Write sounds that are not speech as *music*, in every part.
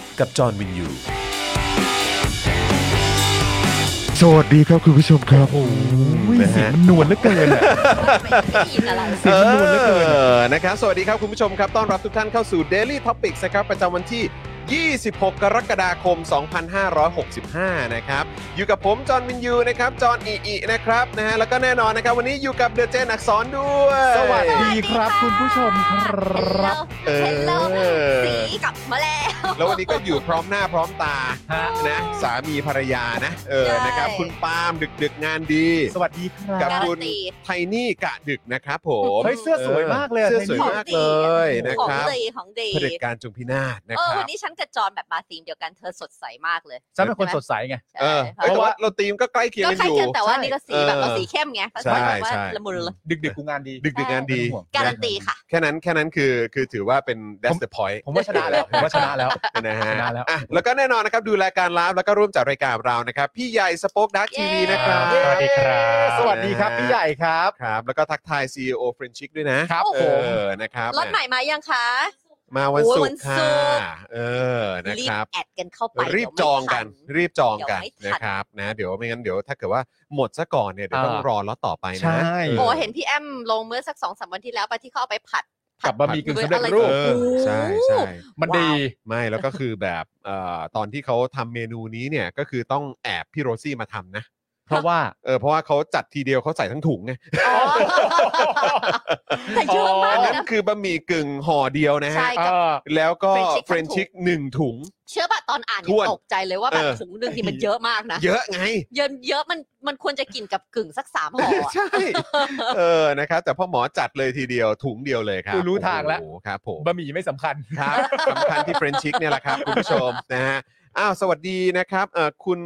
กับจอห์นวินยู สวัสดีครับคุณผู้ชมครับโอ้ย นะฮะ เสียงมันนวลเหลือเกินอะ ไม่ยินอะไร เสียงมันนวลเหลือเกินอะ เออนะครับ สวัสดีครับคุณผู้ชมครับ ต้อนรับทุกท่านเข้าสู่ Daily Topics นะครับประจำวันที่ 26 กรกฎาคม 2565 นะครับ อยู่กับผม จอห์นวินยูนะครับ จอห์นอีอีนะครับนะฮะแล้วก็แน่นอนนะครับ วันนี้อยู่กับเดอะเจนอักษรด้วย สวัสดีครับคุณผู้ชมครับ เออ เฮลโลสีกลับมาแล้ว แล้ววันนี้ก็อยู่พร้อมหน้าพร้อมตา ฮะ นะสามีภรรยานะเออ ใช่ นะครับคุณปาล์มดึกดึกๆงานดี สวัสดีค กั รั บบ การัน คุณ ตี ไทนี่กะดึกนะครับผม เฮ้ยเสื้อสวยมากเลยอะ เสื้อสวย ไทนี่ มากเลยนะ ขอ ค ง รับ ดีของดี เผด็จการจงพินาศนะ เอ ค อ รั วั บ นนี้ฉันกับจอนแบบมาธีมเดียวกันเธอสดใสมากเลย ฉันเป็นคนสดใสไง ใช่ เออ เพราะ แต่ ว่า ว่าเราตีมก็ใกล้เคียง ก็ กัน ใคร อยู่ เกินแต่ว่านี่ก็สีแบบ เออ ว่าสีเข้มไงก็ ใช่ หมายความว่า ใช่ ละมุนละ ดึกดึกๆกูงานดี ดึกดึกงานดี การั นะ นตีค่ะ แค่นั้นแค่นั้นคือคือถือว่าเป็น that's the point ผมว่าชนะแล้วผมว่าชนะแล้ว นะฮะ ชนะแล้ว อ่ะแล้วก็แน่นอนนะครับ ดูรายการไลฟ์แล้วก็ร่วมจัดรายการเรานะครับ พี่ใหญ่สป็อคดักทีวี เย้ นะครับ สวัสดีครับ สวัสดีครับพี่ใหญ่ครับ ครับ แล้วก็ทักทาย CEO เฟรนชิกด้วยนะครับ เอ ผม อนะครับ รถใหม่มายังคะ มาวันศุก โอ้ยวัน ร์ ศุ ค่ะ กร์ เออนะ รี ครับ บ แอดกันเข้าไป รีบจองกัน เดี๋ยวไม่ทั รีบจองกัน เดี๋ยวไม่ นะ ทัน ครับนะเดี๋ยวไม่งั้นเดี๋ยวถ้าเกิดว่าหมดซะก่อนเนี่ยเดี๋ยวต้อง อ่าร ร อล็อตต่อไปนะ ใช่ ออ โอ้เห็นพี่แอมลงเมื่อสักสองสามวันที่แล้วไปที่เขาเอาไปผัด กับบะหมี่กึ่งสำเร็จ อะไร รูป เออใช่ใช่ มันดี ไม่แล้วก็คือแบบเอ่อตอนที่เขาทำเมนูนี้เนี่ยก็คือต้องแอบพี่โรซี่มาทำนะ เพราะว่า เออเพราะว่าเขาจัดทีเดียวเขาใส่ทั้งถุงไง *laughs* อ๋อแต่เยอะมา อั ก น เลย นั้น นะ คือบะหมี่กึ่งห่อเดียวนะฮะ ใช่กับ แล้วก็เฟ เฟ ร ร น นชิ ชิก ก หนึ่งถุง เชื่อป่ะตอนอ่าน ถ้ ยั วน งตกใจเลยว่าแบบ เออ ถุงหนึ่งนี่มันเยอะมากนะ เยอะไง เยอะเยอะมันมันควรจะกินกับกึ่งสักสามห่ออะ ใช่เออนะครับแต่พ่อหมอจัดเลยทีเดียวถุงเดียวเลยครับ กูรู้ทางแล้ว โอ้โหครับผม บะหมี่ไม่สำคัญ ครับสำคัญที่เฟรนชิกเนี่ยแหละครับ คุณผู้ชมนะฮะอ้าวสวัสดีนะครับเอ่อคุณ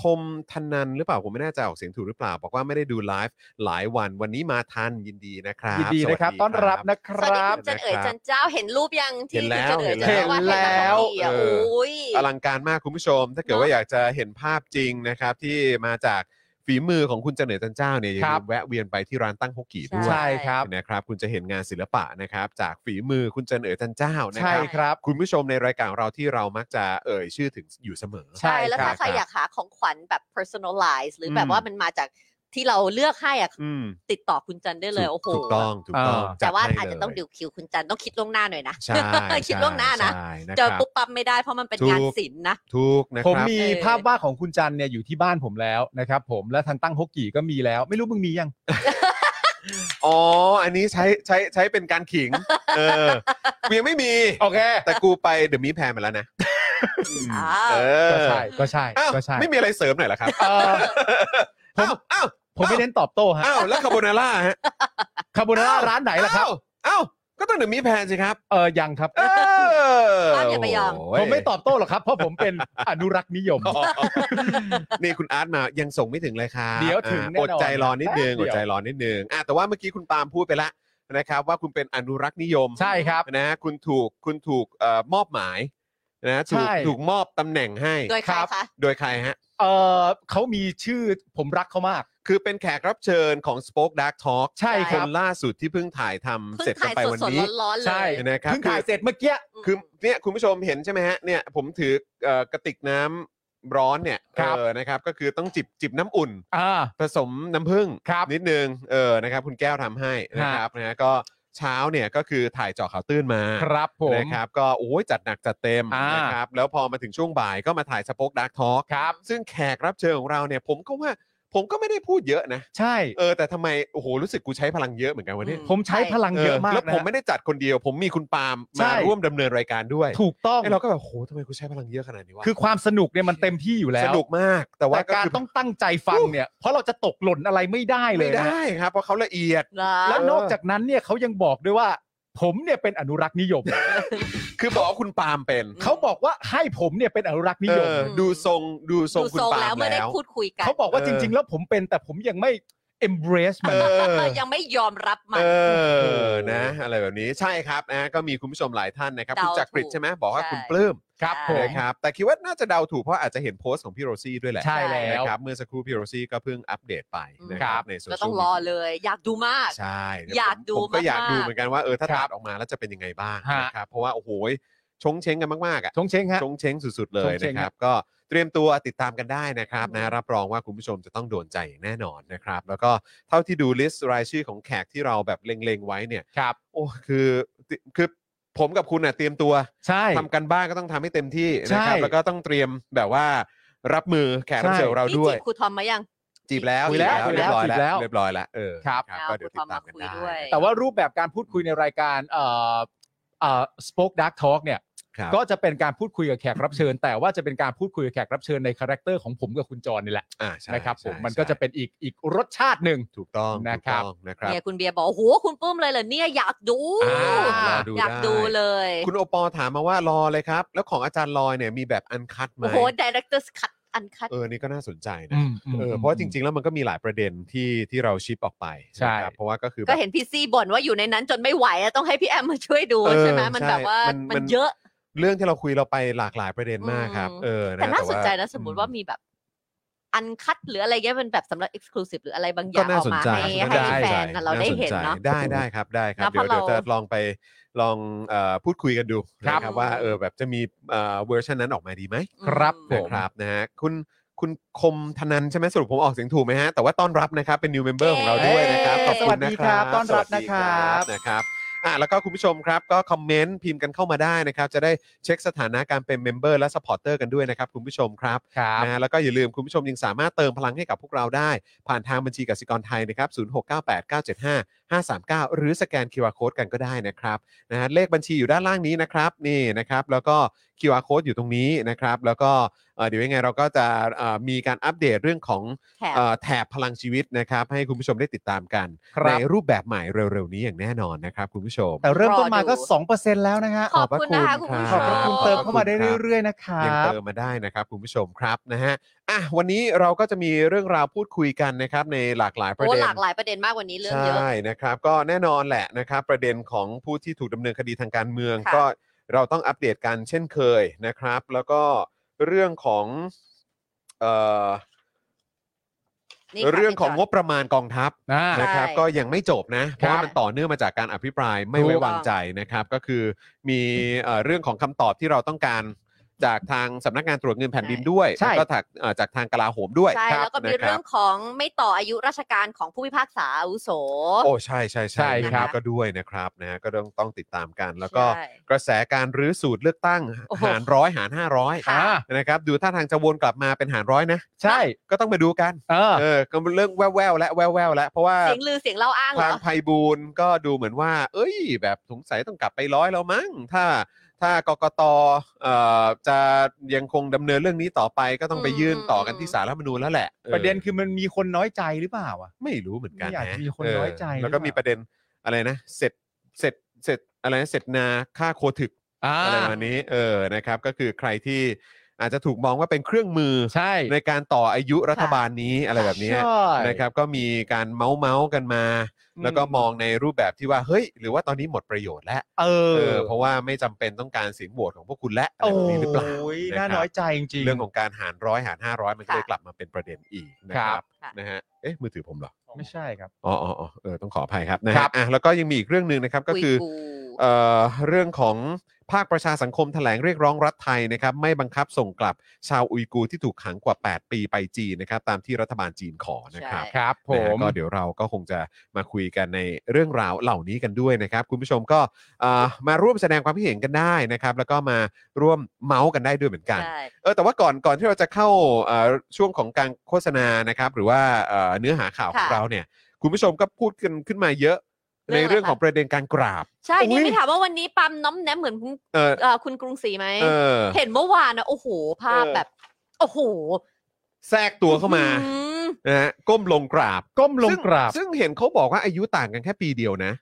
คมธนันหรือเปล่าผมไม่แน่ใจออกเสียงถูกหรือเปล่า บอกว่าไม่ได้ดูไลฟ์หลายวันวันนี้มาทันยินดีนะครับ ยินดี สวัส นะครับ ต้อนรับนะค สวัสดี รับ คุณจันเอ๋ยจันเจ้าเห็นรูปยังที่ เห็น คุณ แล้วนเห็นแล้จัเอ๋ยจัเจ้าว วาดให้ แล้ เรา ว ดีอ่ะโอ้ย อลังการมากคุณผู้ชม ถ้าเกิดว่าอยากจะเห็นภาพจริงนะครับที่มาจากฝีมือของคุณเจเนตจันเจ้าเนี่ยอย่า ครั ลื บ มแวะเวียนไปที่ร้านตั้งฮกกี้ด้วย ใช่ครับ นะครับคุณจะเห็นงานศิลปะนะครับจากฝีมือคุณเจเนตจันเจ้านะคใช่รับ ครับ คุณผู้ชมในรายการของเราที่เรามักจะเอ่ยชื่อถึงอยู่เสมอ ใช่ ใช่แล้ว ครับ ถ้าใครอยากหาของขวัญแบบ personalize หรืออ ม แบบว่ามันมาจากที่เราเลือกให้อ่ะ อืม ติดต่อคุณจันได้เลย โอ้โห ถูกต้องถูกต้อง อ่า จั แต่ ด ว่า ให้ อาจจะต้อง เลย ดิวคิวคุณจันต้องคิดล่วงหน้าหน่อยนะ ใช่ *laughs* คิดล่วงหน้านะ ใช่ เจอ ครับ ปุ๊บปั๊บไม่ได้เพราะมันเป็น ถูก งานศิลป์นะ ถูกนะค ผม รับ มี เออ ภาพวาดของคุณจันเนี่ยอยู่ที่บ้านผมแล้วนะครับผมและทางตั้งฮกกี่ก็มีแล้ว ไม่รู้มึงมียัง อ๋ออันนี้ใช้ใช้ใช้เป็นการขิง เออกูยังไม่มี โอเค แต่กูไปเดอะมิแพนมาแล้วนะ อ่า เออ ก็ใช่ก็ใช่ อ้าว ก็ใช่ ไม่มีอะไรเสริมหน่อยเหรอครับ เอ่อ ผม อ้าวอ้าว ผมไม่เน้นตอบโต้ฮะ อ้าวแล้วคาโบนาร่าฮะ คาโบนาร่าร้านไหนล่ะครับ อ้าวอ้าวก็ต้องเดอะมิแพนสิครับ เออยังครับ เออ อ้าวอย่าไปยอม โ ผมไม่ตอบโต้หรอกครับ เพราะผมเป็นอนุรักษ์นิยม อ๋อนี่คุณอาร์ตมายังส่งไม่ถึงเลยครับ เดี๋ยวถึง อ่า แน่น อ อน ดใจรอนิดนึง แป๊บเดี อ ยว ดใจรอนิดนึงอ่ะแต่ว่าเมื่อกี้คุณปาล์มพูดไปละนะครับ ว่าคุณเป็นอนุรักษ์นิยม ใช่ครับ นะคุณถูกคุณถูกเอ่อมอบหมายนะถูก ใช่ ถูกมอบตำแหน่งให้ โดยใคร ครับ คะ โดยใครฮะ เออเขามีชื่อผมรักเขามาก คือเป็นแขกรับเชิญของ Spoke Dark Talk ใช่ค ค รั น บ ล่าสุดที่เพิ่งถ่ายทำ เพิ่ง เสร็จกัน ถ่าย ไปวัน สด นี้ ๆร้อนๆเล ใช่ ย นะครับ เพิ่งถ่ายเสร็จเมื่อกี้ คือเนี่ยคุณผู้ชมเห็นใช่ไหมฮะเนี่ยผมถือเอ่อกระติกน้ำร้อนเนี่ย ครับ เออนะครับก็คือต้องจิบจิบน้ำอุ่น อ่า ผสมน้ำผึ้ง ครับ นิดนึงเออนะครับคุณแก้วทำให้นะครับนะฮะก็ เช้าเนี่ยก็คือถ่ายเจาะข่าวตื้นมา ครับผม นะครับก็โอ้ยจัดหนักจัดเต็ม อ่าน นะครับแล้วพอมาถึงช่วงบ่ายก็มาถ่ายสป็อคดักทอล์ก ครับ ซึ่งแขกรับเชิญของเราเนี่ยผมก็ว่าผมก็ไม่ได้พูดเยอะนะ ใช่ เออแต่ทำไมโอ้โหรู้สึกกูใช้พลังเยอะเหมือนกันวันนี้ อื ผมใช้พลังเยอะมาก แล้วผม นะ ไม่ได้จัดคนเดียว ผมมีคุณปาล์ม ใช่ มาร่วมดำเนินรายการด้วย ถูกต้อง ไอ้เราก็แบบโอ้โหทำไมกูใช้พลังเยอะขนาดนี้วะ คือความสนุกเนี่ยมันเต็มที่อยู่แล้ว สนุกมาก แต่ว่า แต่การ คื ต้องตั้งใจฟังเนี่ย เพราะเราจะตกหล่นอะไรไม่ได้เลย ไม่ นะ ได้ครับ เพราะเขาละเอียด เหรอ แล้วนอกจากนั้นเนี่ยเขายังบอกด้วยว่า ผมเนี่ยเป็นอนุรักษ์นิยม คือบอกว่าคุณปาล์มเป็น เขาบอกว่าให้ผมเนี่ยเป็นอนุรักษ์นิ เอย ม อดูทรงดูทรง ดู คุณ ทรง ปาล์ แล้ว ม เมื่อได้ แล้ว พูดคุยกัน เขาบอกว่า เออ จริง ๆ แล้วผมเป็นแต่ผมยังไม่ embrace มัน เออ ยังไม่ยอมรับมัน เออ นะ อะไรแบบนี้ ใช่ครับ นะ ก็มีคุณผู้ชมหลายท่านนะครับ เดา คุณจักริด ถูก ใช่ไหม บอกว่า ใช่ คุณปลื้ม ครับผม นะครับ แต่คิดว่าน่าจะเดาถูกเพราะอาจจะเห็นโพสต์ของพี่โรซี่ด้วยแหละ ใช่แล้ นะ ว ครับ เมื่อสักครู่พี่โรซี่ก็เพิ่งอัปเดตไปนะค ครั รับบ ในโซเชียล ก็ต้องรอเลย อยากดูมาก ใช่เว อยาก ผม ดู ผมก็อยาก มากๆ ดูเหมือนกันว่า เออ ถ้า คตัรับ ดออกมาแล้วจะเป็นยังไงบ้าง ฮะ นะครับ เพราะว่า โอ้โหยชงเชงกันมากๆอ่ะ ชงเชงฮะ ชงเช้งสุดๆ เลย ชงเช้ นะ ง ค ค รั รับ บ ก็เตรียมตัวติดตามกันได้นะครับ อื นะ ม รับรองว่าคุณผู้ชมจะต้องโดนใจอย่างแน่นอนนะครับ แล้วก็เท่าที่ดูลิสต์รายชื่อของแขกที่เราแบบเล็งๆไว้เนี่ย ครับ โอ้คือคือผมกับคุณเน่ะเตรียมตัว ใช่ ทำกันบ้านก็ต้องทำให้เต็มที่นะครับ ใช่ แล้วก็ต้องเตรียมแบบว่ารับมือแขกรับ ใช่ เชิญของเรา นี่ ด้ว จี ย บครูทอมมายัง จีบแล้ว คุยแล้ว เรียบร้อย คุยแล้ แล้ว ว เรียบร้อยแล้วเออ ครับ ก็เดี๋ยวติดตามกันได้ เอาคุณธรรมมาคุยด้วย แต่ว่ารูปแบบการพูดคุยในรายการเอ่อเอ่อ Spoke Dark Talk เนี่ย ครับ ก็จะเป็นการพูดคุยกับแขกรับเชิญ แต่ว่าจะเป็นการพูดคุยกับแขกรับเชิญในคาแรคเตอร์ของผมกับคุณจรนี่แหละ อ่าใช่ นะครับผม ใช่ มันก็จะเป็นอีกอีกรสชาติหนึ่ง ถูกต้อง นะ ถูก ครับ ต้องนะครับ เนี่ยคุณเบียร์บอกโอ้โหคุณปุ้มเลยเหรอเนี่ยอยากดู อ่ารอดู อยาก ได้ ดูเลย คุณโอปอล์ถามมาว่ารอเลยครับ แล้วของอาจารย์ลอยเนี่ยมีแบบอันคัดไหม โอ้โหดีเรคเตอร์คัดอันคัด เออ นี่ก็น่าสนใจนะ อืมม เออ เพราะจริง ๆ แล้วมันก็มีหลายประเด็นที่ที่เราชิปออกไป ใช่ นะครับเพราะว่าก็คือแบบ ก็เห็นพี่ซี่บ่นว่าอยู่ในนั้นจนไม่ไหวอะต้องให้พี่แอมมาช่วยดู เออ ใช่ไหมมัน ใช่ แบบว่า มันมั มัน นเยอะ เรื่องที่เราคุยเราไปหลากหลายประเด็นมากครับ อืม เออนะ แต่น่าสนใจ แต่ว่ นะสมมติว่ามีแบบอันคัดหรืออะไรเงี้ยมันแบบสำหรับเอ็กซ์คลูซีฟหรืออะไรบางอ ก็ ย่างอ น่า อก สน มา ใจ ให้ให้ น่าสนใจ แฟนน่ะเราได้ สใจ เห็นเนาะ ได้ได้ครับได้ครับ นะ เดี๋ยวเดี๋ยวเพราะเรา จะลองไปลองเอ่อพูดคุยกันดู ครับ นะครับว่าเออแบบจะมีเอ่อเวอร์ชันนั้นออกมาดีไหม ครับผ นะ ม ครับนะฮะคุณคุณคมธนันใช่ไหมสรุปผมออกเสียงถูกไหมฮะ แต่ว่าต้อนรับนะครับเป็น new member ของเราด้วยนะครับขอบคุณนะ สวัสดี ค ครั รับบ ต้อนรับ สวัสดี นะครับ นะครับอ่ะแล้วก็คุณผู้ชมครับก็คอมเมนต์พิมพ์กันเข้ามาได้นะครับ จะได้เช็คสถานะการเป็นเมมเบอร์และสปอร์เตอร์กันด้วยนะครับคุณผู้ชมครับ นะฮะแล้วก็อย่าลืมคุณผู้ชมยังสามารถเติมพลังให้กับพวกเราได้ ผ่านทางบัญชีกสิกรไทยนะครับ 0698 975 539 หรือสแกน QR Code กันก็ได้นะครับนะฮะเลขบัญชีอยู่ด้านล่างนี้นะครับนี่นะครับแล้วก็ QR Code อยู่ตรงนี้นะครับ แล้วก็เอ่อเดี๋ยวยังไงเราก็จะเอ่อมีการอัปเดตเรื่องของ แถบ เอ่อแถบพลังชีวิตนะครับ ให้คุณผู้ชมได้ติดตามกัน ครับ ในรูปแบบใหม่เร็วๆนี้อย่างแน่นอนนะครับคุณผู้ชม แต่เริ่มต้นมาก็ รอดู 2%แล้วนะฮะ ขอบคุณนะคะคุณผู้ช ขอ ม บคุณเติมเข้ามาได้เรื่อยๆนะครั ยัง บ เติมมาได้นะครับคุณผู้ชมครับนะฮะอ่ะวันนี้เราก็จะมีเรื่องราวพูดคุยกันนะครับในหลากหลายประ โอ้ เด็น หลากหลายประเด็นมากกว่านี้เรื่อง ใช เยอะ ่นะครับ ก็แน่นอนแหละนะครับ ประเด็นของผู้ที่ถูกดำเนินคดีทางการเมือง ค่ะ ก็เราต้องอัปเดตกันเช่นเคยนะครับ แล้วก็เรื่องของเอ่อ นี่ค่ะ เรื่องของ พี่จ งบประมาณกองทัพ นะครับ ใช่ ก็ยังไม่จบนะ เพราะว่า ครับ มันต่อเนื่องมาจากการอภิปรายไม่ไว้วางใจนะครับก็คือมีเอ่อเรื่องของคำตอบที่เราต้องการจากทางสำนักงานตรวจเงินแผ่นดินด้วย ใช่ แล้วก็จากเอ่อจากทางกลาโหมด้วย ใช่แล้วก็มี นะคบ เรื่องของไม่ต่ออายุราชการของผู้พิพากษาอาวุโส โอ้ใช่ใช่ ใช่ ใช่ ครับ ก็ด้วยนะครับนะฮะก็ต้องต้องติดตามกัน แล้วก็ ใช่ กระแสการรื้อสูตรเลือกตั้ง โอ้โห หารร้อยหารห้าร้อย ค่ะ อ่า นะครับดูท่าทางจะวนกลับมาเป็นหารร้อยนะ ใช่ ก็ต้องมาดูกัน เออ เออก็เรื่องแว่วๆและแว่วๆและเพราะว่า เสียงลือเสียงเล่าอ้างเห ทาร ง อ ไพบูลย์ก็ดูเหมือนว่า เอ้ย แบบสงสัยต้องกลับไปร้อยแล้วมั้ง ถ้าถ้ากกตเอ่อจะยังคงดำเนินเรื่องนี้ต่อไปก็ต้องไป อืม ยื่นต่อกันที่สารรัฐธรรมนูญแล้วแหละออ ประเด็นคือมันมีคนน้อยใจหรือเปล่าอ่ะ ไม่รู้เหมือนกัน ไม่อยาก นะ มีคนน้อยใจ เแล้วก็มี หรือเปปล่าระเด็นอะไรนะ เสร็จเสร็จเสร็จอะไรนะเสร็จนาค่าโคถึก อ่า อะไรประมาณนี้เออนะครับ ก็คือใครที่อาจจะถูกมองว่าเป็นเครื่องมือ ใช่ ในการต่ออายุรัฐบาลนี้อะไรแบบเนี้ย ใช่ นะครับก็มีการเมาส์เมาส์กันมา อืม แล้วก็มองในรูปแบบที่ว่าเฮ้ย หรือว่าตอนนี้หมดประโยชน์แล้ว เอ เอ อ อเพราะว่าไม่จำเป็นต้องการเสียงโหวตของพวกคุณและอะไรแบบนี้หรือเปล่า โอ้ย ะ น่า ครับ น้อยใจจริงๆ เรื่องของการหารร้อยหารห้าร้อยมันก็เลย ค่ะ กลับมาเป็นประเด็นอีกนะครับ ค่ะ นะฮะเอ๊ะมือถือผมเหรอ ไม่ใช่ครับ อ๋ออ๋ออ๋อเออต้องขออภัยครับนะฮะ ครับ อ่ะแล้วก็ยังมีอีกเรื่องหนึ่งนะครับก็ ย คือ กู เอ่อเรื่องของ ภาคประชาสังคมแถลงเรียกร้องรัฐไทยนะครับไม่บังคับส่งกลับชาวอุยกูร์ที่ถูกขังกว่า 8 ปีไปจีนนะครับตามที่รัฐบาลจีนขอนะครับ ใช่ ครับผ นะฮะ ม ก็เดี๋ยวเราก็คงจะมาคุยกันในเรื่องราวเหล่านี้กันด้วยนะครับ คุณผู้ชมก็เอ่อมาร่วมแสดงความคิดเห็นกันได้นะครับ แล้วก็มาร่วมเมาส์กันได้ด้วยเหมือนกัน ใช่ เออแต่ว่าก่อนก่อนที่เราจะเข้าเอ่อช่วงของการโฆษณานะครับ หรือว่าเอ่อเนื้อหาข่าวของ ค่ะ เราเนี่ยคุณผู้ชมก็พูดกันขึ้นมาเยอะใน เรื่องอะไร เรื่องของประเด็นการกราบ ใช่ นี่ อุ๊ย ไม่ถามว่าวันนี้ปั๊มน้อมแนมเหมือนคุณ เออ เอ่อคุณกรุงศรีไหม เออ เห็นเมื่อวานนะโอ้โห ภาพ เออ แบบ โอ้โห แทรกตัวเข้ามา อืม นะฮะก้มลงกราบ ก้มลงกราบ ซึ่ซึ่งเห็นเขาบอกว่าอายุต่างกันแค่ปีเดียวนะ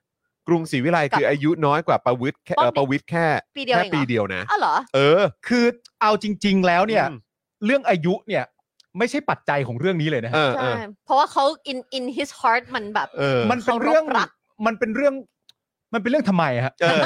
กรุงศรีวิไลคืออายุน้อยกว่าประวิทย์แค่เอ่อประวิทย์แค่ ปีเดียว แค่ เองเหร ปี อ เดียวนะ อ้าวเหรอ เออ คือเอาจริง ๆ แล้วเนี่ย อืม เรื่องอายุเนี่ยไม่ใช่ปัจจัยของเรื่องนี้เลยนะ เอ ฮะ อเอ ใช่ อ เพราะว่าเขา in in his heart มันแบบ เออ มันเป็นเรื่อง เคารพรัก มันเป็นเรื่อง มันเป็นเรื่องทำไมฮะ เออ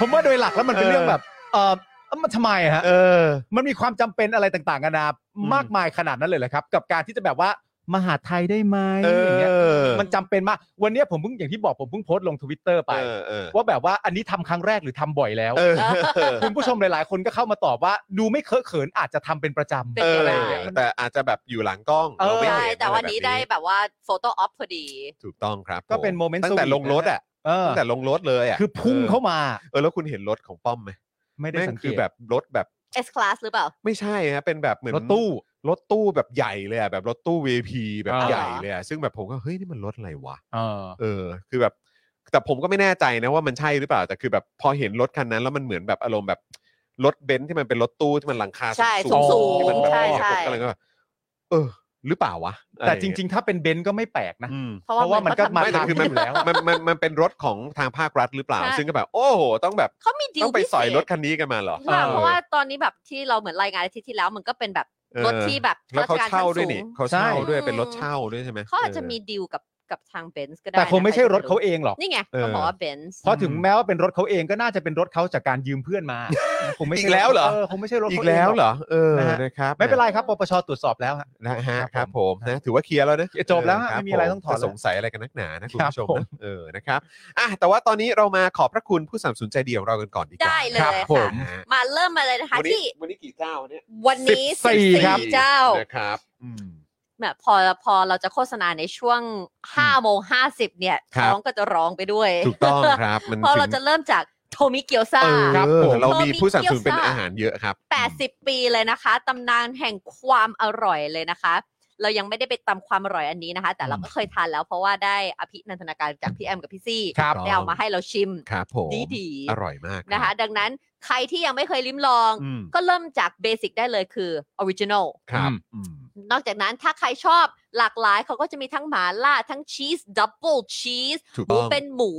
ผมว่าโดยหลักแล้วมันเป็นเรื่องแบบเออเอ้ามันทำไมฮะ เออ มันมีความจำเป็นอะไรต่างๆนานามากมายขนาดนั้นเลยเหรอครับ กับการที่จะแบบว่ามหาไทยได้ไหม เออ อย่างเงี้ยมันจำเป็นมากวันเนี้ยผมเพิ่งอย่างที่บอกผมเพิ่งโพสต์ลงทวิตเตอร์ไป เออเออ ว่าแบบว่าอันนี้ทำครั้งแรกหรือทำบ่อยแล้ว เออเออ คุณผู้ชมหลายๆ คนก็เข้ามาตอบว่า ดูไม่เคอะเขินอาจจะทำเป็นประจำ เป็น เออ ไป อะไรอได้ย่างเงี้ยแต่อาจจะแบบอยู่หลังกล้อง เออ เราไม่ ใช่ เห็น แต่วันนี้ อะไร ได้ แบบ แบบว่า photo op พอดี ถูกต้องครับ ก็เป็นโมเมนต์ ตั้งแต่ สวีท ลงรถอ่ะ เออ ตั้งแต่ลงรถเลยอ่ะ คือพุ่งเข้ามา เออแล้วคุณเห็นรถของป้อมไหม ไม่ได้ แม่ง สังเก คือ ต แบบรถแบบ S class หรือเปล่า ไม่ใช่ฮะเป็นแบบเหมือน รถตู้ รถตู้แบบใหญ่เลยอ่ะแบบรถตู้ VIP แบบ อ่า ใหญ่เลยอ่ะซึ่งแบบผมก็เฮ้ยนี่มันรถอะไรวะ เออ เออคือแบบแต่ผมก็ไม่แน่ใจนะว่ามันใช่หรือเปล่าแต่คือแบบพอเห็นรถคันนั้นแล้วมันเหมือนแบบอารมณ์แบบรถเบนซ์ที่มันเป็นรถตู้ที่มันหลังคา ใช่ สูงๆ ที่มันแบบ ใช่ ใช่ ผมก็เลยก็แบบเออ หรือเปล่าวะอะไอ แต่ ย่า จริง ๆ ถ้าเป็นเบนซ์ก็ไม่แปลกนะ อืม เพราะว่า เพราะว่ามันก็ ทำ มา ไม่แต่คือมัน อยู่แล้ว มันมันมันเป็นรถของทางภาครัฐหรือเปล่า ใช่ ซึ่งก็แบบ โอ้โหต้องแบบ เขามีดีล ต้องไป พิเศ สอย ษ รถคันนี้กันมาเหรอ ใช่ เออ เพราะว่าตอนนี้แบบที่เราเหมือนรายงานอาทิตย์ที่แล้วมันก็เป็นแบบ เออ รถที่แบบ แล้วเขา รชกร เช่าด้ขั้นวย สู นี่ ง เขาเช่า ใช่ ด้วย อืม เป็นรถเช่าด้วยใช่ไหม เขาอาจจะมี เ ดีลกับกับทางเบนซ์ก็ได้ แต่คงไม่ใช่ นะ รถเขาเองหรอก นี่ไง เออ เขาบอกว่าเบนซ์ เพราะถึงแม้ว่าเป็นรถเขาเองก็น่าจะเป็นรถเขาจากการยืมเพื่อน *laughs* มา คงไม่ใช่ อีกแล้วเหรอ คงไม่ใช่รถ อี ขาก ง แล้วเหรอเออ นะฮะ นะครับ ไม่เป็นไรครับปปชตรวจสอบแล้วฮะ นะฮะ ครับ ครับผมนะถือว่าเคลียร์แล้วนะ จบแล้วฮะ เคบ ไม่มีอะไร ผ ต้องถอน จะสงสัยอะไรกันนักหนานะคุณ ครับ ผู้ชม ผม นะเออนะครับอ่ะแต่ว่าตอนนี้เรามาขอบพระคุณผู้สนัมสนุนใจดีของเรากันก่อนดีกว่า ได้เลย ครับผ ค่ะ ม นะฮะ มาเริ่มมาเลยนะคะ วันนี้ ที่ วันนี้กี่เจ้าเนี่ย วันนี้ สิบสี่ 14 ครับ เจ้า นะครับอืม แบบพอพอเราจะโฆษณาในช่วง5โมง50 เนี่ย ครับ ท้องก็จะร้องไปด้วย ถูกต้องครับมัน เพราะเราจะเริ่มจากโทมิเกียวซา เออ ครับผม เรามีผู้สนัมสนุน เรามี เป็นอาหารเยอะครับ 80 ปีเลยนะคะ ตำนานแห่งความอร่อยเลยนะคะ เรายังไม่ได้ไปตำความอร่อยอันนี้นะคะ แต่เราก็เคยทานแล้วเพราะว่าได้อภินันทนาการจากพี่แอมกับพี่ซี่ ครับ ได้เอามาให้เราชิม ครับผม ดี อร่อยมาก ๆนะคะ ดังนั้นใครที่ยังไม่เคยลิ้มลอง อืม ก็เริ่มจากเบสิกได้เลยคือออริจินอล ครับอืม นอกจากนั้นถ้าใครชอบหลากหลายเขาก็จะมีทั้งหมาล่าทั้งชีสดับเบิลชีส ถูก หมู ต้อง เป็นหมู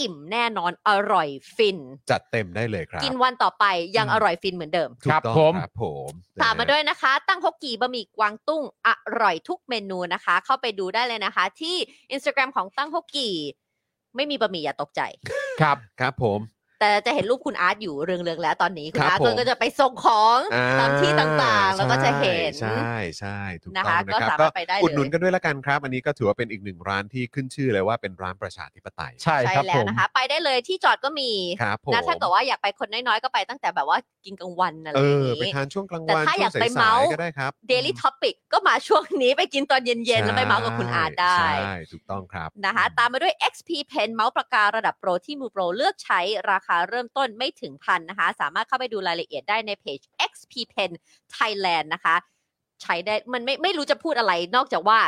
อิ่มแน่นอนอร่อยฟิน จัดเต็มได้เลยครับ กินวันต่อไปยังอร่อยฟินเหมือนเดิม ถูกต้อง ครับผม ครับผม ตามมาด้วยนะคะ ตั้งฮกกีบะหมี่กวางตุ้งอร่อยทุกเมนูนะคะ เข้าไปดูได้เลยนะคะ ที่ Instagram ของตั้งฮกกีไม่มีบะหมี่อย่าตกใจ ครับ ครับผม แต่จะเห็นรูปคุณอาร์ตอยู่เรืองๆแล้วตอนนี้ คุณอาร์ต ครับผม ก็จะไปส่งของ อ่ ตามที่ต่างๆ แล้วก็จะเห็น ใช่ใช่ถูกต้อง นะ นะคะ คะ ก็สามารถไปได้เลย อุดหนุนกันด้วยละกันครับ อันนี้ก็ถือว่าเป็นอีกหนึ่งร้านที่ขึ้นชื่อเลยว่าเป็นร้านประชาธิปไตย ใช่ ใช่ ครับ แล้ ผ ว ม นะคะ ไปได้เลยที่จอดก็มี ครับผม นะถ้าเกิดว่าอยากไปคนน้อยๆ ก็ไปตั้งแต่แบบว่ากินกลางวันอะไร เอ อย่า อง ไป นี้ ทานช่วงกลาง แต่ วัน ถ้า ช่วยอาง ก สา ไปเมาส์ ยๆก็ได้ครับ Daily Topic ก็มาช่วงนี้ไปกินตอนเย็นๆ แล้วไปเมาส์กับคุณอาร์ตได้ ใช่ถูกต้องครับ นะคะ ตามมาด้วย XP Pen เมาส์ปากการะดับโปรที่มือโปรเลือกใช้ราคาเริ่มต้นไม่ถึงพันนะคะ สามารถเข้าไปดูรายละเอียดได้ในเพจ XP Pen Thailand นะคะ ใช้ได้มันไม่ไม่รู้จะพูดอะไรนอกจากว่า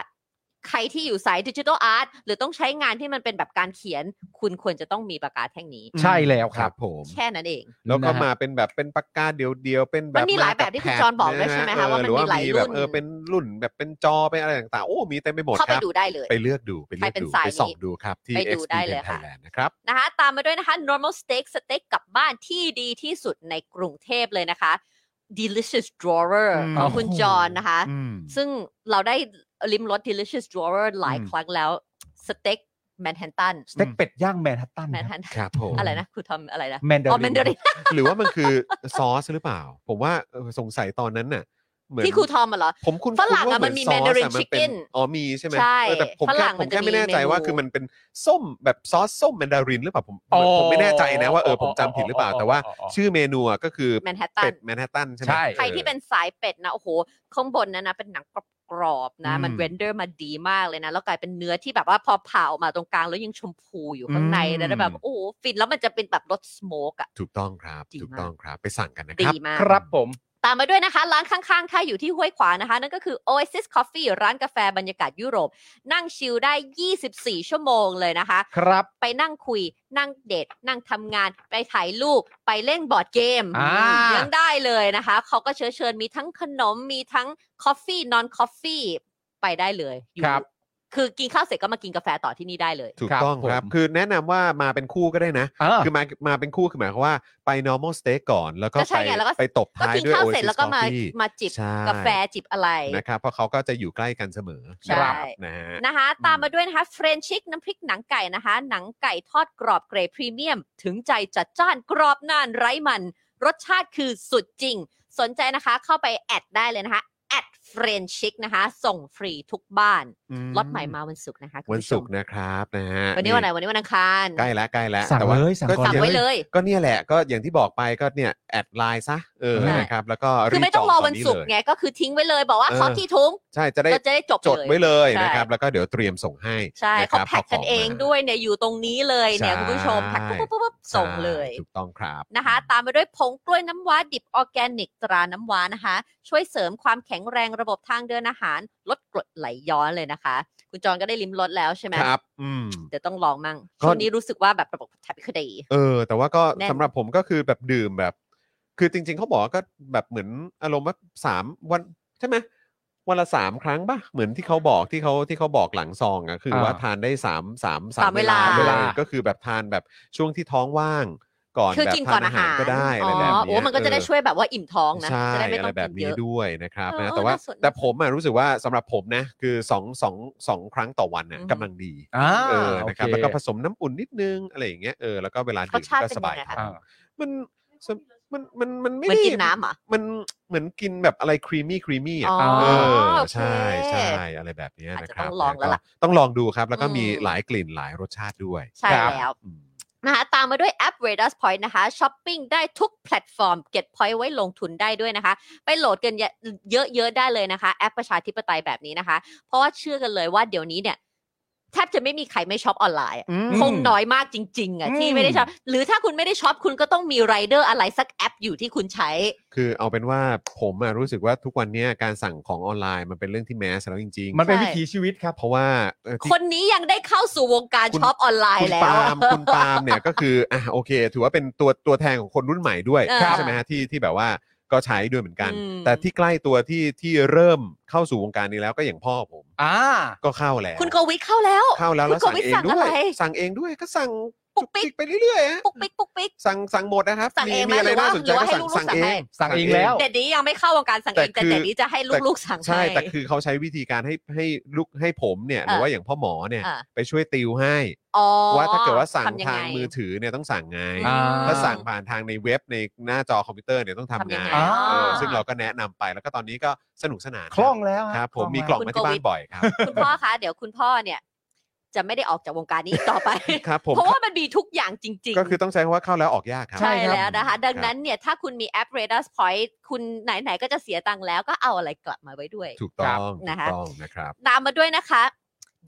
ใครที่อยู่สายดิจิทัลอาร์ตหรือต้องใช้งานที่มันเป็นแบบการเขียน คุณควรจะต้องมีปากกาแท่งนี้ ใช่แล้วค ค รั รับ บผม แค่นั้นเอง แล้วก็ นะฮะ มาเป็นแบบเป็นปากกาเดียวๆเป็นแบ มั บ นมีหลายแบบที่คุณจอนบอกด้วย า ใช่ไหม แผ่ คะว่ามัน เออ มีหลาย รือว่แบบ รุ่น เออเป็นรุ่นแบบเป็นจอเป็นอะไรต่างๆโอ้มีเต็มไปหมด เข้า ค ไป รับ ดูได้เลย ไปเลือกดูไปเลือก ใครเป็น ดู สาย ไป นี้ ส่องดูครับที่ ไปดู XP ได้เลยค่ะ Thailand นะครับ นะคะตามมาด้วยนะคะ normal steak สเต็กกลับบ้านที่ดีที่สุดในกรุงเทพเลยนะคะ delicious drawer อืม ของคุณจอนนะคะ อืม ซึ่งเราได้ลิ้มรส delicious drawer หลาย อืม ครั้งแล้วสเต็กแมนฮันตัน สเต็กเป็ดย่างแมนฮัตตัน แมน นะ ฮัน *laughs* ครับผม อะไรนะครูทอมอะไรนะ แมนเดา *laughs* อ๋อแมนดา ริ ริ น น หรือว่ามันคือซอสหรือเปล่า ผมว่าเออสงสัยตอนนั้นน่ะ เหมือน ที่ครูทอมอะเหรอ ผมคุณ ฝรั่งอะมันมี Mandarin ซอสอะเป็ Chicken อ๋อมีใช่ไหม ใช่ เออแต่ผม ฝ แค่ รั่ง ผมแค่ มันจะมี ไม่แน่ใจว่า เมนู คือมันเป็นส้มแบบซอสส้มแมนดารินหรือเปล่าผม อ๋อ ผมไม่แน่ใจนะว่าเออผมจำผิดหรือเปล่า อ๋อ แต่ว่า อ๋ออ๋อ ชื่อเมนูอะก็คือ แมนฮัตตั เป็น ดแมนฮัตตันใช่ไหม ใช่ ใครที่เป็นสายเป็ดนะ โอ้โห ข้างบนนะนะ เป็นหนังกรอบๆนะ มัน อืม เรนเดอร์มาดีมากเลยนะ แล้วกลายเป็นเนื้อที่แบบว่าพอเผาออกมาตรงกลางแล้วยังชมพูอยู่ข้างใน อืม แล้วแบบโอ้โหฟินแล้วมันจะเป็นแบบรสสโมกอะ ถูกต้องครับ ดีมาก ถูกต้องครับไปสั่งกันนะค ดี รับ มาก ครับผม ตามมาด้วยนะคะ ร้านข้างๆ ถ้าอยู่ที่ห้วยขวางนะคะ นั่นก็คือ Oasis Coffee ร้านกาแฟบรรยากาศยุโรป นั่งชิลได้ 24 ชั่วโมงเลยนะคะ ครับ ไปนั่งคุย นั่งเดทนั่งทำงาน ไปถ่ายรูป ไปเล่นบอร์ดเกม อ่า ยังได้เลยนะคะ เขาก็เชื้อเชิญมีทั้งขนม มีทั้งคอฟฟี่นอนคอฟฟี่ไปได้เลยอยู่ ครับ คือกินข้าวเสร็จก็มากินกาแฟต่อที่นี่ได้เลย ถูก ครับ ต้องครับ ผม คือแนะนำว่ามาเป็นคู่ก็ได้นะ เออ คือมามาเป็นคู่คือหมายความว่าไป normal steak ก่อน แล้วก็ ก็ใช่ ไป ไงแล้วก็ ไปตบ ก็ ท้าย กิน ด้วย ข้าวเสร็จ Oasis แล้วก็มา Coffee มาจิบ ใช่ กาแฟจิบอะไร นะครับ เพราะเขาก็จะอยู่ใกล้กันเสมอ ใช่ นะครับนะฮะ นะคะตามมาด้วยนะคะเฟรนชิกน้ำพริกหนังไก่นะคะ หนังไก่ทอดกรอบเกรดพรีเมียม ถึงใจจัดจ้านกรอบนานไร้มัน รสชาติคือสุดจริง สนใจนะคะเข้าไปแอดได้เลยนะคะแอดเฟรนชิกนะคะ ส่งฟรีทุกบ้าน อืม ล็อตใหม่มาวันศุกร์นะคะคุณ วัน ผู้ช ศุกมร์นะครับนะฮะ วันนี้วันไหนวันนี้วันอังคาร ใกล้แล้วใกล้แล้ว สั่ง แต่ว่า เลยสั่ง ก็ ก่อน สั่งไว้เลย ก็เนี่ยแหละก็อย่างที่บอกไปก็เนี่ยแอดไลน์ซะเออ ใช่ นะครับแล้วก็ คือไม่ต้องรอวันศุกร์ ไง ไงก็คือทิ้งไว้เลยบอกว่า เออ ขอกี่ถุง ใช่จะได้ ก็จะได้จบ จด เลย ไว้เลย ใช่ นะครับ แล้วก็เดี๋ยวเตรียมส่งให้ ใช่ ะค เขา รับ แพ็กกัน พข เอง มา ด้วยเนี่ยอยู่ตรงนี้เลยเนี่ยคุณผู้ชม ใช่ แพ็กปุ๊บปุ๊บปุ๊บส่งเลย ใช่ถูกต้องครับ นะคะตามไปด้วยผงกล้วยน้ำว้าดิบออร์แกนิกตราน้ำว้านะคะ ช่วยเสริมความแข็งแรงระบบทางเดินอาหาร ลดกรดไหลย้อนเลยนะคะ คุณจอนก็ได้ลิ้มรสแล้วใช่ไหม ครับ อืม เดี๋ยวต้องลองมั่ง ก็ ช่วงนี้รู้สึกว่าแบบระบบขับถ่ายไม่คอยดี เออ แต่ว่าก็ แน่น สำหรับผมก็คือแบบดื่มแบบ คือจริง ๆเขาบอกว่าก็แบบเหมือนอารมณ์ว่าสามวันใช่ไหมวันละสามครั้งป่ะเหมือนที่เขาบอกที่เขาที่เขาบอกหลังซองอะคือ อ่า ว่าทานได้สามสาม สามเวลา เวลา เวลา ก็คือแบบทานแบบช่วงที่ท้องว่าง ก่อน คือ แบบ กิน ทา ก่อน น อา อา หา หาร ร ก็ได้อะไร อ๋อ แบบ โอ้ เนี้ย มันก็จะได้ เออ ช่วยแบบว่าอิ่มท้องนะ ใช่ จะได้ไม่ อะ ต้ ไร อง แบ กิ บ นเย นี้ อะ ด้วยนะครับ เออ นะแต่ว่า น่าสน แต่ผมอะรู้สึกว่าสำหรับผมนะคือสองสองสองครั้งต่อวันน่ะ อือฮึ กำลังดี อ่า เออนะครับ โอ แล้วก็ผสมน้ำอุ่นนิดนึงอะไรอย่างเงี้ยเออแล้วก็เวลารดื่ ส ม ชาติ ก็ เป็น ส ยัง บาย ไง ท้ คะ องมันสมมันมันมันไม่ เหมือน ได้ กินน้ำเหรอ่ะ มันเหมือนกินแบบอะไรครีมมี่ครีมมี่อ่ะ อ๋อ เออ โอเค ใช่ใช่อะไรแบบเนี้ย อาจ นะ จะ ครับ ต้องลองแล้วล่ะ ก็ต้องลองดูครับ แล้วก็ อืม มีหลายกลิ่นหลายรสชาติด้วย ใช่ ครับ แล้ว อืม นะคะตามมาด้วยแอป r a d a s Point นะคะช้อปปิ้งได้ทุกแพลตฟอร์ม เก็บ point ไว้ลงทุนได้ด้วยนะคะ ไปโหลดกันเยอะๆได้เลยนะคะ แอปประชาธิปไตยแบบนี้นะคะ เพราะว่าเชื่อกันเลยว่าเดี๋ยวนี้เนี่ยแทบจะไม่มีใครไม่ช็อปออนไลน์อะ อืม คงน้อยมากจริงๆอ่ะที่ไม่ได้ช็อปหรือถ้าคุณไม่ได้ช็อปคุณก็ต้องมีไรเดอร์อะไรสักแอปอยู่ที่คุณใช้ คือเอาเป็นว่าผมอะรู้สึกว่าทุกวันเนี้ยการสั่งของออนไลน์มันเป็นเรื่องที่แมสแล้วจริง มันเป็น ใช่ วิถีชีวิตครับ ๆ เพราะว่าเอ่อที่ คนนี้ยังได้เข้าสู่วงการช็อปออนไล คุ น์ ณ แล้ว ปา อะ ล์มคุณปาล์มเนี่ย ก็คืออ่ะโอเค ถือว่าเป็นตัวตัวแทนของคนรุ่นใหม่ด้วย ครับ ใช่ไหมฮะที่ที่แบบว่าก็ใช้ด้วยเหมือนกัน อืม แต่ที่ใกล้ตัวที่ที่เริ่มเข้าสู่วงการนี้แล้วก็อย่างพ่อผม อ่า ก็เข้าแล้ว คุณโกวิทเข้าแล้ว เข้าแล้วแล้ว คุณ สั่ง โกวิเองทสั่ง ด้วอะไร ยสั่งเองด้วยก็สั่ง ปุ๊ จุ ก ก ปิ๊ก จิกไปเรื่อยๆฮะ ปุ๊กปิ๊กปุ๊กปิ๊ก สั่งสั่งหมดนะครับ สั่งเองไหม มีอะไร หรือว่า น่าสนใจ หรือ ก็ ว่าให้ สั่ง ลูก สั่งเอ สั่งให้ ง สั่งเองแล้ว เด็ดนี้ยังไม่เข้าวงการสั่งเอง แต่ แต่ คือ เด็ดนี้จะให้ลูกๆสั่ง ใช่ ให้ แต่คือเขาใช้วิธีการให้ให้ลูกให้ผมเนี่ยหรือว่าอย่างพ่อหมอเนี่ย อ่ะ ไปช่วยติวให้ อ๋อ ว่าถ้าเกิดว่าสั่ง ทำยั ทาง ไ มือถือเนี่ยต้องสั่งไง อ่า ถ้าสั่งผ่านทางในเว็บในหน้าจอคอมพิวเตอร์เนี่ยต้องทำ ทำยัง งาน ไง อ่า เออซึ่งเราก็แนะนำไปแล้วก็ตอนนี้ก็สนุกสนาน คล่องแล้ว ครับ ผมมีก ล่ ล่ อ อง งมาที่บ้านบ่อยครับ คุณพ่อคะ เดี๋ยวคุณพ่อเนี่ย จะไม่ได้ออกจากวงการนี้อีกต่อไป ครับผม เพราะว่ามันมีทุกอย่างจริง ๆ ก็คือต้องใช้คำว่าเข้าแล้วออกยากครับ ใช่แล้วนะคะ ดังนั้ คร นเนี่ยถ้าคุณมีแอป r a d a r Point คุณไหน ๆ ก็จะเสียตังค์แล้วก็เอาอะไรกลับมาไว้ด้วย ับถูกต้อง ครับ ถูกนะคะ ต้องนะครับ ตามมาด้วยนะคะ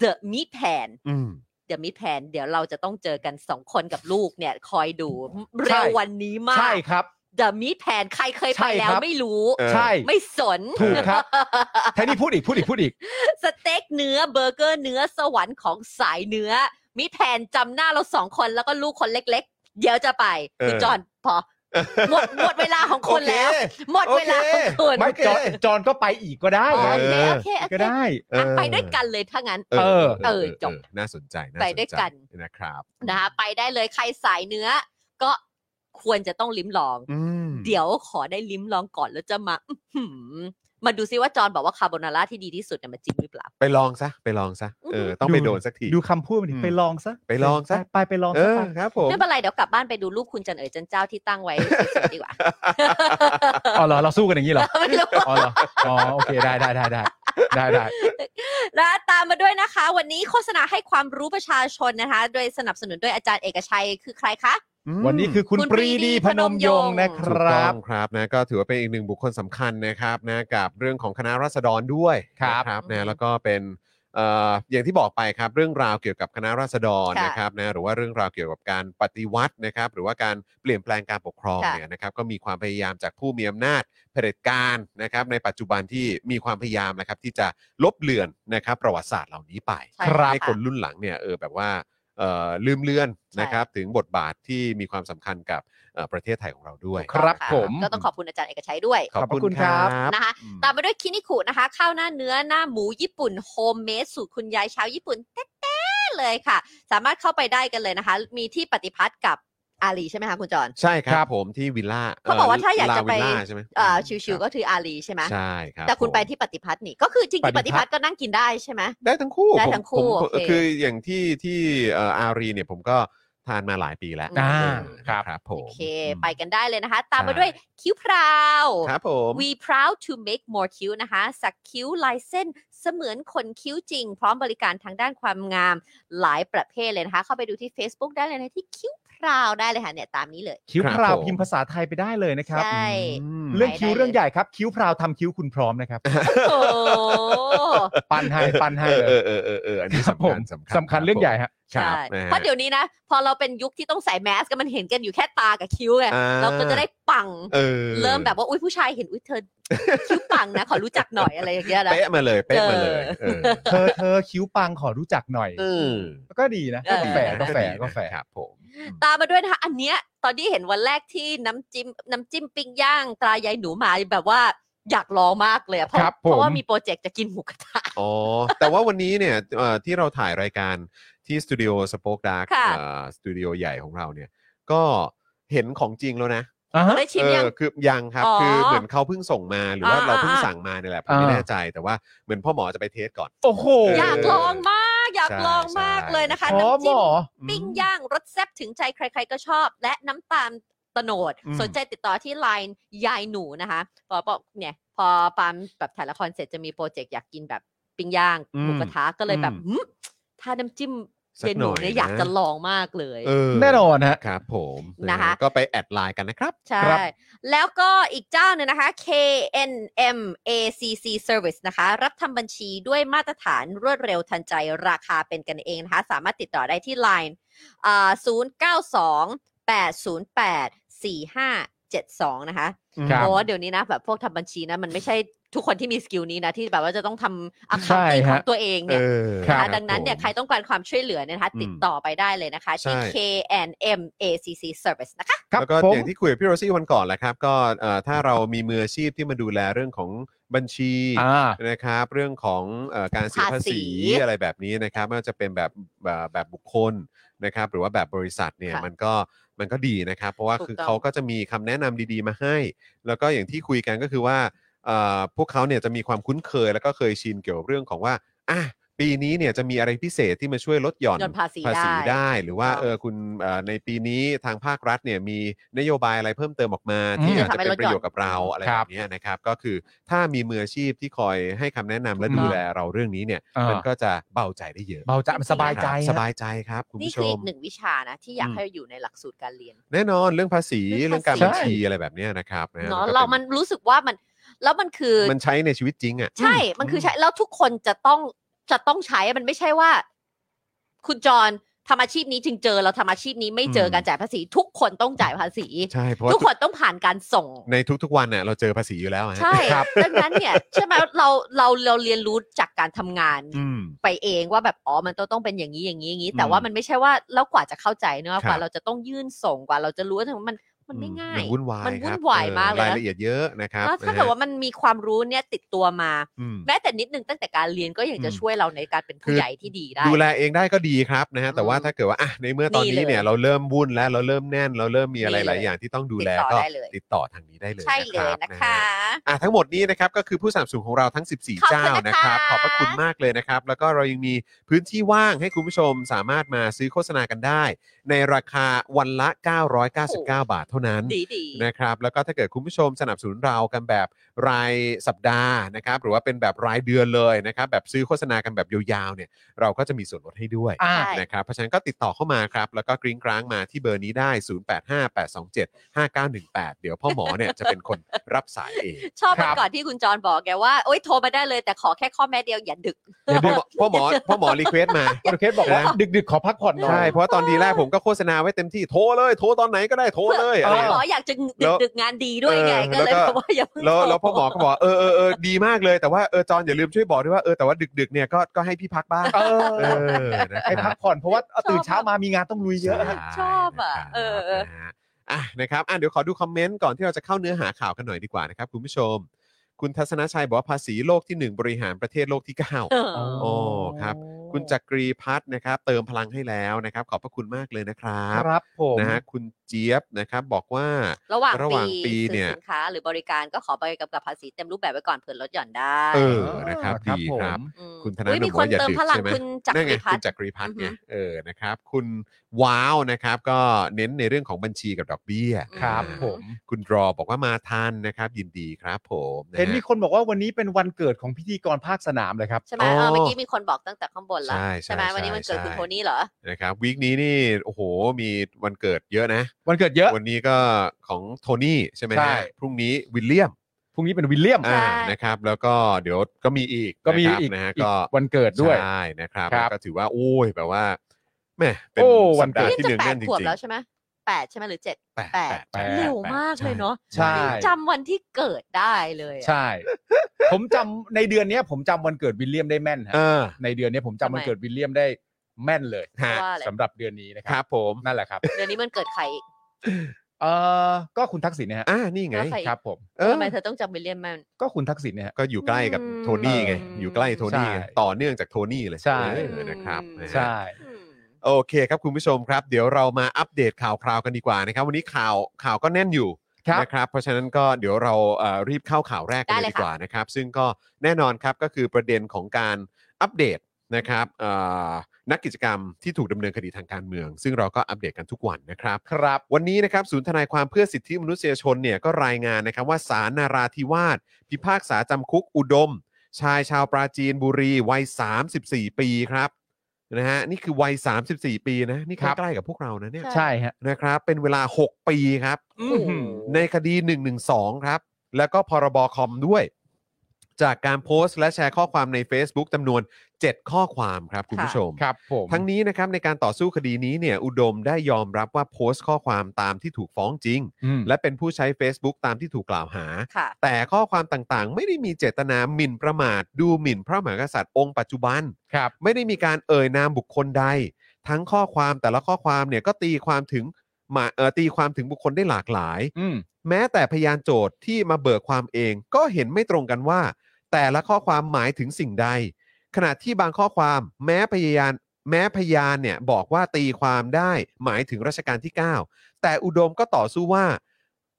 The Meat Pan อืม The Meat Pan เดี๋ยวเราจะต้องเจอกันสองคนกับลูกเนี่ย คอยดูเร็ววันนี้มา ใช่ ก ครับ The Meat Pan ใครเคย ใช่ ไปแล้ว ครับ ไม่รู้ เออ ใช่ ไม่สน ถูกครับ แท่นี่พูดอีกพูดอีกพูดอีก สเต็กเนื้อเบอร์เกอร์เนื้อสวรรค์ของสายเนื้อ มีแผนจำหน้าเราสองคนแล้วก็ลูกคนเล็ก ๆ เดี๋ยวจะไปคุณ เออ จอนพ *laughs* อหมดหมดเวลาของคุณแล้ว หมดเวลาของคุณ ไม่จอนจอนก็ไปอีกก็ได้ โอ ไง เคโอเคโอ ก็ เค ได้ อ่ะไปด้วยกันเลยถ้างั้น เออ เออจบ น่าสนใจาสใจ ไปด้วยกัน นะครับ นะคะไปได้เลยใครสายเนื้อ ก็ควรจะต้องลิ้มลอง อืม เดี๋ยวขอได้ลิ้มลองก่อนแล้วจะมาอื้อหือ มาดูซิว่าจอห์นบอกว่าคาโบนาร่าที่ดีที่สุดเนี่ยมันจริงหรือเปล่า ไปลองซะ ไปลองซะเออต้องไปโดนสักที ดูคำพูดมันดิ อืม ไปลองซะ ไปลองซะ ไปไปลอง เอ ซะ อ ไป ครับผม ไม่เป็นไรเดี๋ยวกลับบ้านไปดูรูปคุณจันเอ๋ยจันเจ้าที่ตั้งไว้ *laughs* สวยๆดีกว่า อ๋อเหรอเราสู้กันอย่างนี้เหรอ ไม่รู้ อ๋อเหรออ๋อโอเคได้ได้ได้ได้ได้ได้ และตามมาด้วยนะคะ วันนี้โฆษณาให้ความรู้ประชาชนนะคะ โดยสนับสนุนโดยอาจารย์เอกชัยคือใครคะ วันนี้คือคุณ คุณ ปรีดีพนมยงค์นะค ถูก รั ต้อบ งครับนะก็ถือว่าเป็นอีกหนึ่งบุคคลสำคัญนะครับนะกับเรื่องของคณะราษฎรด้วย ครับ นะ อืม นะแล้วก็เป็นเอ่ออย่างที่บอกไปครับ เรื่องราวเกี่ยวกับคณะราษฎร ค่ะ นะครับนะหรือว่าเรื่องราวเกี่ยวกับการปฏิวัตินะครับ หรือว่าการเปลี่ยนแปลงการปกครอง ค่ะ เนี่ยนะครับก็มีความพยายามจากผู้มีอำนาจเผด็จการนะครับ ในปัจจุบันที่มีความพยายามนะครับที่จะลบเลือนนะครับประวัติศาสตร์เหล่านี้ไป ใช่ ให้ ะ คนรุ่นหลังเนี่ยเออแบบว่าเอ่อลืมเลือน ใช่ นะครับถึงบทบาทที่มีความสำคัญกับเอ่อประเทศไทยของเราด้วย ครับ ค่ะ ผม ก็ต้องขอบคุณอาจารย์เอกชัยด้วย ขอบคุณครับ นะคะ อืม ตามมาด้วยคินิคุนะคะ ข้าวหน้าเนื้อหน้าหมูญี่ปุ่นโฮมเมดสูตรคุณยายชาวญี่ปุ่นแท้ๆเลยค่ะ สามารถเข้าไปได้กันเลยนะคะ มีที่ปฏิพัทธ์กับอาลีใช่ไหมคะคุณจอน ใช่ครับผมที่วิลล่า เขาบอกว่าถ้าอยากจะไป ลวิลล่าใช่ไหม เอ่อชิวๆก็คืออาลีใช่ไหม ใช่ครับ แต่คุณไปที่ปฏิพัทธ์นี่ก็คือจริงๆ ป ป ฏิ ฏิ พั พั ท ท ธ์ ธ์ก็นั่งกินได้ใช่ไหม ได้ทั้งคู่ ได้ ผม ทั้งคู่ ผม โอเค คืออย่างที่ที่เอ่ออารีเนี่ยผมก็ทานมาหลายปีแล้ว อ่า เออ ครับ ครับผ โอ ม เค ไปกันได้เลยนะคะ ตามมาด้วยคิ้วพราว ครับผม วี proud to make more คิ้วนะคะ สักคิ้วลายเส้นเสมือนคนคิ้วจริง พร้อมบริการทางด้านความงามหลายประเภทเลยนะคะ เข้าไปดูที่ Facebook ได้เลยนะที่คิ้วพราวได้เลยค่ะเนี่ยตามนี้เลย *laughs* คิ้ว ครับ พราว ผม พิมพ์ภาษาไทยไปได้เลยนะครับ ใช่ ม เรื่อง ไปได้ คิ้ว เลย เรื่องใหญ่ครับ คิ้วพราวทำคิ้วคุณพร้อมนะครับ โอ้โห ปันให้ปันให้ เอ เล อย เออเออเอออันนี้ ครับ สำ ผ คั ม ญสำคัญ สำคัญเรื่องใหญ่ฮะ ค ใช่ บนฮ เพราะเดี๋ยวนี้นะ พอเราเป็นยุคที่ต้องใส่แมสก็มันเห็นกันอยู่แค่ตากับคิ้วไง อ่า เราก็จะได้ปัง เออ เริ่มแบบว่าอุ้ยผู้ชายเห็นอุ้ยเธอคิ้วปังนะ ขอรู้จักหน่อยอะไรอย่างเงี้ยนะ เป๊ะมาเลยเป๊ะมาเลย เออ เออ เธอเธอคิ้วปังขอรู้จักหน่อย อืม ก็ดีนะ เออ ก็แฝงก็แฝง ดีนะ ก็แฝง ครับผม ตามมาด้วยนะคะอันเนี้ยตอนที่เห็นวันแรกที่น้ำจิ้มน้ำจิ้มปิ้งย่างตรายายหนูมาแบบว่าอยากลองมากเลยอะเพราะ ครับผม เพราะว่ามีโปรเจกต์จะกินหมูกระทะ อ๋อ แต่ว่าวันนี้เนี่ยเอ่อที่เราถ่ายรายการที่สตูดิโอสป็อคดาร์ก ค่ะ สตูดิโอใหญ่ของเราเนี่ย ก็เห็นของจริงแล้วนะ อ่ะฮะ ได้ชิม เอ ยัง อคือยังครับ อ๋อ คือเหมือนเขาเพิ่งส่งมาหรือว่า อ่า เราเพิ่ง อ่า สั่งมาเนี่ยแหละผมไม่ อ่า แน่ใจแต่ว่าเหมือนพ่อหมอจะไปเทสก่อน โอ้โห อ อยากลองมากอยาก ใช่ ลองมาก ใช่ เลยนะคะ อ๋อ น้ำ หม จิ้ม อ ปิ้งย่างรสแซ่บถึงใจใคร ๆก็ชอบ และน้ำตาลตะโนด อืม สนใจติดต่อที่ไลน์ยายหนูนะคะพอบอกเนี่ยพอปาล์มแบบถ่ายละครเสร็จจะมีโปรเจกต์อยากกินแบบปิ้งย่างหมูกระทะก็เลยแบบหืมถ้าน้ำจิ้ม สัก ยาย ห หนู น่อย เนี่ยอยากจะลองมากเลย เออ แน่นอนฮะ ครับผม นะคะ ก็ไปแอดไลน์กันนะครับ ใช่ ครับ แล้วก็อีกเจ้าหนึงนะคะ KNM ACC Service นะคะ รับทำบัญชีด้วยมาตรฐานรวดเร็วทันใจราคาเป็นกันเองนะคะ สามารถติดต่อได้ที่ Line อ่า092 808 4572 นะคะ ครับ เพราะว่าเดี๋ยวนี้นะแบบพวกทำบัญชีนะ มันไม่ใช่ทุกคนที่มีสกิลนี้นะ ที่แบบว่าจะต้องทำอัค ใช่ ติข ฮะ องตัวเอง เอ เนี่ย อ ครับ นะคะดังนั้นเนี่ยใครต้องการความช่วยเหลือเนยนะคะ อืม ติดต่อไปได้เลยนะคะ ที่ ใช่ KNM ACC Service นะคะ ครับ แล้วก็ ผม อย่างที่คุยกับพี่โรซี่วันก่อนแหละครับ ก็เอ่อถ้าเรามีมืออาชีพที่มาดูแลเรื่องของบัญชี อ่า นะครับเรื่องของเออการเสียภา ภาษี ษีอะไรแบบนี้นะครับไม่ว่าจะเป็นแบบแบบแบบบุคคลนะครับหรือว่าแบบบริษัทเนี่ย ค่ะ มันก็มันก็ดีนะครับ เพราะว่า ถูก คือ ต้อง เขาก็จะมีคำแนะนำดีๆมาให้ แล้วก็อย่างที่คุยกันก็คือว่าเอ่อพวกเขาเนี่ยจะมีความคุ้นเคยแล้วก็เคยชินเกี่ยวกับเรื่องของว่าอ่ะปีนี้เนี่ยจะมีอะไรพิเศษที่มาช่วยลดหย่อน ลดภาษีได้ ได้หรือว่า ถูกต้อง เออคุณเอ่อในปีนี้ทางภาครัฐเนี่ยมีนโยบายอะไรเพิ่มเติมออกมา ที่ อืม อาจจะเป็นประโยชน์กับเราอะทำให้ลดหย่อนไร ค แบ รั บบ เนี้ยนะครับก็คือ ถ้ามีมืออาชีพที่คอยให้คำแนะนำและ ถูกต้ ดู อง แลเราเรื่องนี้เนี่ย อ่ามั มันก็จะเบาใจได้เยอะ เบาใจมันสบายใจ นะครับ ฮะ สบายใจครับ คุณ นี่ ผู้ช คืมออีกหนึ่งวิชานะ ที่อยาก อืม ให้อยู่ในหลักสูตรการเรียน แน่นอนเรื่องภาษี เรื่ เรื่อ อง ง กา ภาร ษี บัญชีอะไรแบบเนี้ยนะครับ เนาะ ก็ป็ เรามันรู้สึกว่ามันแล้วมันคือ มันใช้ในชีวิตจริงอ่ะ ใช่มันคือใช้แล้วทุกคนจะต้องจะต้องใช้มันไม่ใช่ว่า คุณจรทำอาชีพนี้จึงเจอเราทำอาชีพนี้ไม่เจออ ม การจ่ายภาษี ทุกคนต้องจ่ายภาษี ใช่เพราะว่า ทุกคนต้องผ่านการส่ง ในทุกๆวันเนี่ยเราเจอภาษีอยู่แล้วอะฮะ ใช่ดังนั้นเนี่ยใช่ไหมเราเราเราเรียนรู้จากการทำงาน อืม ไปเองว่าแบบอ๋อมันต้องต้องเป็นอย่างนี้อย่างนี้อย่างนี้ แต่ อืม ว่ามันไม่ใช่ว่าแล้วกว่าจะเข้าใจเนอะ ครับ กว่าเราจะต้องยื่นส่งกว่าเราจะรู้ว่ามัน มันไม่ง่าย นวุ่นวาย มันวุ่ ครับ นวาย ออ มากเลยนะ รายละเอียดเยอะนะครับ แล้วถ้า นะฮะ เกิดว่ามันมีความรู้เนี่ยติดตัวมา อืม แม้แต่นิดนึงตั้งแต่การเรียนก็ยังจะ อืม ช่วยเราในการเป็น คื ผู้ อ ใหญ่ที่ดีได้ ดูแลเองได้ก็ดีครับนะฮะแต่ว่า อืม ถ้าเกิดว่าอ่ะในเมื่อตอน นี่ นี้ เลย เนี่ยเราเริ่มวุ่นแล้วเราเริ่มแน่น เราเริ่มมีอะไร นี่เลย หลายอย่างที่ต้องดูแล ติดต่อ ก็ ได้เลย ติดต่อทางนี้ได้เลย ใช่เลย รับ นะคะ ฮ อ่ะทั้งหมดนี้นะครับก็คือผู้สนับสนุนของเราทั้ง 14 ขอบคุณ เจ้านะครับ นะขคะอบพระคุณมากเลยนะครับ แล้วก็เรายังมีพื้นที่ว่างให้คุณผู้ชมสามารถมาซื้อโฆษณากันได้ ในราคาวันละ 999 บ โอ้ าทเท่านั้น ดีดีๆ นะครับแล้วก็ถ้าเกิดคุณผู้ชมสนับสนุนเรากันแบบรายสัปดาห์นะครับหรือว่าเป็นแบบรายเดือนเลยนะครับแบบซื้อโฆษณากันแบบยาวๆเนี่ยเราก็จะมีส่วนลดให้ด้วย อ่า ใช่ นะครับเพราะฉะนั้นก็ติดต่อเข้ามาครับ แล้วก็กริ้งกร้างมาที่เบอร์นี้ได้ 0858275918 เดี๋ยวพ่อหมอเนี่ยจะเป็นคนรับสายเอง ชอบ ค เมื่ รับ ก่อนที่คุณจรบอกแกว่า โอ๊ยโทรมาได้เลยแต่ขอแค่ข้อแม้เดียวอย่าดึก พ่อหมอพ่อหมอพ่อหมอรีเควสมา คุณเคสบอกว่า นะ ดึกๆ ขอพักผ่อนหน่อ ใช่ ย เพราะว่าตอนดีแรกผมก็โฆษณาไว้เต็มที่โทรเลย โทรตอนไหนก็ได้โทรเลยอะไร คุณ เงี้ หมอย อยากจะ แล้วดึกดึกงานดีด้วยไง เออ ก็เลย แล้วก็ แบบว่าอย่าเพิ่ง แล้วแล้ว โทพ่รอหมอก็บอกเออเออเออดีมากเลยแต่ว่าเออจอนอย่าลืมช่วยบอกด้วยว่าเออแต่ว่าดึกๆเนี่ยก็ก็ให้พี่พักบ้าง เอ เอ อ อนะค ไป รับ พักผ่อนเพราะว่าเอาตื่นเช้ามามีงานต้องลุยเยอะ ใ ชอบอ่ะ นครับ เออ นะฮะอ่ะนะครับอ่ะเดี๋ยวขอดูคอมเมนต์ก่อนที่เราจะเข้าเนื้อหาข่าวกันหน่อยดีกว่านะครับคุณผู้ชม คุณทัศนชัยบอกว่าภาษีโลกที่ 1 บริหารประเทศโลกที่ 9 เออ โอ้ครับ คุณจักรีพัฒน์นะครับ เติมพลังให้แล้วนะครับ ขอบพระคุณมากเลยนะครับ ครับผม นะฮะคุณเจี๊ยบนะครับบอกว่า ระหว่าง ระหว่างปี ปี เนี่ ซื้อย สินค้า หรือบริการก็ขอใบกำกับภาษีเต็มรูปแบบไว้ก่อนเผื่อลดหย่อนได้ เออนะครับดีครับ ผม ม คุณธนา อุ๊ย โน มี มบ ค อก น ว่าอย่า เติม ดึก พลัง ใช่ไหม คุณจัก นั่นไง รีพั คุณฒน์ จักรีพัฒน์ไง อือฮึ เออนะครับ คุณว้าวนะครับ ก็เน้นในเรื่องของบัญชีกับดอกเบี้ย ครับ อืม ผม คุณรอบอกว่ามาทันนะครับ ยินดีครับผมะฮะ เห็นมีคนบอกว่าวันนี้เป็นวันเกิดของพิธีกรภาคสนามเลยครับ ใช่ไหม อ๋อ เออเมื่อกี้มีคนบอกตั้งแต่ข้างบนแล้ว ใช่ใช่ ไหมวันนี้มันเกิด ใช่ คุณโทนี่เหรอ นะครับวีคนี้นี่โอ้โหมีวันเกิดเยอะนะ วันเกิดเยอะ วันนี้ก็ของโทนี่ใช่ไหม ใช่ ฮะพรุ่งนี้วิลเลียม พรุ่งนี้เป็นวิลเลียม ใช่ อ่านะครับ แล้วก็เดี๋ยวก็มีอีก ก็มี นะครับ อีก นะฮะ อีก ก็ วันเกิดด้วย ใช่นะครับ ครับ แล้วก็ถือว่าโอ้ยแบบว่าแหม่เป็น โอ้วั สั น ป เกิ ดา ด ห์ นี่ ที่ จะ เนือง แป แน่ ด นจ ขวบ ริง แล้วใช่ไหมแปดใช่ไหมหรือเจ็ด ๆแปด แปด แปด เร็วมากเลยเนาะ ใช่ จำวันที่เกิดได้เลยอะ ใช่ ผมจำในเดือนเนี้ยผมจำวันเกิดวิลเลียมได้แม่นฮะ เออ ในเดือนเนี้ยผมจำ ทำไม วันเกิดวิลเลียมได้แม่นเลย เพ ฮะ ราะว่าอะไร สำหรับเดือนนี้นะค ค รั รับ บผม นั่นแหละครับ เดือนนี้มันเกิดใครอีก เออก็คุณทักษิณเนยฮะ อ่านี่ไง แล้วใคร ครับผม เออ ทำไมเธอต้องจำวิลเลียมแมน ก็คุณทักษิณเนี่ยฮะ ก็อยู่ใกล้กับ อืม โทนี่ไง อืม อยู่ใกล้โทนี่ไง ใช่ ต่อเนื่องจากโทนี่เลย ใช่ เออนะครับนะฮะ ใช่ อืม โอเคครับคุณผู้ชมครับ เดี๋ยวเรามาอัปเดตข่าวคราวกันดีกว่านะครับ วันนี้ข่าวข่าวก็แน่นอยู่ ครับ นะครับเพราะฉะนั้นก็เดี๋ยวเราเอ่อรีบเข้าข่าวแรกกันเลย ได้เลย ดีกว่านะครับ ซึ่งก็แน่นอนครับก็คือประเด็นของการอัปเดตนะครับเอ่อนักกิจกรรมที่ถูกดำเนินคดีทางการเมือง ซึ่งเราก็อัปเดตกันทุกวันนะครับ ครับ วันนี้นะครับศูนย์ทนายความเพื่อสิทธิมนุษยชนเนี่ยก็รายงานนะครับว่าศาลนาราธิวาสพิพากษาจำคุกอุดม ชายชาวปราจีนบุรีวัย 34 ปีครับนะฮะนี่คือวัย 34 ปีนะนี่ ครับ ใกล้ๆกับพวกเรานะเนี่ย ใช่ ใช่ฮะ นะครับเป็นเวลา 6 ปีครับ อื้อหือ ในคดี 112 ครับ แล้วก็พรบคอมด้วย จากการโพสต์และแชร์ข้อความใน Facebook จำนวน 7 ข้อความครับคุณผู้ชม ครับผม ทั้งนี้นะครับในการต่อสู้คดีนี้เนี่ยอุดมได้ยอมรับว่าโพสต์ข้อความตามที่ถูกฟ้องจริง อืม และเป็นผู้ใช้ Facebook ตามที่ถูกกล่าวหา ค่ะ แต่ข้อความต่างๆ ไม่ได้มีเจตนาหมิ่นประมาท ดูหมิ่นพระมหากษัตริย์องค์ปัจจุบัน ครับ ไม่ได้มีการเอ่ยนามบุคคลใด ทั้งข้อความแต่ละข้อความเนี่ยก็ตีความถึงหมาเอ่อตีความถึงบุคคลได้หลากหลาย อืม แม้แต่พยานโจทย์ที่มาเบิกความเอง ก็เห็นไม่ตรงกันว่า แต่ละข้อความหมายถึงสิ่งใด ขณะที่บางข้อความแม้พยานแม้พยานเนี่ยบอกว่าตีความได้หมายถึงรัชกาลที่ 9 แต่อุดมก็ต่อสู้ว่า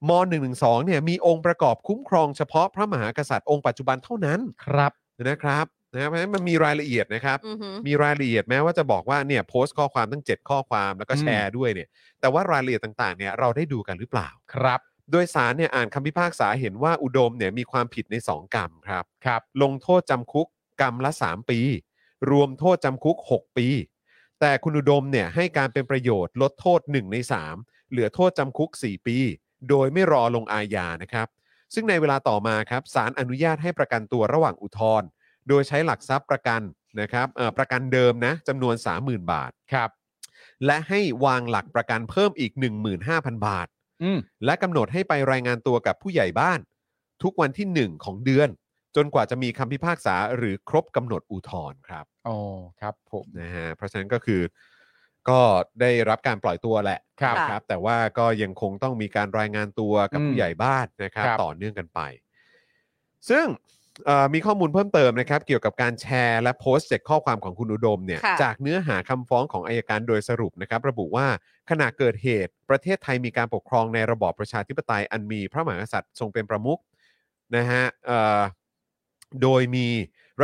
ม112เนี่ยมีองค์ประกอบคุ้มครองเฉพาะพระมหากษัตริย์องค์ปัจจุบันเท่านั้น ครับ นะครับนะเพราะฉะนั้นมันมีรายละเอียดนะครับ อือหือ มีรายละเอียดแม้ว่าจะบอกว่าเนี่ยโพสต์ข้อความตั้ง 7 ข้อความแล้วก็แชร์ด้วยเนี่ยแต่ว่ารายละเอียดต่างๆเนี่ยเราได้ดูกันหรือเปล่า ครับ โดยสารเนี่ยอ่านคำพิพากษาเห็นว่าอุดมเนี่ยมีความผิดใน 2 กรรมครับ ครับ ลงโทษจำคุกกรรมละ 3 ปี รวมโทษจำคุก 6 ปี แต่คุณอุดมเนี่ยให้การเป็นประโยชน์ลดโทษ 1 ใน 3 เหลือโทษจำคุก 4 ปี โดยไม่รอลงอาญานะครับ ซึ่งในเวลาต่อมาครับสารอนุญาตให้ประกันตัวระหว่างอุทธรณ์โดยใช้หลักทรัพย์ประกันนะครับเอ่อประกันเดิมนะจำนวน 30,000 บาท ครับ และให้วางหลักประกันเพิ่มอีก 15,000 บาท อืม และกำหนดให้ไปรายงานตัวกับผู้ใหญ่บ้าน ทุกวันที่ 1 ของเดือน จนกว่าจะมีคำพิพากษาหรือครบกำหนดอุทธรณ์ครับ อ๋อครับผม นะฮะเพราะฉะนั้นก็คือ ก็ได้รับการปล่อยตัวแหละ ครับ นะครับ แต่ว่าก็ยังคงต้องมีการรายงานตัวกับ อืม ผู้ใหญ่บ้านนะครับ ครับ ต่อเนื่องกันไป ซึ่งเอ่อมีข้อมูลเพิ่มเติมนะครับ เกี่ยวกับการแชร์และโพสต์เจ็ดข้อความของคุณอุดมเนี่ย ค่ะ จากเนื้อหาคำฟ้องของอายการโดยสรุปนะครับ ระบุว่าขณะเกิดเหตุ ประเทศไทยมีการปกครองในระบอบประชาธิปไตยอันมีพระมหากษัตริย์ทรงเป็นประมุขนะฮะเอ่อโดยมี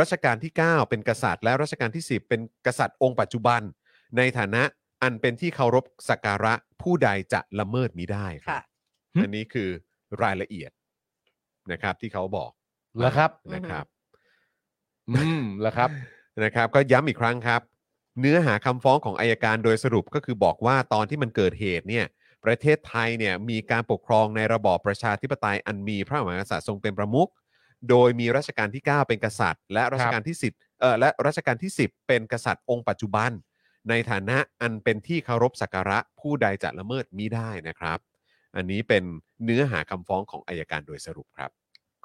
รัชกาลที่ 9 เป็นกษัตริย์และรัชกาลที่ 10 เป็นกษัตริย์องค์ปัจจุบัน ในฐานะอันเป็นที่เคารพสักการะผู้ใดจะละเมิดมิได้ครับ ค่ะ หึ อันนี้คือรายละเอียดนะครับที่เขาบอก เหรอครับ นะครับ อืมเหรอครับ นะครับ ก็ย้ำอีกครั้งครับ เนื้อหาคำฟ้องของอายการโดยสรุปก็คือบอกว่าตอนที่มันเกิดเหตุเนี่ย ประเทศไทยเนี่ยมีการปกครองในระบอบประชาธิปไตยอันมีพระมหากษัตริย์ทรงเป็นประมุขโดยมีรัชกาลที่ 9 เป็นกษัตริย์ และรัชกาลที่10เอ่อและรัชกาลที่ 10 เป็นกษัตริย์องค์ปัจจุบัน ในฐานะอันเป็นที่เคารพสักการะผู้ใดจะละเมิดมิได้นะครับ อันนี้เป็นเนื้อหาคำฟ้องของอายการโดยสรุปครับ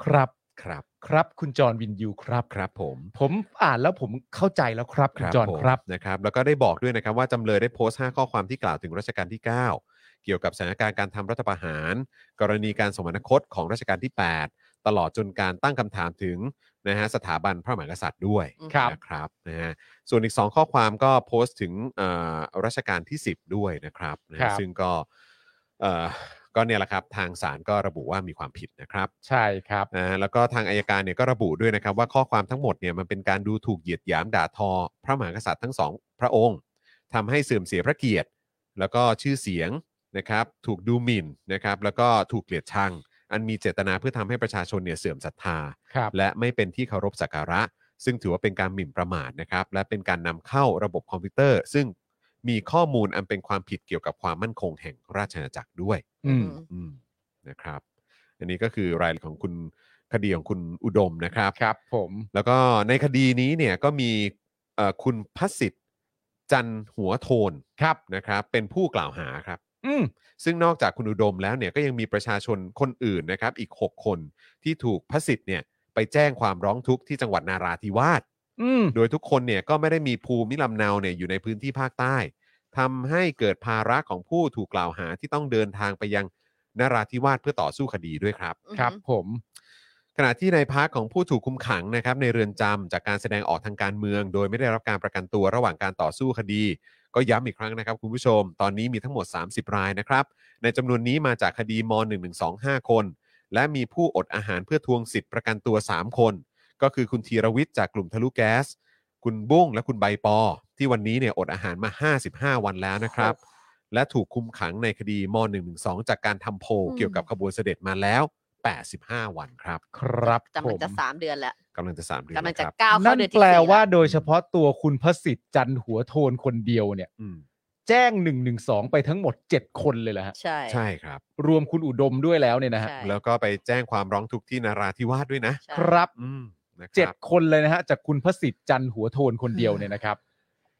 ครับ ครับ ครับคุณจอห์นวินยูครับ ครับผม ผมอ่านแล้วผมเข้าใจแล้วครับคุณจอห์น ผม ครับ นะครับแล้วก็ได้บอกด้วยนะครับว่าจำเลยได้โพสต์ 5 ข้อความที่กล่าวถึงรัชกาลที่ 9 เกี่ยวกับสถานการณ์การทำรัฐประหาร กรณีการสมรรคตของรัชกาลที่ 8 ตลอดจนการตั้งคำถามถึงนะฮะสถาบันพระมหากษัตริย์ด้วย ครับ นะครับนะฮะส่วนอีก 2 ข้อความก็โพสต์ถึงเอ่อรัชกาลที่ 10 ด้วยนะครับนะฮะ ครับ ซึ่งก็เอ่อก็เนี่ยแหละครับทางศาลก็ระบุว่ามีความผิดนะครับ ใช่ครับ อ่าแล้วก็ทางอายการเนี่ยก็ระบุด้วยนะครับ ว่าข้อความทั้งหมดเนี่ยมันเป็นการดูถูกเหยียดหยามด่าทอ พระมหากษัตริย์ทั้งสองพระองค์ทำให้เสื่อมเสียพระเกียรติ แล้วก็ชื่อเสียงนะครับ ถูกดูหมิ่นนะครับ แล้วก็ถูกเกลียดชัง อันมีเจตนาเพื่อทำให้ประชาชนเนี่ยเสื่อมศรัทธา ครับ และไม่เป็นที่เคารพสักการะ ซึ่งถือว่าเป็นการหมิ่นประมาทนะครับ และเป็นการนำเข้าระบบคอมพิวเตอร์ ซึ่งมีข้อมูลอันเป็นความผิดเกี่ยวกับความมั่นคงแห่งราชอาณาจักรด้วย อืม อืมนะครับ อันนี้ก็คือรายละเอียดของคุณคดีของคุณอุดมนะครับ ครับผม แล้วก็ในคดีนี้เนี่ยก็มีเอ่อคุณพัสสิทธิ์จันหัวโทน ครับ นะครับ เป็นผู้กล่าวหาครับ อืม ซึ่งนอกจากคุณอุดมแล้วเนี่ยก็ยังมีประชาชนคนอื่นนะครับ อีก 6 คนที่ถูกพัสสิทธิ์เนี่ยไปแจ้งความร้องทุกข์ที่จังหวัดนาราธิวาส อืม โดยทุกคนเนี่ยก็ไม่ได้มีภูมิลำเนาเนี่ยอยู่ในพื้นที่ภาคใต้ทำให้เกิดภาระของผู้ถูกกล่าวหาที่ต้องเดินทางไปยังนราธิวาสเพื่อต่อสู้คดีด้วยครับ ครับผม ขณะที่ในพักของผู้ถูกคุมขังนะครับในเรือนจำจากการแสดงออกทางการเมือง โดยไม่ได้รับการประกันตัวระหว่างการต่อสู้คดี ก็ย้ำอีกครั้งนะครับคุณผู้ชม ตอนนี้มีทั้งหมด 30 รายนะครับ ในจำนวนนี้มาจากคดีม .1125 คน และมีผู้อดอาหารเพื่อทวงสิทธิ์ประกันตัว 3 คน ก็คือคุณธีรวิทย์จากกลุ่มทะลุแก๊ส คุณบุ้งและคุณใบปอ ที่วันนี้เนี่ยอดอาหารมา 55 วันแล้วนะครับ และถูกคุมขังในคดีม .112 จากการทำโพล อืม เกี่ยวกับขบวนเสด็จมาแล้ว 85 วันครับ ครับ กำ ผ ลัง ม จะสามเดือนแล้ว กำลังจะสามเดือน กำลังจะ ครับ ก้าวเข้า นั่น เดือนที่ แปล สี่ ว่า แล้ โดยเฉพาะตัวคุณพระสิทธิ์จันทร์หัวโทนคนเดียวเนี่ย อืม แจ้งหนึ่งหนึ่งสองไปทั้งหมดเจ็ดคนเลยเหรอฮะ ใช่ ใช่ครับ รวมคุณอุดมด้วยแล้วเนี่ยนะฮะ ใช่ แล้วก็ไปแจ้งความร้องทุกข์ที่นาราธิวาสด้วยนะ ใช่ ครับ อืมนะค เจ็ด รับ คนเลยนะฮะ จากคุณพระสิทธิ์จันทร์หัวโทนคนเดียวเนี่ยนะครับ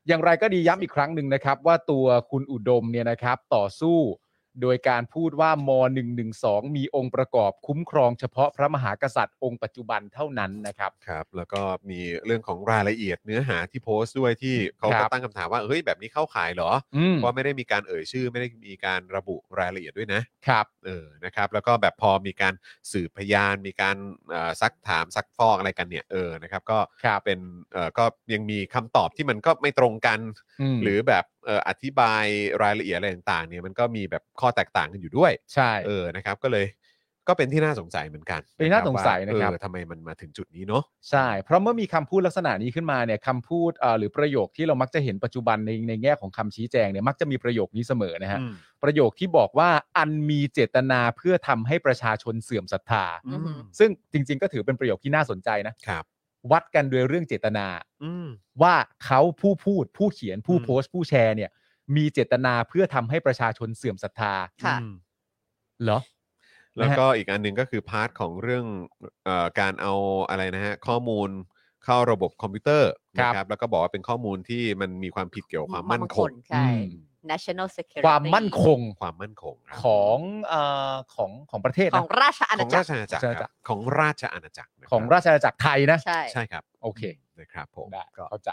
อย่างไรก็ดีย้ำอีกครั้งหนึ่งนะครับ ว่าตัวคุณอุดมเนี่ยนะครับ ต่อสู้ โดยการพูดว่าม112 มีองค์ประกอบคุ้มครองเฉพาะพระมหากษัตริย์องค์ปัจจุบันเท่านั้นนะครับ ครับ แล้วก็มีเรื่องของรายละเอียดเนื้อหาที่โพสต์ด้วยที่เขา ค ก็ รับ ตั้งคำถามว่าเฮ้ยแบบนี้เข้าขายเหรอ อืม เพราะไม่ได้มีการเอ่ยชื่อ ไม่ได้มีการระบุรายละเอียดด้วยนะครับ เออนะครับ แล้วก็แบบพอมีการสืบพยานมีการเอ่อซักถามซักฟอกอะไรกันเนี่ยเออนะครับ ก็ ครับ เป็นเอ่อก็ยังมีคำตอบที่มันก็ไม่ตรงกัน ม หรือแบบเอ่ออธิบายรายละเอียดอะไรต่างๆเนี่ยมันก็มีแบบข้อแตกต่างกันอยู่ด้วย ใช่ เออ นะครับ ก็เลย ก็เป็นที่น่าสงสัยเหมือนกันะครับ เป็นที่น่าสงสัยนะครับ ว่าเออทำไมมันมาถึงจุดนี้เนาะ ใช่ เพราะเมื่อมีคำพูดลักษณะนี้ขึ้นมาเนี่ยคำพูดเอ่อหรือประโยคที่เรามักจะเห็นปัจจุบันในในแง่ของคำชี้แจงเนี่ยมักจะมีประโยคนี้เสมอนะฮะ ประโยคที่บอกว่าอันมีเจตนาเพื่อทำให้ประชาชนเสื่อมศรัทธา อือหือ ซึ่งจริง ๆ ก็ถือเป็นประโยคที่น่าสนใจนะครับ วัดกันโดยเรื่องเจตนา อืม ว่าเขาผู้พูดผู้เขียนผู้ อืม โพสต์ผู้แชร์เนี่ย มีเจตนาเพื่อทำให้ประชาชนเสื่อมศรัทธา ค่ะ อืม เหรอ แล้วก็อีกอันหนึงก็คือพาร์ทของเรื่องเอ่อการเอาอะไรนะฮะ ข้อมูลเข้าระบบคอมพิวเตอร์ ครั นะ บ ครับ แล้วก็บอกว่าเป็นข้อมูลที่มันมีความผิดเกี่ยวกับความมั่นคง ใช่ อืม national security ความมั่นคง ความมั่นคงครับ ของเอ่อของของประเทศ ข นะ องราชอา ข ณา อง จั ราก ร ชอาณาจักรครับของราชอาณาจักรนะคบ ของราชอาณาจักรไทยนะ ใช่ ใช่ครับ โอเค นะครับผม ได้ ก็ เข้าใจ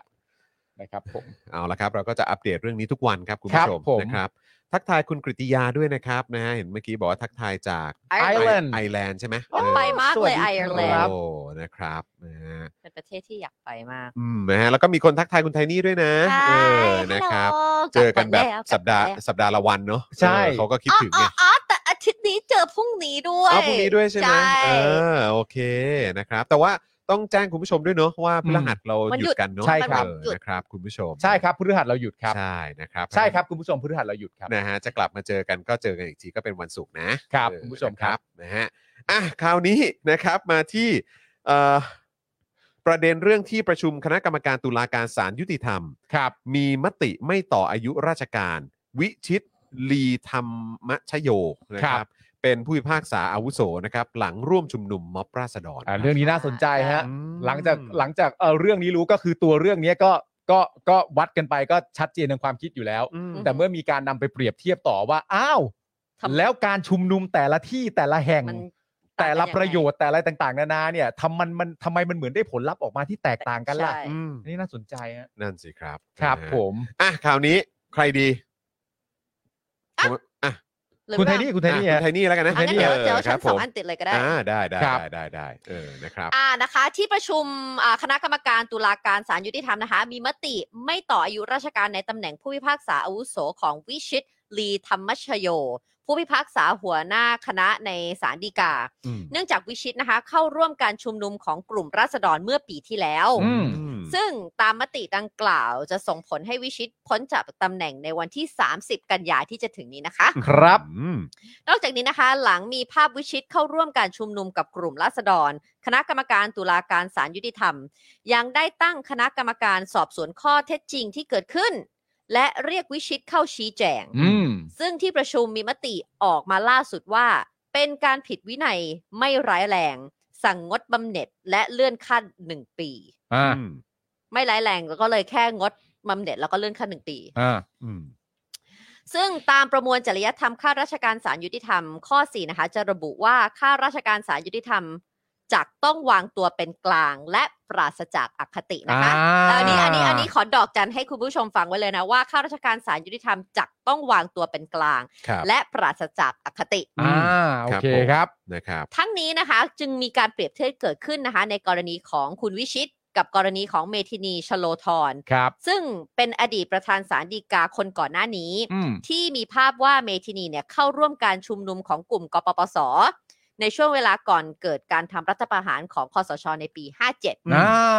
นะครับผม เอาละครับ เราก็จะอัปเดตเรื่องนี้ทุกวันครับคุณ ครั ผู้ บ ชม ผม นะครับ ทักทายคุณกริติยาด้วยนะครับนะฮะเห็นเมื่อกี้บอกว่าทักทายจาก Ireland ไอแลนด์ใช่ไหม อยากไปมากเลย สวัสดีครับ ไอร์แลนด์ โอ้นะครับนะฮะ เป็นประเทศที่อยากไปมาก อืมนะฮะแล้วก็มีคนทักทายคุณไทนี่ด้วยนะเออนะครับ เจอกันแบบสัปดาห์สัปดาห์ละวันเนาะ ใช่ เออเขาก็คิด อ๋อ ถึง อ๋ ไง ออ๋อแต่อาทิตย์นี้เจอพรุ่งนี้ด้วย เอาพรุ่งนี้ด้วยใช่ไหม ใช่ เออโอเคนะครับ แต่ว่าต้องแจ้งคุณผู้ชมด้วยเนาะว่าพฤหัสเราหยุดกันเนาะ ใช่ครับ เออนะครับ คุณผู้ชม ใช่ครับพฤหัสเราหยุดครับ ใช่นะครับ ใช่ครับคุณผู้ชมพฤหัสเราหยุดครับ นะฮะจะกลับมาเจอกันก็เจอกันอีกทีก็เป็นวันศุกร์นะครับ เออ คุณผู้ชมครับ นะนะฮะอ่ะคราวนี้นะครับมาที่เอ่อประเด็นเรื่องที่ประชุมคณะกรรมการตุลาการศาลยุติธรรม ครับ มีมติไม่ต่ออายุราชการ วิชิตลีธรรมชโยนะค ครั รับ บ เป็นผู้พิพากษาอาวุโสนะครับหลังร่วมชุมนุมม็อบราษฎร อ่าเรื่องนี้น่าสนใจฮะ อืม หลังจากหลังจากเออเรื่องนี้รู้ก็คือตัวเรื่องเนี้ยก็ก็ก็วัดกันไปก็ชัดเจนทางความคิดอยู่แล้ว อืม แต่เมื่อมีการนำไปเปรียบเทียบต่อว่าอ้าวแล้วการชุมนุมแต่ละที่แต่ละแห่ง มัน แต่ละประโยชน์แต่อะไรต่างๆ นานาเนี่ยทำมันมันทำไมมันเหมือนได้ผลลัพธ์ออกมาที่แตกต่างกันล่ะ ใช่ อืม อันนี่น่าสนใจฮะ นั่นสิครับ ครับ นะฮะ ผม อ่ะคราวนี้ใครดี อ่ะ ผมอ่ะ หรือ คุณไท เปล่า นี่คุณไทนี่ อ่ะ ฮะ คุณไทนี่แล้วกันนะ อ่ะงั้นเดี๋ยวเดี๋ยว ค ฉั รั น บ สอง ผม อันติดเลยก็ได้ อ่าได้ได้ ครับ ได้ได้ได้เออนะครับ อ่านะคะ ที่ประชุมอ่าคณะกรรมการตุลาการศาลยุติธรรมนะคะ มีมติไม่ต่ออายุราชการในตำแหน่งผู้พิพากษาอาวุโสของวิชิตลีธรรมชโย ผู้พิพากษาหัวหน้าคณะในศาลฎีกา อืม เนื่องจากวิชิตนะคะ เข้าร่วมการชุมนุมของกลุ่มราษฎรเมื่อปีที่แล้ว อืม ซึ่งตามมติดังกล่าวจะส่งผลให้วิชิตพ้นจากตำแหน่งในวันที่ 30 กันยาที่จะถึงนี้นะคะ ครับ อืม นอกจากนี้นะคะ หลังมีภาพวิชิตเข้าร่วมการชุมนุมกับกลุ่มราษฎร คณะกรรมการตุลาการศาลยุติธรรม ยังได้ตั้งคณะกรรมการสอบสวนข้อเท็จจริงที่เกิดขึ้น และเรียกวิชิตเข้าชี้แจง อืม ซึ่งที่ประชุมมีมติออกมาล่าสุดว่า เป็นการผิดวินัยไม่ร้ายแรง สั่งงดบำเหน็จและเลื่อนขั้นหนึ่งปี อ่า อืม ไม่ร้ายแรงแล้วก็เลยแค่งดบำเหน็จแล้วก็เลื่อนขั้นหนึ่งปี อ่า อืม ซึ่งตามประมวลจริยธรรมข้าราชการศาลยุติธรรมข้อ 4 นะคะ จะระบุว่าข้าราชการศาลยุติธรรมจักต้องวางตัวเป็นกลางและปราศจากอคตินะคะ อ่า เอันนี้อันนี้อันนี้ขอดอกจันให้คุณผู้ชมฟังไว้เลยนะว่าข้าราชการศาลยุติธรรมจักต้องวางตัวเป็นกลาง ครับ และปราศจากอคติ อ่าโอเคครับ นะครับ ทั้งนี้นะคะจึงมีการเปรียบเทียบเกิดขึ้นนะคะ ในกรณีของคุณวิชิต กับกรณีของเมทินีชโลธร ครับ ซึ่งเป็นอดีตประธานศาลฎีกาคนก่อนหน้านี้ อืม ที่มีภาพว่าเมทินีเนี่ยเข้าร่วมการชุมนุมของกลุ่มกปปส ในช่วงเวลาก่อนเกิดการทำรัฐประหารของคอสช ในปี 57 อ่า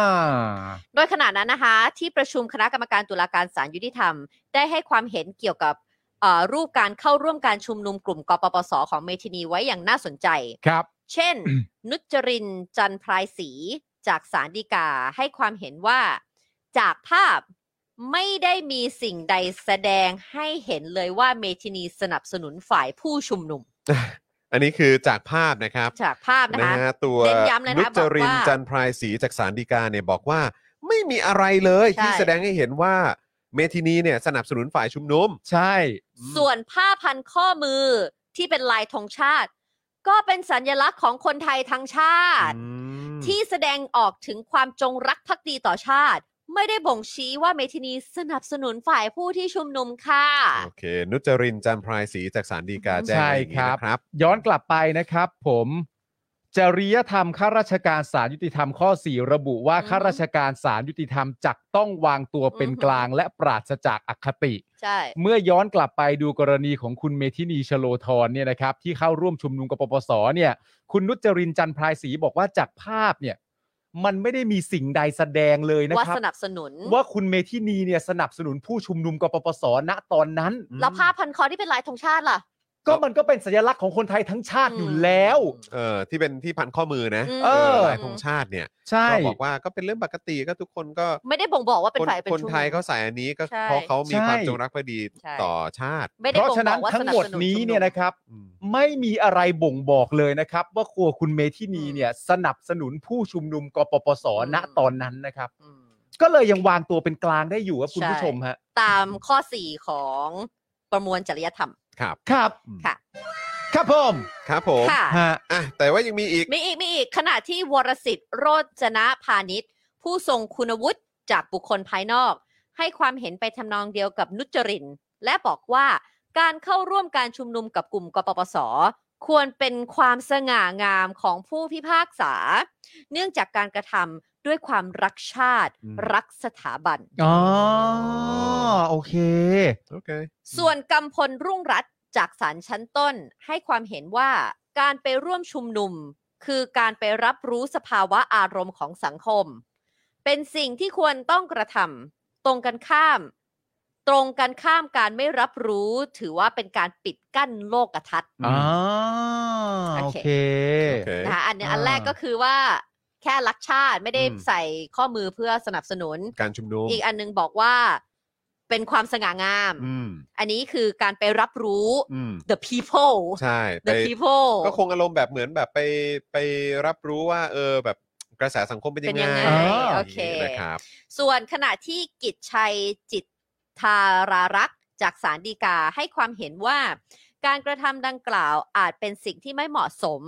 โดยขณะนั้นนะคะ ที่ประชุมคณะกรรมการตุลาการศาลยุติธรรม ได้ให้ความเห็นเกี่ยวกับเอ่อรูปการเข้าร่วมการชุมนุมกลุ่มกปปส ของเมทินีไว้อย่างน่าสนใจ ครับ เช่น นุจรินทร์จันทร์พรายศรีจากสารดีกาให้ความเห็นว่า จากภาพไม่ได้มีสิ่งใดแสดงให้เห็นเลยว่าเมทินีสนับสนุนฝ่ายผู้ชุมนุม อันนี้คือจากภาพนะครับ จากภาพนะ นะคะ ฮะตัว เน้นย้ำเลยนะ จรินท บร์อกว่า จันทร์พรายศรีจากสารดีกาเนี่ยบอกว่า ไม่มีอะไรเลย ใช่ ที่แสดงให้เห็นว่าเมทินีเนี่ยสนับสนุนฝ่ายชุมนุม ใช่ ส่วนผ้าพันข้อมือที่เป็นลายธงชาติ ก็เป็นสัญลักษณ์ของคนไทยทั้งชาติ อืม ที่แสดงออกถึงความจงรักภักดีต่อชาติ ไม่ได้บ่งชี้ว่าเมทินีสนับสนุนฝ่ายผู้ที่ชุมนุมค่ะ โอเค นุจรินทร์จันทร์พรายศรีจากสารดีกาแจ้ง ใช่ มาอย่างนี้ ครับ นะครับ ย้อนกลับไปนะครับผมจริยธรรมข้าราชการศาลยุติธรรมข้อ 4 ระบุว่า อือฮึ ข้าราชการศาลยุติธรรมจักต้องวางตัวเป็น อือฮึ กลางและปราศจากอคติ ใช่ เมื่อย้อนกลับไปดูกรณีของคุณเมทินีชโลธรเนี่ยนะครับ ที่เข้าร่วมชุมนุมกับปปสเนี่ย คุณนุจจรินจันทร์พรายศรีบอกว่าจากภาพเนี่ย มันไม่ได้มีสิ่งใดแสดงเลยนะ ว่า ครับ สนับสนุน ว่าคุณเมทินีเนี่ยสนับสนุนผู้ชุมนุมกปปสณตอนนั้น แล้วผ้าพันคอที่เป็นลายธงชาติล่ะ ก็มันก็เป็นสัญลักษณ์ของคนไทยทั้งชาติอยู่แล้ว เออที่เป็นที่พันข้อมือนะ อืม เออ เออ หลายธงชาติเนี่ย ใช่ ก็บอกว่าก็เป็นเรื่องปกติก็ทุกคนก็ ไม่ได้บ่งบอกว่าเป็น คน ฝ่ายเป็น คน ชุมนุม ไทยเขาใส่อันนี้ก็ ใช่ เพราะเขามีความจงรักภักดี ใช่ ต่อชาติ ไม่ได้ เพราะ บ่ง ฉะ บ นั้ อน กว่า ทั้ ส ง นับ หมด สนุน นี้ ชุม เนี่ยนะครับ อืม ไม่มีอะไรบ่งบอกเลยนะครับ ว่าครัวคุณเมทินีเนี่ยสนับสนุนผู้ชุมนุมกปปสณตอนนั้นนะครับ อืม ก็เลยยังวางตัวเป็นกลางได้อยู่ครับคุณ ใช่ ผู้ชมฮะ ตามข้อ 4 ของประมวลจริยธรรม ครับ ครับ ค่ะ ครับผม ครับผม ค่ะ ฮะ อ่ะแต่ว่ายังมีอีก มีอีกมีอีกขณะที่วรสิทธิ์โรจนะพาณิชย์ ผู้ทรงคุณวุฒิจากบุคคลภายนอก ให้ความเห็นไปทำนองเดียวกับนุจรินทร์และบอกว่าการเข้าร่วมการชุมนุมกับกลุ่มกปปส ควรเป็นความสง่างามของผู้พิพากษา เนื่องจากการกระทำด้วยความรักชาติ อืม รักสถาบัน อ๋อโอเค โอเค ส่วนกำพลรุ่งรัตน์จากศาลชั้นต้น ให้ความเห็นว่าการไปร่วมชุมนุม คือการไปรับรู้สภาวะอารมณ์ของสังคม เป็นสิ่งที่ควรต้องกระทำตรงกันข้าม ตรงกันข้ามการไม่รับรู้ ถือว่าเป็นการปิดกั้นโลกทัศน์ อ๋อ โอ โอ เค เค โอเค นะคะอันเนี้ยอัน อ่า แรกก็คือว่า แค่รักชาติไม่ได้ อืม ใส่ข้อมือเพื่อสนับสนุน การชุมนุม อีกอันนึงบอกว่า เป็นความสง่างาม อืม อันนี้คือการไปรับรู้ อืม the people ใช่ไป the people ก็คงอารมณ์แบบเหมือนแบบไปไปรับรู้ว่า เออแบบกระแสสังคมเป็นยัง เป็นยัง ไง ไงโอเค นะครับ ส่วนขณะที่กิจชัยจิตธารารักษ์จากสารดีกาให้ความเห็นว่า การกระทำดังกล่าวอาจเป็นสิ่งที่ไม่เหมาะสม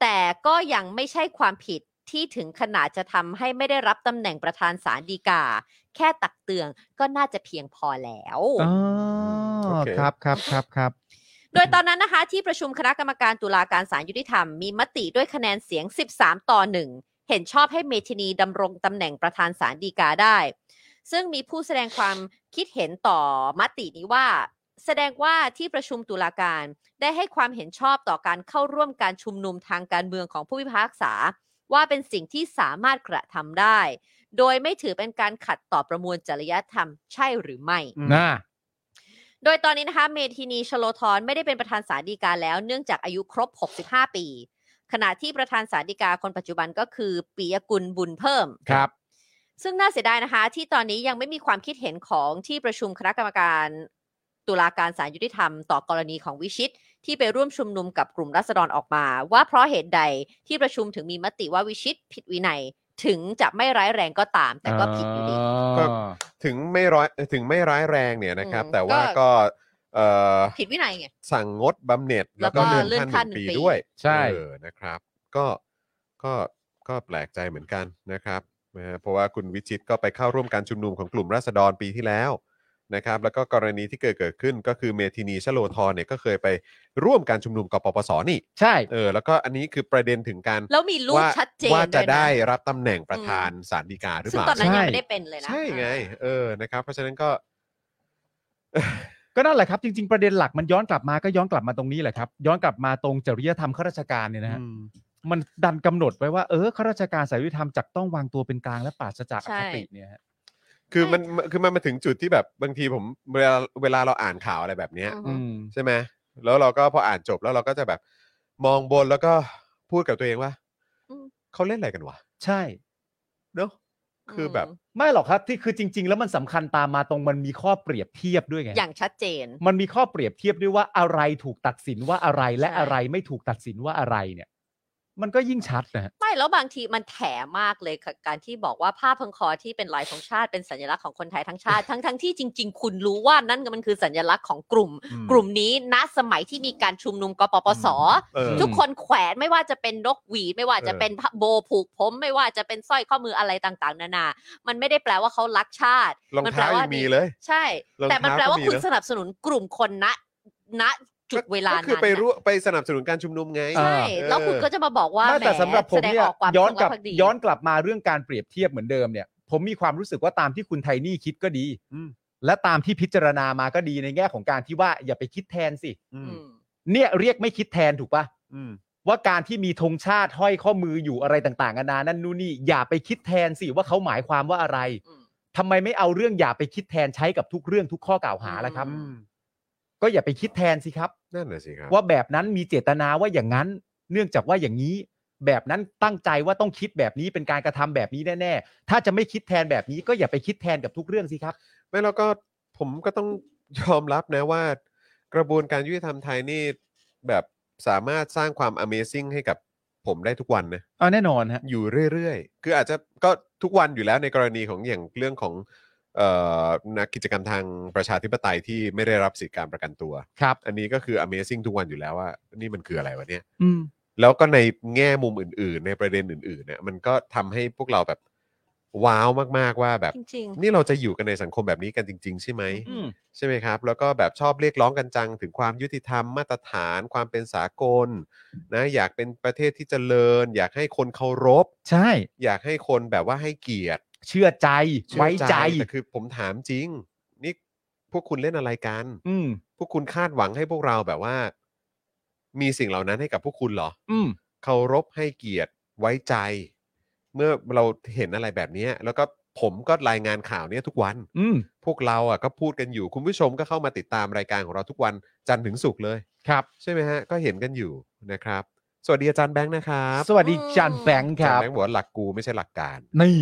แต่ก็ยังไม่ใช่ความผิดที่ถึงขนาดจะทำให้ไม่ได้รับตำแหน่งประธานสารดีกา แค่ตักเตือนก็น่าจะเพียงพอแล้ว อ๋อ โอเค ครับครับครับครับ โดยตอนนั้นนะคะ ที่ประชุมคณะกรรมการตุลาการศาลยุติธรรม มีมติด้วยคะแนนเสียง 13 ต่อ 1 เห็นชอบให้เมทินีดำรงตำแหน่งประธานศาลฎีกาได้ ซึ่งมีผู้แสดงความคิดเห็นต่อมตินี้ว่า แสดงว่าที่ประชุมตุลาการได้ให้ความเห็นชอบต่อการเข้าร่วมการชุมนุมทางการเมืองของผู้พิพากษา ว่าเป็นสิ่งที่สามารถกระทำได้ โดยไม่ถือเป็นการขัดต่อประมวลจริยธรรมใช่หรือไม่ น่า โดยตอนนี้นะคะเมทินีชโลธรไม่ได้เป็นประธานศาลฎีกาแล้วเนื่องจากอายุครบ 65 ปี ขณะที่ประธานศาลฎีกาคนปัจจุบันก็คือปิยกุลบุญเพิ่ม ครับ ซึ่งน่าเสียดายนะคะ ที่ตอนนี้ยังไม่มีความคิดเห็นของที่ประชุมคณะกรรมการตุลาการศาลยุติธรรม ต่อกรณีของวิชิต ที่ไปร่วมชุมนุมกับกลุ่มราษฎรออกมา ว่าเพราะเหตุใดที่ประชุมถึงมีมติว่าวิชิต ผิดวินัยถึงจะไม่ร้ายแรงก็ตาม แต่ก็ผิดอยู่ดี ก็ ถึงไม่ร้อยถึงไม่ร้ายแรงเนี่ยนะครับ อืม แต่ว่า ก็ ก็เอ่อ ผิดวินัยไง สั่งงดบำเหน็จ แล้วก็ แล้วก็ เลื่อนขั้นห เลื่อนขั้นหนึ่ นึ่ง ง ปี ปี ด้วย ใช่ เออนะครับ ก็ก็ก็แปลกใจเหมือนกันนะครับนะฮะเพราะว่าคุณวิชิตก็ไปเข้าร่วมการชุมนุมของกลุ่มราษฎรปีที่แล้วนะครับ แล้วก็กรณีที่เกิดเกิดขึ้นก็คือเมทินีชโลทรเนี่ยก็เคยไปร่วมการชุมนุมกปปสนี่ ใช่ เออแล้วก็อันนี้คือประเด็นถึงการ แล้วมีรูป ว่า ชัดเจน ว่าจะ ด้วยนะ ได้รับตำแหน่งประธานศาลฎีกาหรือ ซึ่ เป ง ล่า ตอนนั้น ใช่ ยังไม่ได้เป็นเลยนะ ใช่ไง เออนะครับ เพราะฉะนั้นก็ ก็นั่นแหละครับ จริง ๆ ประเด็นหลักมันย้อนกลับมาก็ย้อนกลับมาตรงนี้แหละครับ ย้อนกลับมาตรงจริยธรรมข้าราชการเนี่ยนะฮะ มันดันกำหนดไว้ว่าเออข้าราชการสายยุติธรรมจักต้องวางตัวเป็นกลางและปราศจากอคติเนี่ยฮะ คือมันมันคือมันมาถึงจุดที่แบบบางทีผมเวลาเวลาเราอ่านข่าวอะไรแบบเนี้ย อือฮึ อืม ใช่ไหมแล้วเราก็พออ่านจบแล้วเราก็จะแบบมองบนแล้วก็พูดกับตัวเองว่า อืม เขาเล่นอะไรกันวะ ใช่ เนาะคือแบบ ม ไม่หรอกครับที่คือจริง ๆ แล้วมันสำคัญตามมาตรงมันมีข้อเปรียบเทียบด้วยไง อย่างชัดเจน มันมีข้อเปรียบเทียบด้วยว่าอะไรถูกตัดสินว่าอะไรและ ใช่ อะไรไม่ถูกตัดสินว่าอะไรเนี่ย มันก็ยิ่งชัดนะฮะ ไม่แล้วบางทีมันแถมากเลยกับการที่บอกว่าผ้าพันคอที่เป็นลายของชาติเป็นสัญลักษณ์ของคนไทยทั้งชาติ ทั้งทั้งที่จริง ๆ คุณรู้ว่านั่นมันคือสัญลักษณ์ของกลุ่ม อืม กลุ่มนี้ณสมัยที่มีการชุมนุมกปปส เออ ทุกคนแขวนไม่ว่าจะเป็นนกหวีดไม่ว่าจะ เออ เป็นโบผูกผมไม่ว่าจะเป็นสร้อยข้อมืออะไรต่างๆ นานา มันไม่ได้แปลว่าเขารักชาติ รอง มันแปล เท้า ว่า ยัง มี มีเลย ใช่ รองเท้า แต่มันแปลว่า ก็มี คุณ นะ สนับสนุนกลุ่มคนณณจุดเวลา ก็ นั้น คือไป น่ะ รู้ไปสนับสนุนการชุมนุมไง ใช่ เออ แล้วคุณก็จะมาบอกว่า ไม่แต่ ห สำหรับผม แสดง เนี่ย ออกความ ย้อนกลับ จงรัภัดี ย้อนกลับมาเรื่องการเปรียบเทียบเหมือนเดิมเนี่ย ผมมีความรู้สึกว่าตามที่คุณไทนี่คิดก็ดี อืม และตามที่พิจารณามาก็ดีในแง่ของการที่ว่าอย่าไปคิดแทนสิ อื อื ม ม เนี่ยเรียกไม่คิดแทนถูกปะ อืม ว่าการที่มีธงชาติห้อยข้อมืออยู่อะไรต่างๆนานานั่นนู่นนี่อย่าไปคิดแทนสิว่าเขาหมายความว่าอะไร อืม ทำไมไม่เอาเรื่องอย่าไปคิดแทนใช้กับทุกเรื่องทุกข้อกล่าวหาล่ะครับ อืม ก็อย่าไปคิดแทนสิครับ นั่นแหละสิครับ ว่าแบบนั้นมีเจตนาว่าอย่างนั้น เนื่องจากว่าอย่างนี้ แบบนั้นตั้งใจว่าต้องคิดแบบนี้เป็นการกระทำแบบนี้แน่ๆถ้าจะไม่คิดแทนแบบนี้ก็อย่าไปคิดแทนกับทุกเรื่องสิครับ ไม่แล้วก็ผมก็ต้องยอมรับนะว่ากระบวนการยุติธรรมไทยนี่แบบสามารถสร้างความ Amazing ให้กับผมได้ทุกวันนะ เอาแน่นอนฮะ อยู่เรื่อยๆ คืออาจจะก็ทุกวันอยู่แล้วในกรณีของอย่างเรื่องของเอ่อนักกิจกรรมทางประชาธิปไตยที่ไม่ได้รับสิทธิการประกันตัว ครับ อันนี้ก็คือ Amazing ทุกวันอยู่แล้วว่า นี่มันคืออะไรวะเนี่ย อืม แล้วก็ในแง่มุมอื่น ๆ ในประเด็นอื่นๆเนี่ยมันก็ทำให้พวกเราแบบ ว้าวมากๆว่าแบบ จริง นี่เราจะอยู่กันในสังคมแบบนี้กันจริง ๆ ใช่ไหม อื ม ใช่ไหมครับ แล้วก็แบบชอบเรียกร้องกันจัง ถึงความยุติธรรมมาตรฐาน ความเป็นสากลนะอยากเป็นประเทศที่เจริญ อยากให้คนเคารพ ใช่ อยากให้คนแบบว่าให้เกียรติ เชื่อใจ เชื่อ ไว้ใจ แต่คือผมถามจริง นี่พวกคุณเล่นอะไรกัน อืม พวกคุณคาดหวังให้พวกเราแบบว่า มีสิ่งเหล่านั้นให้กับพวกคุณเหรอ อืม เคารพให้เกียรติไว้ใจ เมื่อเราเห็นอะไรแบบเนี้ยแล้วก็ผมก็รายงานข่าวเนี้ยทุกวัน อืม พวกเราอ่ะก็พูดกันอยู่ คุณผู้ชมก็เข้ามาติดตามรายการของเราทุกวันจันทร์ถึงศุกร์เลย ครับ ใช่ไหมฮะ ก็เห็นกันอยู่นะครับ สวัสดีอาจารย์แบงค์นะครับ สวัสดี อืม จานแบงค์ อา ค จารย์แบรับงค์บอกว่าหลักกูไม่ใช่หลักการ นี่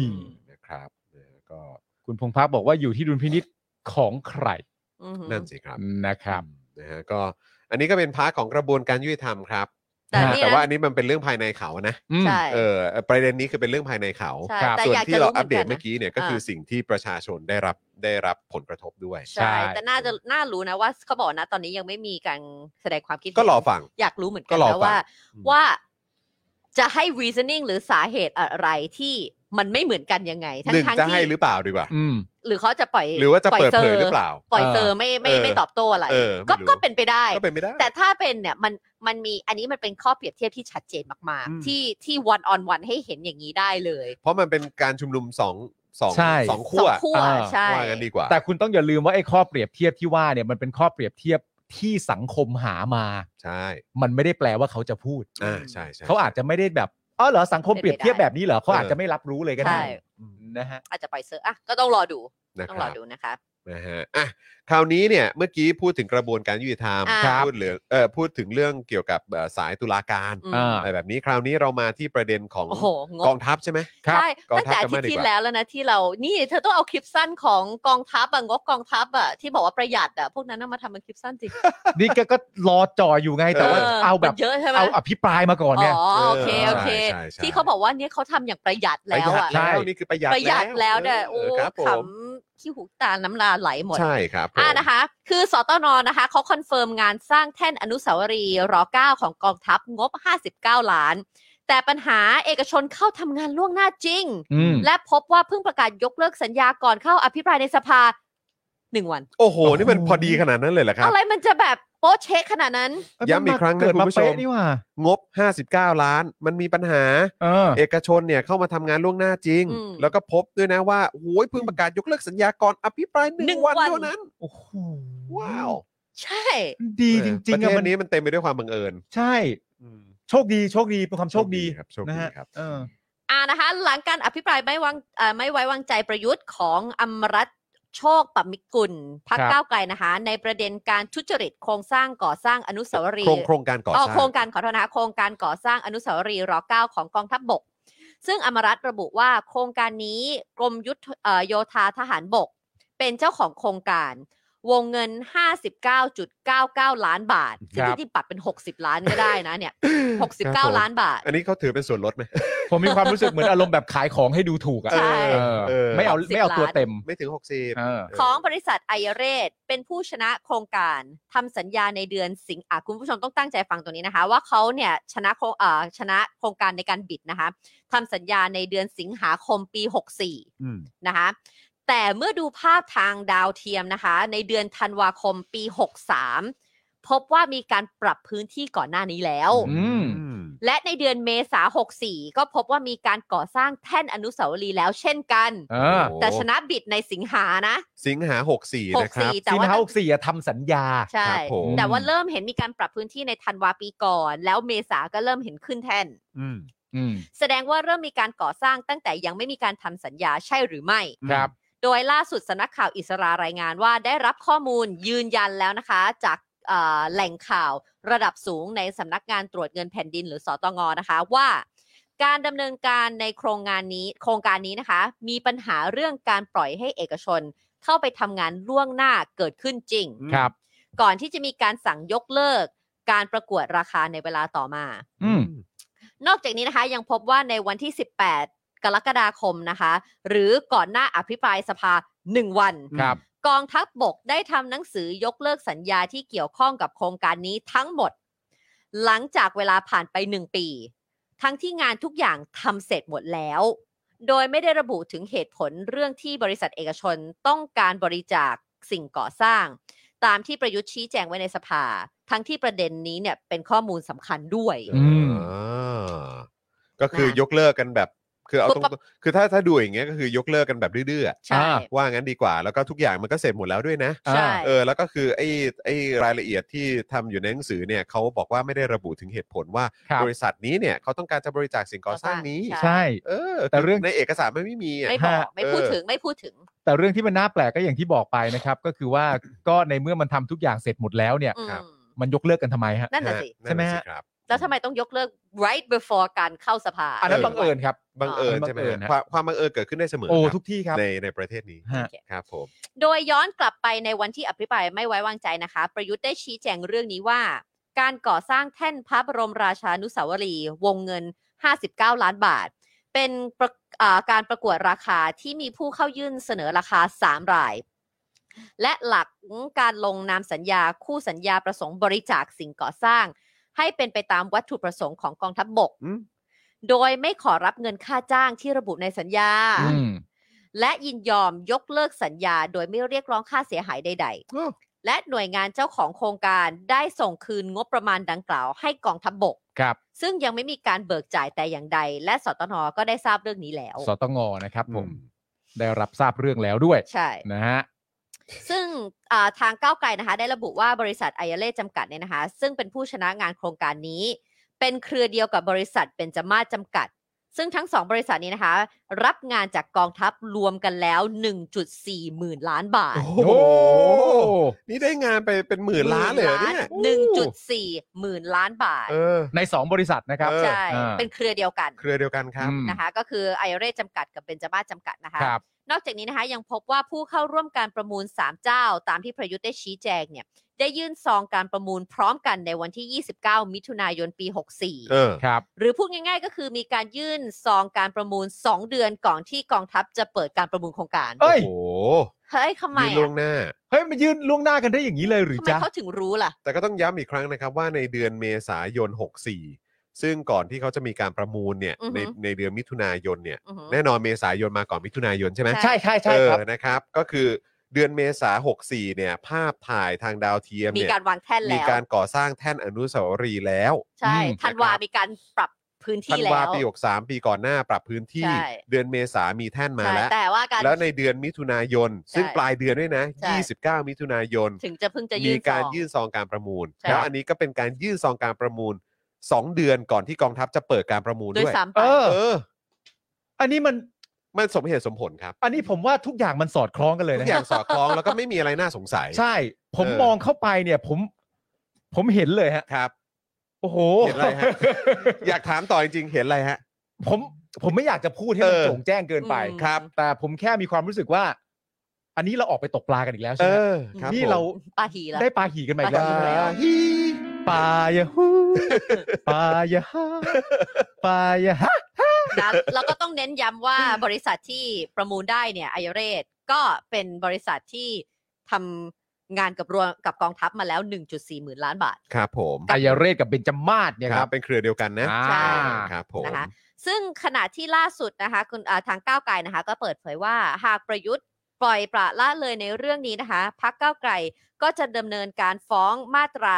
นะครับเออก็ คุณพงษ์พักบอกว่าอยู่ที่ดุลพินิษของใคร ๆอือหือ นั่นสิครับ นะครับ นะฮะก็อันนี้ก็เป็นพาร์ทของกระบวนการยุติธรรมครับ แต่ อ่า นี่ แต่ว่าอั นะ นนี้มันเป็นเรื่องภายในเขานะ อืม ใช่ เออประเด็นนี้คือเป็นเรื่องภายในเขา ใช่ ครับ แต่ ส่วน อยาก ที่ จะ เรา รู้ห อัป นน เดตเมื่อ นะ กี้เนี่ยก็คือสิ่งที่ประชาชนได้รับได้รับผลกระทบด้วย ใช่ ใช่ แต่น่าจะน่ารู้นะว่าเขาบอกนะ ตอนนี้ยังไม่มีการแสดงความคิดเห็น ก็รอฟัง อยากรู้เหมือนกั ก็ น รอ นะ ฟัง ว่า อืม ว่าจะให้ reasoning หรือสาเหตุอะไรที่มันไม่เหมือนกันยังไง ทั้ ห ง นึ่ง ทั้ง จะ ที่ ให้หรือเปล่าดีกว่า อืม หรือเขาจะปล่อย หรือว่าจะเปิดเผยหรือเปล่า ปล่อยเซอร์ไม่ไม่ เออ ไม่ตอบโต้อะไร เออไม่ ก็ รู้ ก็เป็นไปได้ ก็เป็นไม่ได้ แต่ถ้าเป็นเนี่ยมันมันมีอันนี้มันเป็นข้อเปรียบเทียบที่ชัดเจนมาก อืม ๆ ที่ที่ one on one ให้เห็นอย่างนี้ได้เลย เพราะมันเป็นการชุมนุมสองสอง ใช่ สองขั้ว สองขั้ว อ่า ใช่ ว่ากันดีกว่า แต่คุณต้องอย่าลืมว่าไอ้ข้อเปรียบเทียบที่ว่าเนี่ยมันเป็นข้อเปรียบเทียบที่สังคมหามา ใช่ มันไม่ได้แปลว่าเขาจะพูด อ่าใช่ใช่ เขาอาจจะไม่ได้แบบอ๋อเหรอสังคมเปรียบเทียบแบบนี้เหรอเขาอาจจะไม่รับรู้เลยก็ได้ ใช่ นะฮะ อาจจะปล่อยเซอร์อ่ะก็ต้องรอดู นะ ต้อ ค งรอ รับ ดูนะคะ นะฮะอ่ะคราวนี้เนี่ยเมื่อกี้พูดถึงกระบวนการยุติธรรม อ่า พูดเหลืองเอ่อพูดถึงเรื่องเกี่ยวกับเอ่อสายตุลาการ อืม อ่า อะไรแบบนี้คราวนี้เรามาที่ประเด็นของ โอ้โหงบ กองทัพใช่ไหม ใช่ กอง ตั้ง ทัพ แต่อา กัน ทิ มา ต กดีกย์ที่ ว่า แล้วแล้วนะที่เรานี่เธอต้องเอาคลิปสั้นของกองทัพอะงบกองทัพอะที่บอกว่าประหยัดอะพวกนั้นเอามาทำเป็นคลิปสั้นจริง นี่ก็ก็รอจ่ออยู่ไงแต่ว่าเอาแบบ มันเยอะใช่ไหม เอาอภิปรายมาก่อนเนี่ย อ๋อโอเคโอเค ใช่ใช่ใช่ ที่เขาบอกว่าเนี่ยเขาทำอย่างประหยัด ประ แล้ว หยัด อะ ใช่ แล้วนี่คือประหยัด ประหยัดแล้ว เ เนี่ยโอ้ ครับผ ข ม ำขี้หูตาน้ำลาไหลหมด ใช่ครับผม อ่านะคะ คือสตนนะคะเขาคอนเฟิร์มงานสร้างแท่นอนุสาวรีย์ร9ของกองทัพงบ 59 ล้าน แต่ปัญหาเอกชนเข้าทำงานล่วงหน้าจริง อืม และพบว่าเพิ่งประกาศยกเลิกสัญญาก่อนเข้าอภิปรายในสภาหนึ่งวัน โอ้โห นี่มันพอดีขนาดนั้นเลยเหรอครับ อะไรมันจะแบบโป๊ะเช็คขนาดนั้น ย้ำอีกครั้งนะ เกิด คุณผู้ชม เป๊นี่หว่าง บ 59 ล้าน มันมีปัญหา เออ เอกชนเนี่ยเข้ามาทำงานล่วงหน้าจริง อืม แล้วก็พบด้วยนะว่าโอ้ยเพิ่งประกาศยกเลิกสัญญากรอภิปรายห หนึ่ นึ่ง ง วัน วัน เท่านั้น โอ้โห ว้าว ใช่ ดี เออจริ ป ง ระ ๆ เทศอะมัน นี้มันเต็มไปด้วยความบังเอิญ ใช่ โชคดีโชคดีเป็นความโชคดี ครับโชค นะ ดี ฮะ ครับ เออ อ่านะคะ หลังการอภิปรายไม่วางเอ่อไม่ไว้วางใจประยุทธ์ของอมรัตน์โชคปมิกุลพัก ครับ ก้าวไกลนะคะ ในประเด็นการทุจริตโครงสร้างก่อสร้างอนุสาวรี โครง ย์ โครงการก่อส เอ่อ ร้าง โครงการขอโทษนะคะโครงการก่อสร้างอนุสาวรีย์ร9ของกองทัพบก ซึ่งอมรัตน์ระบุว่าโครงการนี้กรมยุทธเอ่อโยธาทหารบก เป็นเจ้าของโครงการ วงเงิน 59.99 ล้านบาท ซึ่ง ครับ ที่ปรับเป็น 60 ล้านก็ได้นะเนี่ย ครับผม 69 ล้านบาท อันนี้เขาถือเป็นส่วนลดไหม ผมมีความรู้สึกเหมือนอารมณ์แบบขายของให้ดูถูกอ่ะ ใช่ เออ เออ ไม่เอา สิบ ไม่เอาตัว ล้าน เต็ม ไม่ถึง 60 เออ ของบริษัทไอเรศเป็นผู้ชนะโครงการทำสัญญาในเดือนสิงหาคุณผู้ชมต้องตั้งใจฟังตรงนี้นะคะ ว่าเขาเนี่ยชนะโครงเอ่อชนะโครงการในการบิดนะคะทำสัญญาในเดือนสิงหาคมปี อืม 64 นะคะ แต่เมื่อดูภาพทางดาวเทียมนะคะ ในเดือนธันวาคมปี 63 พบว่ามีการปรับพื้นที่ก่อนหน้านี้แล้ว อืม และในเดือนเมษา64 ก็พบว่ามีการก่อสร้างแท่นอนุสาวรีย์แล้วเช่นกัน เออ โอ้ แต่ชนะบิดในสิงหานะ สิงหา 64 นะครับ 64 แต่ ซีน ว่า เฮาสี่ทำสัญญาคใช่รับผม แต่ว่าเริ่มเห็นมีการปรับพื้นที่ในธันวาปีก่อน แล้วเมษาก็เริ่มเห็นขึ้นแทน อืม อืม แสดงว่าเริ่มมีการก่อสร้างตั้งแต่ยังไม่มีการทำสัญญาใช่หรือไม่ ครับ โดยล่าสุดสำนักข่าวอิสรารายงานว่าได้รับข้อมูลยืนยันแล้วนะคะ จากเอ่อแหล่งข่าวระดับสูงในสำนักงานตรวจเงินแผ่นดินหรือสอตงนะคะว่า การดำเนินการในโครงงานนี้ โครงการนี้นะคะ มีปัญหาเรื่องการปล่อยให้เอกชน เข้าไปทำงานล่วงหน้าเกิดขึ้นจริง ครับ ก่อนที่จะมีการสั่งยกเลิกการประกวดราคาในเวลาต่อมา อืม นอกจากนี้นะคะยังพบว่าในวันที่ 18 กรกฎาคมนะคะ หรือก่อนหน้าอภิปรายสภา 1 วัน ครับ กองทัพบบกได้ทำหนังสือยกเลิกสัญญาที่เกี่ยวข้องกับโครงการนี้ทั้งหมด หลังจากเวลาผ่านไป 1 ปี ทั้งที่งานทุกอย่างทำเสร็จหมดแล้ว โดยไม่ได้ระบุถึงเหตุผลเรื่องที่บริษัทเอกชนต้องการบริจาคสิ่งก่อสร้าง ตามที่ประยุทธ์ชี้แจงไว้ในสภา ทั้งที่ประเด็นนี้เนี่ยเป็นข้อมูลสำคัญด้วย อืม อ่าก็คือยกเลิกกันแบบ คือเอาตรงๆคือถ้าถ้าดูอย่างเงี้ยก็คือยกเลิกกันแบบดื้อๆอะ ใช่ อ่า ว่างั้นดีกว่า แล้วก็ทุกอย่างมันก็เสร็จหมดแล้วด้วยนะ ใช่ เออแล้วก็คือไอ้ไอ้รายละเอียดที่ทำอยู่ในหนังสือเนี่ยเขาบอกว่าไม่ได้ระบุถึงเหตุผลว่า ครับ บริษัทนี้เนี่ยเขาต้องการจะบริจาคสิ่งก่อสร้างนี้ ใช่ เออ แต่เรื่อง ในเอกสารมันไม่มีอะ ไม่บอกไม่พูด เออ ถึงไม่พูดถึง แต่เรื่องที่มันน่าแปลกก็อย่างที่บอกไปนะครับ ก็คือว่าก็ในเมื่อมันทำทุกอย่างเสร็จหมดแล้วเนี่ย อืม ครับ มันยกเลิกกันทำไมฮะ นั่นน่ะสิ ฮนั่นน่ะ ใช่ไหม สิ ฮะ ครับ แล้วทำไมต้องยกเลิก right before การเข้าสภา อันนั้น เออ บังเอิญครับ บังเอิญ บังเอิญ ใช่ไหมฮะ ฮะ ความความบังเอิญเกิดขึ้นได้เสมอ โอ้ ครับ ทุกที่ครับ ในในประเทศนี้ ฮะ ครับผม โดยย้อนกลับไปในวันที่อภิปรายไม่ไว้วางใจนะคะ ประยุทธ์ได้ชี้แจงเรื่องนี้ว่า การก่อสร้างแท่นพระบรมราชานุสาวรีย์วงเงิน 59 ล้านบาท เป็นประอ่าการประกวดราคาที่มีผู้เข้ายื่นเสนอราคา 3 ราย และหลักการลงนามสัญญาคู่สัญญาประสงค์บริจาคสิ่งก่อสร้าง ให้เป็นไปตามวัตถุประสงค์ของกองทัพบบก อืม โดยไม่ขอรับเงินค่าจ้างที่ระบุในสัญญา อืม และยินยอมยกเลิกสัญญาโดยไม่เรียกร้องค่าเสียหายใด โอ้ ๆ และหน่วยงานเจ้าของโครงการได้ส่งคืนงบประมาณดังกล่าวให้กองทัพบบก ครับ ซึ่งยังไม่มีการเบิกจ่ายแต่อย่างใด และสตนก็ได้ทราบเรื่องนี้แล้ว สตงนะครับผม อืม ได้รับทราบเรื่องแล้วด้วย ใช่ นะฮะ ซึ่งอ่าทางก้าวไกลนะคะ ได้ระบุว่าบริษัทไอยาเล่จำกัดเนี่ยนะคะ ซึ่งเป็นผู้ชนะงานโครงการนี้ เป็นเครือเดียวกับบริษัทเป็นจมาศจำกัด ซึ่งทั้งสองบริษัทนี้นะคะ รับงานจากกองทัพรวมกันแล้ว 1.4หมื่นล้านบาท โอ้โหนี่ได้งานไปเป็นหมื่นล้านเลยเหรอเนี่ย หนึ่งจุดสี่หมื่นล้านบาท เออ ใน 2 บริษัทนะครับ เออ ใช่ อ่า เป็นเครือเดียวกัน เครือเดียวกันครับ อืม นะคะ ก็คือไอเรจำกัดกับเบนจามาศจำกัดนะคะ ครับ นอกจากนี้นะคะยังพบว่าผู้เข้าร่วมการประมูล 3 เจ้า ตามที่ประยุทธ์ได้ชี้แจงเนี่ย ได้ยื่นซองการประมูลพร้อมกันในวันที่ 29 มิถุนายนปี เออ64ครับ หรือพูดง่ายๆ ก็คือมีการยื่นซองการประมูล 2 เดือนก่อนที่กองทัพจะเปิดการประมูลโครงการ เอ้ย โอ้โห เฮ้ยทำไม ยืนล่ว อะ งหน้า เฮ้ย มันยื่นล่วงหน้ากันได้อย่างนี้เลยหรือ ทำไม จ๊ะ เขาถึงรู้ล่ะ แต่ก็ต้องย้ำอีกครั้งนะครับว่าในเดือนเมษายน 64 ซึ่งก่อนที่เขาจะมีการประมูลเนี่ย อือฮึ ในในเดือนมิถุนายนเนี่ย อือหือ แน่นอนเมษายนมาก่อนมิถุนายนใช่ไหม ใช่ ใช่ใช่ใช่ เออ ครับ นะครับ ก็คือเดือนเมษา64 เนี่ย ภาพถ่ายทางดาวเทียม มี เนี่ย การวางแท่น มี แล้ว การก่อสร้างแท่นอนุสาวรีย์แล้ว ใช่ อืม ธันวามีการปรับพื้น ธั ที่แล้วนาปี 63 ปีก่อนหน้าปรับพื้นที่ ใช่ เดือนเมษามีแท่นมา ใช่ แล้ว แต่ว่าการ แล้วในเดือนมิถุนายน ซึ่ง ใช่ ปลายเดือนด้วยนะ ใช่ 29 มิถุนายน ถึงจะเพิ่งจะ มี ยื่น การ ซอง ยื่นซองการประมูล ใช่ แล้วอันนี้ก็เป็นการยื่นซองการประมูล 2 เดือนก่อนที่กองทัพจะเปิดการประมูล โดย ด้วย ซ้ำไป เออ เออ อันนี้มัน มันสมเหตุสมผลครับ อันนี้ผมว่าทุกอย่างมันสอดคล้องกันเลย ทุ นะ กอ ฮะ ย่างสอดคล้องแล้วก็ไม่มีอะไรน่าสงสัย ใช่ ผม เออ มองเข้าไปเนี่ย ผม ผมเห็นเลยฮะ ครับ โอ้โห เห็นอะไรฮะ อยากถามต่อจริงๆ เห็นอะไรฮะ *laughs* ผมผมไม่อยากจะพูดให้มัน เออ โจ่งแจ้งเกินไป อืม ครับ แต่ผมแค่มีความรู้สึกว่า อันนี้เราออกไปตกปลากันอีกแล้วใช่ เอ ไหม อครับ นี่ ผม เรา ปาหีแล้ว ได้ปลาหีกันมาอีปกแล้ ลาหี่แล้ว ว ฮี ปายะฮูปายะ *laughs* ฮาปายะฮะ นะแล้วก็ต้องเน้นย้ำว่าบริษัทที่ประมูลได้เนี่ยไอเรสก็เป็นบริษัทที่ทำงานกับรวมกับกองทัพมาแล้ว 1.4 หมื่นล้านบาท ครับผม กายเรศกับเบญจมาศเนี่ย ค ค รั รั บบ เป็นเครือเดียวกันนะ อ่า ครับผม นะคะ ซึ่งขณะที่ล่าสุดนะคะคุณอ่าทางก้าวไกลนะคะ ก็เปิดเผยว่าหากประยุทธ์ปล่อยปละละเลยในเรื่องนี้นะคะพักก้าวไกลก็จะดำเนินการฟ้องมาตรา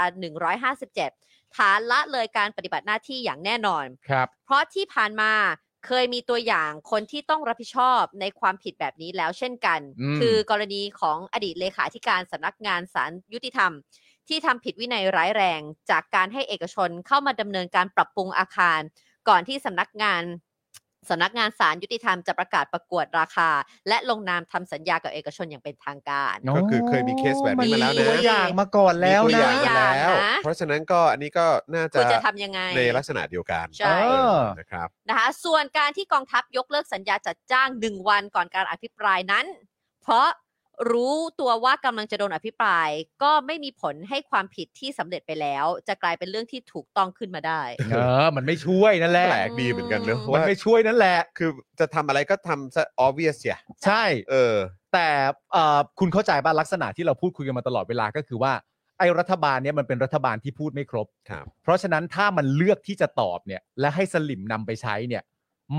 157 ฐานละเลยการปฏิบัติหน้าที่อย่างแน่นอน ครับ เพราะที่ผ่านมาเคยมีตัวอย่างคนที่ต้องรับผิดชอบในความผิดแบบนี้แล้วเช่นกัน อืม คือกรณีของอดีตเลขาธิการสำนักงานสารยุติธรรม ที่ทำผิดวินัยร้ายแรง จากการให้เอกชนเข้ามาดำเนินการปรับปรุงอาคาร ก่อนที่สำนักงานสำนักงานสารยุติธรรมจะประกาศประกวดราคา และลงนามทำสัญญากับเอกชนอย่างเป็นทางการ ก็คือเคยมีเคสแบบนี้มาแล้ว มี นะ ตัวอย่างมาก่อนแล้ว มีตัว นะ อย่างมาแล้ว ตัวอย่างนะ เพราะฉะนั้นก็อันนี้ก็น่า คุณจะทำยังไง ในลักษณะเดียวกัน ใช่ เออนะครับ นะคะส่วนการที่กองทัพยกเลิกสัญญาจัดจ้าง 1 วันก่อนการอภิปรายนั้น เพราะรู้ตัวว่ากำลังจะโดนอภิปราย ก็ไม่มีผลให้ความผิดที่สำเร็จไปแล้ว จะกลายเป็นเรื่องที่ถูกต้องขึ้นมาได้ เออ มันไม่ช่วยนั่นแหละ แปลกดีเหมือนกันเนอะ อืม มัน ว่า ไม่ช่วยนั่นแหละ คือจะทำอะไรก็ทำซะ obvious อย่า ใช่ เออ แต่เอ่อคุณเข้าใจบ้านลักษณะที่เราพูดคุยกันมาตลอดเวลาก็คือว่าไอ้รัฐบาลเนี่ยมันเป็นรัฐบาลที่พูดไม่ครบ ครับ เพราะฉะนั้นถ้ามันเลือกที่จะตอบเนี่ย และให้สลิมนำไปใช้เนี่ย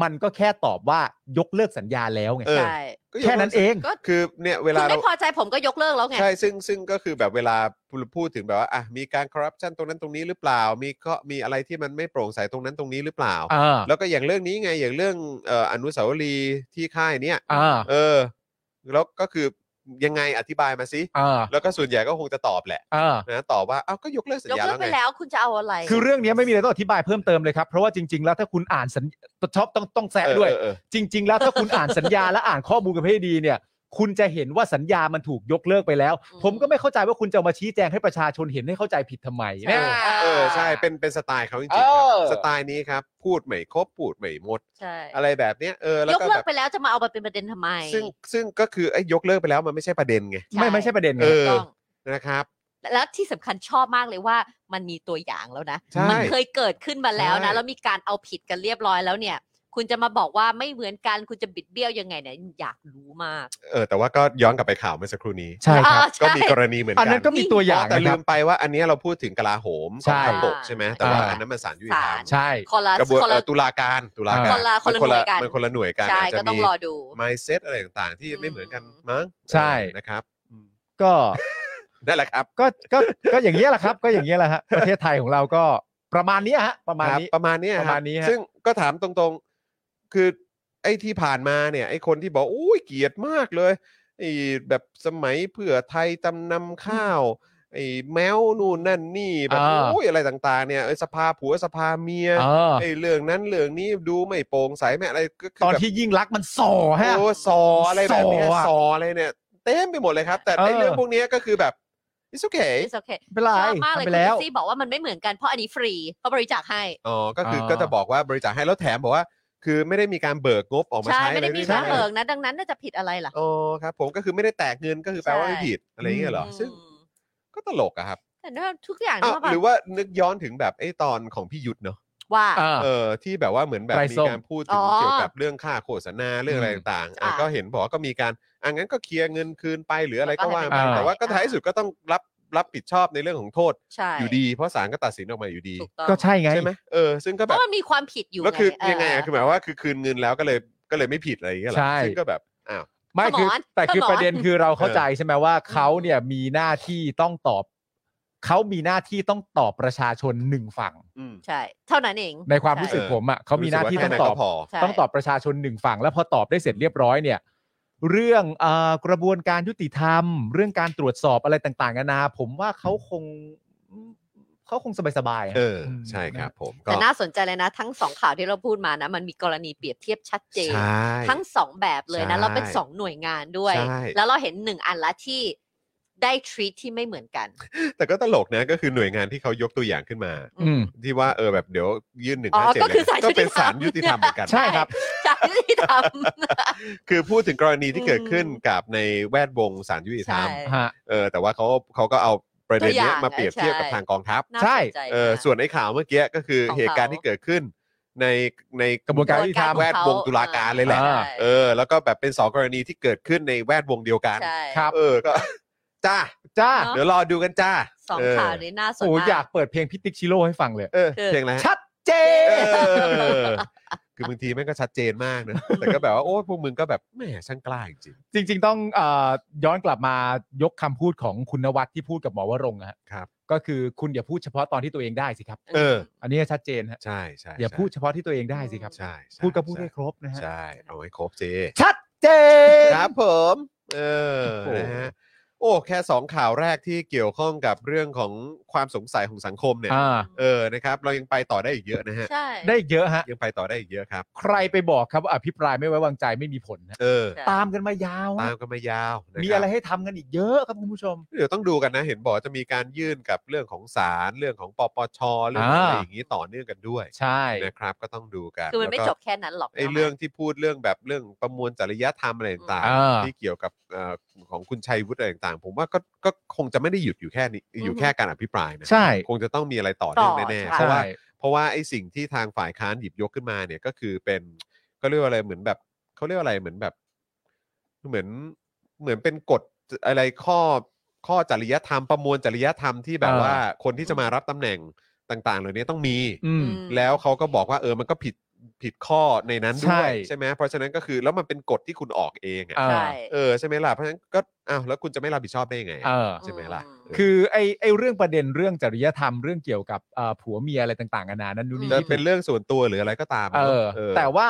มันก็แค่ตอบว่ายกเลิกสัญญาแล้วไง เออ ใช่ ก็ยัง แค่นั้นเอง ก็ คือเนี่ยเว คุ ลา ณ เรา ไม่พอใจผมก็ยกเลิกแล้วไง ใช่ซึ่งซึ่งก็คือแบบเวลาพูดถึงแบบว่าอ่ะมีการคอร์รัปชันตรงนั้นตรงนี้หรือเปล่า มีก็มีอะไรที่มันไม่โปร่งใสตรงนั้นตรงนี้หรือเปล่า เออ แล้วก็อย่างเรื่องนี้ไงอย่างเรื่องเอ่ออนุสาวรีย์ที่ค่ายเนี่ย เออ เออ แล้วก็คือยังไงอธิบายมาสิ เออ แล้วก็ส่วนใหญ่ก็คงจะตอบแหละ เออ นะตอบว่าเอ้าก็ยกเลิกสัญ ยก ญา เลิก แล้ว ไป ไง แล้วคุณจะเอาอะไร คือเรื่องนี้ไม่มีอะไรต้องอธิบายเพิ่มเติมเลยครับ เพราะว่าจริง ๆ แล้วถ้าคุณอ่านสัญชอบต้องต้องแซะด้วย เออเออเออ จริง ๆ แล้วถ้าคุณอ่านสัญญาและอ่านข้อมูลกันให้ดีเนี่ย คุณจะเห็นว่าสัญญามันถูกยกเลิกไปแล้ว ผมก็ไม่เข้าใจว่าคุณจะเอามาชี้แจงให้ประชาชนเห็นให้เข้าใจผิดทำไมเนี่ย เออใช่เป็นเป็นสไตล์เขาจริงๆค เอ รั อ บสไตล์นี้ครับพูดไม่ครบพูดไม่หมด ใช่ อะไรแบบเนี้ยเออแล้ว ยก ก็ เลิ แบ ก บ ไปแล้วจะมาเอามาเป็นประเด็นทำไม ซึ่งซึ่งก็คือไอ้ยกเลิกไปแล้วมันไม่ใช่ประเด็นไง ไม่ไม่ใช่ประเด็นไง เออ ต้อง นะครับ แล้วที่สำคัญชอบมากเลยว่ามันมีตัวอย่างแล้วนะ ใช่ มัเคยเกิดขึ้นมาแล้ว ใช่ นะ แล้วมีการเอาผิดกันเรียบร้อยแล้วเนี่ย คุณจะมาบอกว่าไม่เหมือนกันคุณจะบิดเบี้ยวยังไงเนี่ยอยากรู้มาก เออแต่ว่าก็ย้อนกลับไปข่าวเมื่อสักครู่นี้ ใช่ครับ อ่าใช่ ก็มีกรณีเหมือนกั อันนั้นก็มีตัวอย่าง แต่ นะค ลื รับ มไปว่าอันเนี้ยเราพูดถึงกลาโหมขใช่องทัพบกใช่ไหมแต่ว่า อ่า อันนั้นมันสารยุติธรรม ศาล ใช่ คนละ กระบวน คน เอ่ ละ อตุลาการตุลาการ คนละคนละหน่วยกัน มันคนละหน่วยกัน ใช่ อาจจะ ก็ต้อง มี รอดู mindset อะไรต่างๆ ที่ไม่เหมือนกันมั้ง ใช่ เออนะครับอืม ก็ นั่นแหละครับ ก็ก็ก็อย่างนี้ยแหละครับ ก็อย่างนี้ยแหละฮะประเทศไทยของเราก็ประมาณเนี้ยฮะ ประมาณ ครับ นี้ ประมาณเนี้ย ประมาณ คบ นี้ฮะ ซึ่งก็ถามตรงๆ คือไอ้ที่ผ่านมาเนี่ยไอ้คนที่บอกอุ้ยเกลียดมากเลยไอ้แบบสมัยเผื่อไทยจำนำข้าวไอ้แมวนู่นนั่นนี่แบบ อ่า โอ้ยอะไรต่างๆเนี่ยไอ้สภาผัวสภาเมีย เออ ไอ้เรื่องนั้นเรื่องนี้ดูไม่โปร่งใสไม่อะไรก็คื ตอน แบบ ที่ยิ่งรักษณ์มันส่อฮะ โอ้ซออะไรแบบเนี้ย ส่ออะ ซออะไรเนี่ยเต็มไปหมดเลยครับ แต่ไอ้ เออ เรื่องพวกเนี้ยก็คือแบบ it's okay It's okay ไม่เป็นไร ชอบมากเลย ทำไป คุณ แล้ว ลิซซี่บอกว่ามันไม่เหมือนกันเพราะอันนี้ฟรีเขาบริจาคให้ อ๋อก็คือ อ่า ก็จะบอกว่าบริจาคให้แล้วแถมบอกว่า คือไม่ได้มีการเบิกงบออกมา ใช่ ใช้ ไม่ได้มี ลย การ ใช่ห เบิกนะ ดังนั้นน่าจะผิดอะไรล่ะ อ๋อครับ ผมก็คือไม่ได้แตกเงินก็คือแปลว่าไม่ ใช่ ผิดอะไรอย่างเงี้ยเหรอซึ่ง ม ก็ตลกอะครับ แต่เนี่ยทุกอย่าง อ้าวยหเนี่ว่าแบบรือว่านึกย้อนถึงแบบไอ้ตอนของพี่ยุทธเนาะ ว่า เออ เออที่แบบว่าเหมือนแบบ ไตร มี ส้ม การพูดถึง อ๋อ เกี่ยวกับเรื่องค่าโฆษณาเรื่องอะไรต่างๆอ่ะ อ่า ก็เห็นบอกว่าก็มีการอ่ะงั้นก็เคลียร์เงินคืนไปหรืออะไรก็ว่าไป อ่า แต่ว่าก็ท้ายสุดก็ต้องรับรับผิดชอบในเรื่องของโทษ ใช่ อยู่ดี เพราะศาลก็ตัดสินออกมาอยู่ดี ถูกต้อง ก็ใช่ไง ใช่ไหมเออซึ่งก็ เพ แบบ ราะมันมีความผิดอยู่ แล้วคือ เ ยังไงอ่ะคือหมายว่าคือคืนเงินแล้วก็เลยก็เลยไม่ผิดอะไรอย่างเงี้ยเหรอ ใช่ ซึ่งก็แบบอ้าว ไม่คือ สมอน แต่คือ สมอน ประเด็นคือเราเข้าใจใช่ไหมว่าเขาเนี่ยมีหน้าที่ต้องตอบเขามีหน้าที่ต้องตอบประชาชนหนึ่งฝั่ง ใช่ เท่านั้นเอง ในความรู้สึก ใช่ ผมอ่ะเขามีหน้าที่ต้องตอบ รู้สึกว่าแค่นั้นก็พอ ใช่ ต้องตอบประชาชนหนึ่งฝั่ง แล้วพอตอบได้เสร็จเรียบร้อยเนี่ย เรื่องเออกระบวนการยุติธรรม เรื่องการตรวจสอบอะไรต่างๆนานาผมว่าเขาคงเขาคงสบายๆอะ เออ ใช่ครับ ผมก็ แต่น่าสนใจเลยนะ ทั้งสองข่าวที่เราพูดมานะ มันมีกรณีเปรียบเทียบชัดเจน ใช่ ทั้งสองแบบเลยนะ ใช่ เราเป็นสองหน่วยงานด้วย ใช่ แล้วเราเห็นหนึ่งอันละที่ได้ทรี t ที่ไม่เหมือน *laughs* กัน แต่ก็ตลกนะก็คือหน่วยงานที่เขายกตัวอย่างขึ้นมา อืม ที่ว่าเออแบบเดี๋ยวยื่นหนึ่ง อ๋อ ห้าเจ็ด ก็คือศาล ก็เป็น ยุติธศาลยุติธรรรมรมเหมือนกัน ใช่ครับ ศาลยุติธรรม คือพูดถึงกรณีที่เกิดขึ้น อืม กับในแวดวงศาลยุติธรรม ใช่ ฮะ เออแต่ว่าเขาเขาก็เอาประเด็นเนี้ยมาเปรียบเทียบกับ ใช่ ทางกองทัพ น่า ใช่ สนใจ เออ นะ ส่วนไอ้ข่าวเมื่อกี้ก็คือ ของเขา เหตุการณ์ที่เกิดขึ้น ในใน กระบวนการยุติธรรม แวดวงตุลาการเลยแหละ ใช่ เออแล้วก็แบบเป็นสองกรณีที่เกิดขึ้นในแวดวงเดียวกัน ใช่ ครับ เออก็ จ้า จ้า เนอะ เดี๋ยวรอดูกันจ้า สอง เ ข่าวนี้น่าสน โอ้ มาก อยากเปิดเพลงพิติกชิโร่ให้ฟังเลย เออ คือ เพลงอะไรฮะ ชัดเจ เอน อคือบางทีแม่งก็ชัดเจนมาก *laughs* นะแต่ก็แบบว่าโอ้ยพวกมึงก็แบบแหมช่างกล้าจริง จริงๆต้องเออย้อนกลับมายกคำพูดของคุณนวัดที่พูดกับหมอวรงค์นะฮะ ๆครับ ก็คือคุณอย่าพูดเฉพาะตอนที่ตัวเองได้สิครับ เออ อันนี้ชัดเจนฮะ ใช่ใช่ อย่า ใช่ พูดเฉพาะที่ตัวเองได้สิครับ ใช่ใช่ พูดก็พูด ใช่ ให้ครบนะฮะ ใช่เอาไว้ครบเจ ชัดเจน ครับผม เออ โอ้โห นะฮะโอ้แค่สองข่าวแรกที่เกี่ยวข้องกับเรื่องของความสงสัยของสังคมเนี่ย อ่า เออนะครับ เรายังไปต่อได้อีกเยอะนะฮะ ใช่ ได้อีกเยอะฮะ ยังไปต่อได้อีกเยอะครับ ใครไปบอกครับว่าอภิปรายไม่ไว้วางใจไม่มีผลนะ เออ ใช่ ตามกันมายาว ตา ฮะ มกันมายาวนคบ มีอะไรให้ทำกันอีกเยอะครับคุณผู้ชม เดี๋ยวต้องดูกันนะ เห็นบอกจะมีการยื่นกับเรื่องของศาลเรื่องของปปชเรื่องอะไร อ่า อย่างนี้ต่อเนื่องกันด้วย ใช่ นะครับ ก็ต้องดูกัน คือมันไม่ แล้ว จ ก็ บแค่นั้นหรอก ไอ้เรื่องที่พูดเรื่องแบบเรื่องประมวลจริยธรรมอะไรต่าง อ่า ที่เกี่ยวกับเอ่อของคุณชัยวุฒิอะไรต่างๆ ผมว่าก็ก็คงจะไม่ได้หยุดอยู่แค่นี้อยู่แค่การอภิปรายนะ ใช่ คงจะต้องมีอะไรต่อเนื่องแน่ๆเพต่อราะว่า เพราะว่าไอ้สิ่งที่ทางฝ่ายค้านหยิบยกขึ้นมาเนี่ยก็คือเป็นก็เรียกว่าอะไรเหมือนแบบเขาเรียกว่าอะไรเหมือนแบบ เหมือนเหมือนเป็นกฎอะไรข้อข้อจริยธรรมประมวลจริยธรรมที่แบบ เออ ว่าคนที่จะมารับตำแหน่งต่าง ๆ เหล่านี้ต้องมี อืม อืม แล้วเขาก็บอกว่าเออมันก็ผิด ผิดข้อในนั้นด้ ใช่ วยใช่ไหมเพราะฉะนั้นก็คือแล้วมันเป็นกฎที่คุณออกเองอะ อ่า ใช่ เออใช่ไหมล่ะเพราะฉะนั้นก็อ้าวแล้วคุณจะไม่รับผิดชอบได้ยังไงอะ เออ ใช่ไหมล่ะ คือไอ้ไอ้เรื่องประเด็นเรื่องจริยธรรมเรื่องเกี่ยวกับเอ่อผัวเมียอะไรต่างๆนานานั้นนู่นนี่ จะ ที่ เป็นเรื่องส่วนตัวหรืออะไรก็ตาม เออ เออ แต่ว่า